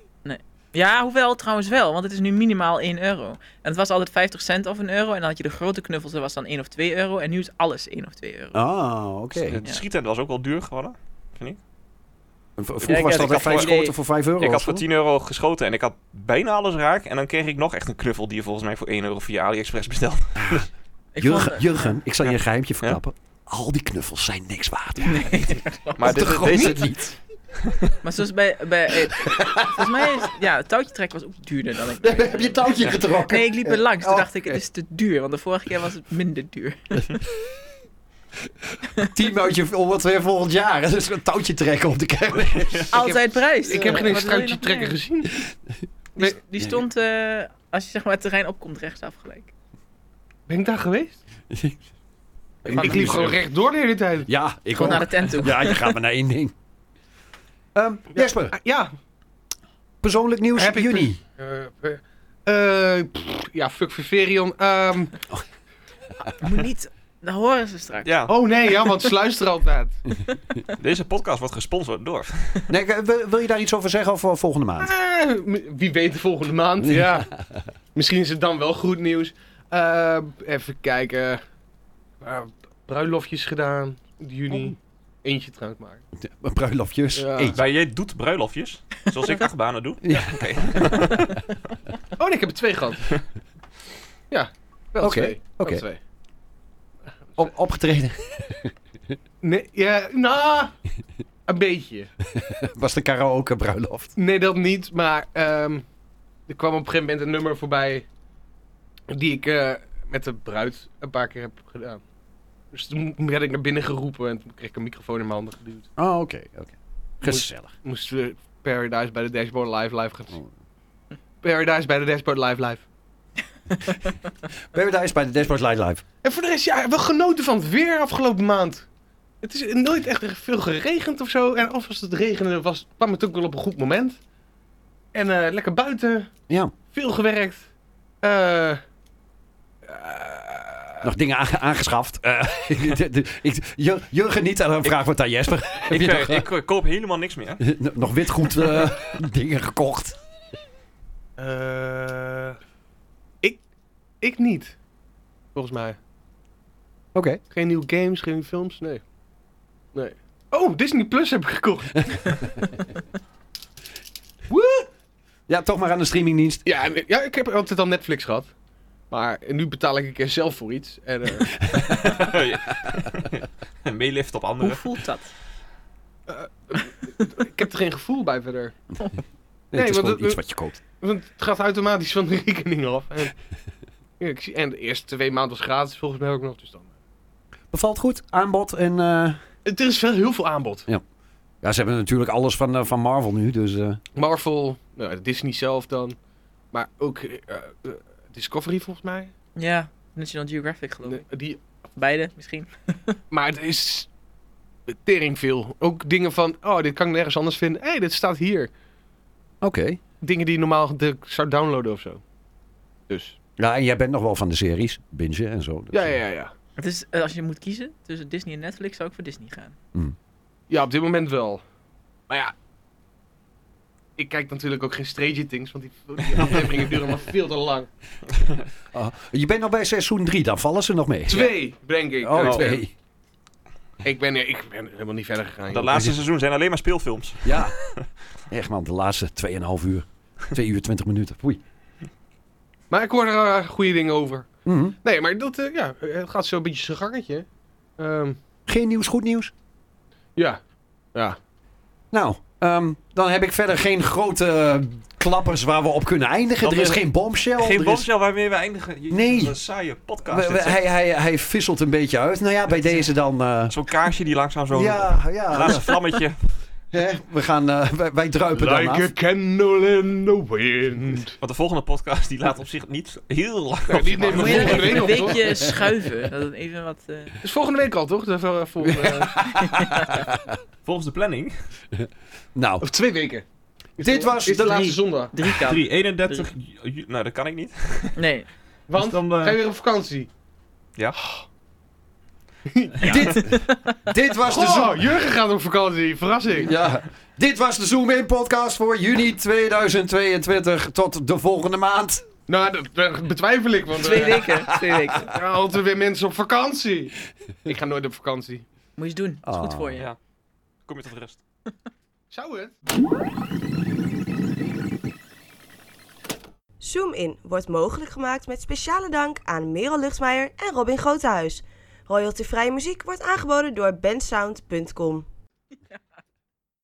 [SPEAKER 6] Ja, hoewel trouwens wel, want het is nu minimaal 1 euro. En het was altijd 50 cent of een euro. En dan had je de grote knuffels, dat was dan 1 of 2 euro. En nu is alles 1 of 2 euro.
[SPEAKER 5] Ah, oké.
[SPEAKER 3] De schieten was ook wel duur geworden.
[SPEAKER 4] Oh,
[SPEAKER 5] V-
[SPEAKER 3] Ja,
[SPEAKER 5] Vroeger
[SPEAKER 3] ik-
[SPEAKER 5] was
[SPEAKER 3] ik
[SPEAKER 5] dat
[SPEAKER 3] had
[SPEAKER 5] wel vijf
[SPEAKER 6] geen idee.
[SPEAKER 5] schoten voor 5 euro.
[SPEAKER 3] ik
[SPEAKER 5] of
[SPEAKER 3] had
[SPEAKER 5] zo.
[SPEAKER 3] voor 10 euro geschoten en ik had bijna alles raak. En dan kreeg ik nog echt een knuffel die je volgens mij voor 1 euro via AliExpress bestelt.
[SPEAKER 6] Ik
[SPEAKER 5] Jurgen,
[SPEAKER 6] vond, eh,
[SPEAKER 5] Jurgen, ik zal je een geheimtje
[SPEAKER 3] Ja.
[SPEAKER 5] verklappen. Al die knuffels zijn niks waard.
[SPEAKER 3] Maar
[SPEAKER 5] Op de
[SPEAKER 3] dit,
[SPEAKER 5] grond
[SPEAKER 3] deze,
[SPEAKER 5] niet.
[SPEAKER 6] Maar zoals bij... bij eh, volgens mij is... Ja, het touwtje trekken was ook duurder dan ik...
[SPEAKER 5] heb je touwtje getrokken.
[SPEAKER 6] Nee, ik liep er langs. Toen
[SPEAKER 5] Oh,
[SPEAKER 6] dacht ik, het is te duur. Want de vorige keer was het minder duur.
[SPEAKER 5] Team uitje om wat weer volgend jaar. Dat is een touwtje trekken op de kermis.
[SPEAKER 6] Altijd prijs.
[SPEAKER 4] ik heb
[SPEAKER 6] Eh,
[SPEAKER 4] geen
[SPEAKER 6] wat
[SPEAKER 4] eens
[SPEAKER 6] wil je
[SPEAKER 4] struitje
[SPEAKER 6] nog
[SPEAKER 4] trekken
[SPEAKER 6] meer?
[SPEAKER 4] gezien.
[SPEAKER 6] Die,
[SPEAKER 4] Nee.
[SPEAKER 6] die stond, eh, als je zeg maar het terrein opkomt, rechtsaf gelijk.
[SPEAKER 4] Ben ik daar geweest?
[SPEAKER 6] Maar
[SPEAKER 4] Ik liep gewoon rechtdoor de hele tijd.
[SPEAKER 5] Ja, ik
[SPEAKER 6] Gewoon
[SPEAKER 5] ook.
[SPEAKER 6] naar de tent toe.
[SPEAKER 5] Ja, je gaat maar naar één ding. Ehm, Jesper,
[SPEAKER 4] Ah, ja,
[SPEAKER 5] persoonlijk nieuws
[SPEAKER 4] Heb ik
[SPEAKER 5] juni.
[SPEAKER 4] Eh, eh, eh, pff, ja, fuck Viverion. Ehm,
[SPEAKER 6] Je moet niet Dat horen ze straks.
[SPEAKER 3] Ja,
[SPEAKER 4] Oh nee, ja, want ze luisteren altijd.
[SPEAKER 3] deze podcast wordt gesponsord door.
[SPEAKER 5] Nee, ik- wil, wil je daar iets over zeggen over volgende maand?
[SPEAKER 4] Eh, m- wie weet de volgende maand. Ja. Misschien is het dan wel goed nieuws. Eh, even kijken. Eh, bruiloftjes gedaan. Juni.
[SPEAKER 5] Oh.
[SPEAKER 4] Eentje trouwens maken.
[SPEAKER 5] Bruiloftjes.
[SPEAKER 4] Ja.
[SPEAKER 5] Eet.
[SPEAKER 3] Bij jij doet bruiloftjes, zoals ik achtbanen doe.
[SPEAKER 5] Ja.
[SPEAKER 3] Oké.
[SPEAKER 4] Oh, nee, ik heb er twee gehad. ja, wel
[SPEAKER 5] Oké,
[SPEAKER 4] twee. Wel
[SPEAKER 5] oké.
[SPEAKER 4] twee.
[SPEAKER 5] Op, opgetreden.
[SPEAKER 4] Nee, ja, nou, een beetje.
[SPEAKER 5] Was de karaoke bruiloft.
[SPEAKER 4] Nee, dat niet, maar ehm, er kwam op een gegeven moment een nummer voorbij die ik eh, met de bruid een paar keer heb gedaan. Dus toen werd ik naar binnen geroepen en toen kreeg ik een microfoon in mijn handen geduwd.
[SPEAKER 5] Oh, oké. oké. Gezellig.
[SPEAKER 4] Moesten we Paradise bij de Dashboard Live live gaan zien. Paradise bij de Dashboard Live live.
[SPEAKER 5] Paradise bij de Dashboard Light Live.
[SPEAKER 4] En voor de rest, ja, wel genoten van het weer afgelopen maand. Het is nooit echt veel geregend of zo. En als het regende, was, kwam het ook wel op een goed moment. En eh, lekker buiten.
[SPEAKER 5] Ja.
[SPEAKER 4] Veel gewerkt. Eh
[SPEAKER 5] Nog dingen aange- aangeschaft. Eh, de- de- ik- Jur- Jurgen niet aan een vraag van aan Jesper.
[SPEAKER 3] Ik,
[SPEAKER 5] je
[SPEAKER 3] eh,
[SPEAKER 5] nog-
[SPEAKER 3] ik, eh, koop helemaal niks meer.
[SPEAKER 5] Nog witgoed eh dingen gekocht.
[SPEAKER 4] eh, ik, ik niet. Volgens mij.
[SPEAKER 5] Oké.
[SPEAKER 4] Geen nieuwe games, geen nieuwe films. Nee. Nee. Oh, Disney Plus heb ik gekocht. Woe!
[SPEAKER 5] Ja, toch maar aan de streamingdienst.
[SPEAKER 4] Ja, en- ja, ik heb altijd al Netflix gehad. Maar nu betaal ik een keer zelf voor iets. En, eh,
[SPEAKER 3] En meelift op
[SPEAKER 6] Hoe
[SPEAKER 3] anderen.
[SPEAKER 6] voelt dat?
[SPEAKER 4] Ik heb er geen gevoel bij verder.
[SPEAKER 5] Nee, het is
[SPEAKER 4] want
[SPEAKER 5] gewoon
[SPEAKER 4] het-
[SPEAKER 5] iets wat je koopt.
[SPEAKER 4] Want het gaat automatisch van de rekening af. En, ja, ik zie, en de eerste twee maanden was gratis volgens mij ook nog. Dus dan.
[SPEAKER 5] Bevalt goed. Aanbod en... eh,
[SPEAKER 4] Er is wel heel veel aanbod.
[SPEAKER 5] Ja, ze hebben natuurlijk alles van, eh, van Marvel nu, dus... eh,
[SPEAKER 4] Marvel, nou, Disney zelf dan. Maar ook eh, eh, Discovery volgens mij.
[SPEAKER 6] Ja, National Geographic geloof ik.
[SPEAKER 4] Die,
[SPEAKER 6] Beide misschien.
[SPEAKER 4] maar het is tering veel. Ook dingen van, oh dit kan ik nergens anders vinden. Hé, hey, dit staat hier.
[SPEAKER 5] Oké.
[SPEAKER 4] Dingen die je normaal de- zou downloaden of zo. Dus.
[SPEAKER 5] Ja, en jij bent nog wel van de series. Bingen en zo. dus,
[SPEAKER 4] Ja,
[SPEAKER 5] eh,
[SPEAKER 4] ja, ja, ja.
[SPEAKER 6] Het is, eh, als je moet kiezen tussen Disney en Netflix, zou ik voor Disney gaan.
[SPEAKER 4] Ja, op dit moment wel. Maar ja, ik kijk natuurlijk ook geen Stranger Things, want die, die afleveringen duren maar veel te lang.
[SPEAKER 5] Ah, je bent nog bij seizoen 3, dan vallen ze nog mee.
[SPEAKER 4] Twee, denk ik.
[SPEAKER 5] Oh,
[SPEAKER 4] Eh,
[SPEAKER 5] twee.
[SPEAKER 4] Ik ben, ik ben helemaal niet verder gegaan.
[SPEAKER 3] Dat
[SPEAKER 4] joh.
[SPEAKER 3] laatste seizoen zijn alleen maar speelfilms.
[SPEAKER 5] Ja. Echt man, de laatste 2,5 uur. 2 uur 20 minuten. Oei.
[SPEAKER 4] Maar ik hoor er eh, goede dingen over.
[SPEAKER 5] Mhm.
[SPEAKER 4] Nee, maar dat, eh, ja, het gaat zo een beetje zijn gangetje. Ehm,
[SPEAKER 5] Geen nieuws, goed nieuws?
[SPEAKER 4] ja. Ja.
[SPEAKER 5] Nou, ehm, dan heb ik verder geen grote eh, klappers waar we op kunnen eindigen.
[SPEAKER 3] Dan
[SPEAKER 5] er is
[SPEAKER 3] is-
[SPEAKER 5] geen bombshell. er
[SPEAKER 3] Geen
[SPEAKER 5] is-
[SPEAKER 3] bombshell waarmee we eindigen. Jezus,
[SPEAKER 5] Nee.
[SPEAKER 3] wat Een saaie podcast.
[SPEAKER 5] We-
[SPEAKER 3] dit,
[SPEAKER 5] we-
[SPEAKER 3] zeg.
[SPEAKER 5] hij, hij, hij visselt een beetje uit. Nou ja, bij deze dan... eh,
[SPEAKER 3] Zo'n kaarsje die langzaam zo...
[SPEAKER 5] ja, ja.
[SPEAKER 3] Laatste vlammetje.
[SPEAKER 5] Hè, we gaan, eh, wij, wij druipen dan af.
[SPEAKER 4] Like a candle in the wind.
[SPEAKER 3] Want de volgende podcast die laat op zich niet heel lang op
[SPEAKER 4] die
[SPEAKER 3] zich
[SPEAKER 4] nemen
[SPEAKER 6] Moet
[SPEAKER 4] we
[SPEAKER 6] je
[SPEAKER 3] wachten.
[SPEAKER 6] dan
[SPEAKER 4] volgende
[SPEAKER 6] even
[SPEAKER 4] week
[SPEAKER 6] een
[SPEAKER 4] op, toch?
[SPEAKER 6] weekje schuiven? Dat het even wat... eh,
[SPEAKER 4] Dat is volgende week al, toch? Dat is, eh, volgende, eh,
[SPEAKER 3] Volgens de planning.
[SPEAKER 5] Nou,
[SPEAKER 4] of twee weken. Is
[SPEAKER 5] Dit
[SPEAKER 4] de-
[SPEAKER 5] was
[SPEAKER 4] is de
[SPEAKER 5] de
[SPEAKER 4] laatste
[SPEAKER 5] drie.
[SPEAKER 4] zondag.
[SPEAKER 6] drie kan.
[SPEAKER 3] 3, 31... ju- ju- Nou, dat kan ik niet.
[SPEAKER 6] Nee.
[SPEAKER 4] Want
[SPEAKER 3] dan, eh,
[SPEAKER 4] ga je weer op vakantie?
[SPEAKER 3] Ja.
[SPEAKER 5] dit, dit was de zoom.
[SPEAKER 4] Goh, Jurgen gaat op vakantie. Verrassing.
[SPEAKER 5] Ja. Dit was de Zoom In podcast voor juni 2022. Tot de volgende maand.
[SPEAKER 4] Nou, dat eh, betwijfel ik, want
[SPEAKER 6] Twee
[SPEAKER 4] eh,
[SPEAKER 6] weken. Twee weken.
[SPEAKER 4] er gaan altijd weer mensen op vakantie. Ik ga nooit op vakantie.
[SPEAKER 6] Moet je eens doen. Dat is goed voor je.
[SPEAKER 3] Ja. Kom je tot rust.
[SPEAKER 4] Zou het?
[SPEAKER 2] Zoom In wordt mogelijk gemaakt met speciale dank aan Merel Luchtmeijer en Robin Grotehuis. Royaltyvrije muziek wordt aangeboden door bensound.com.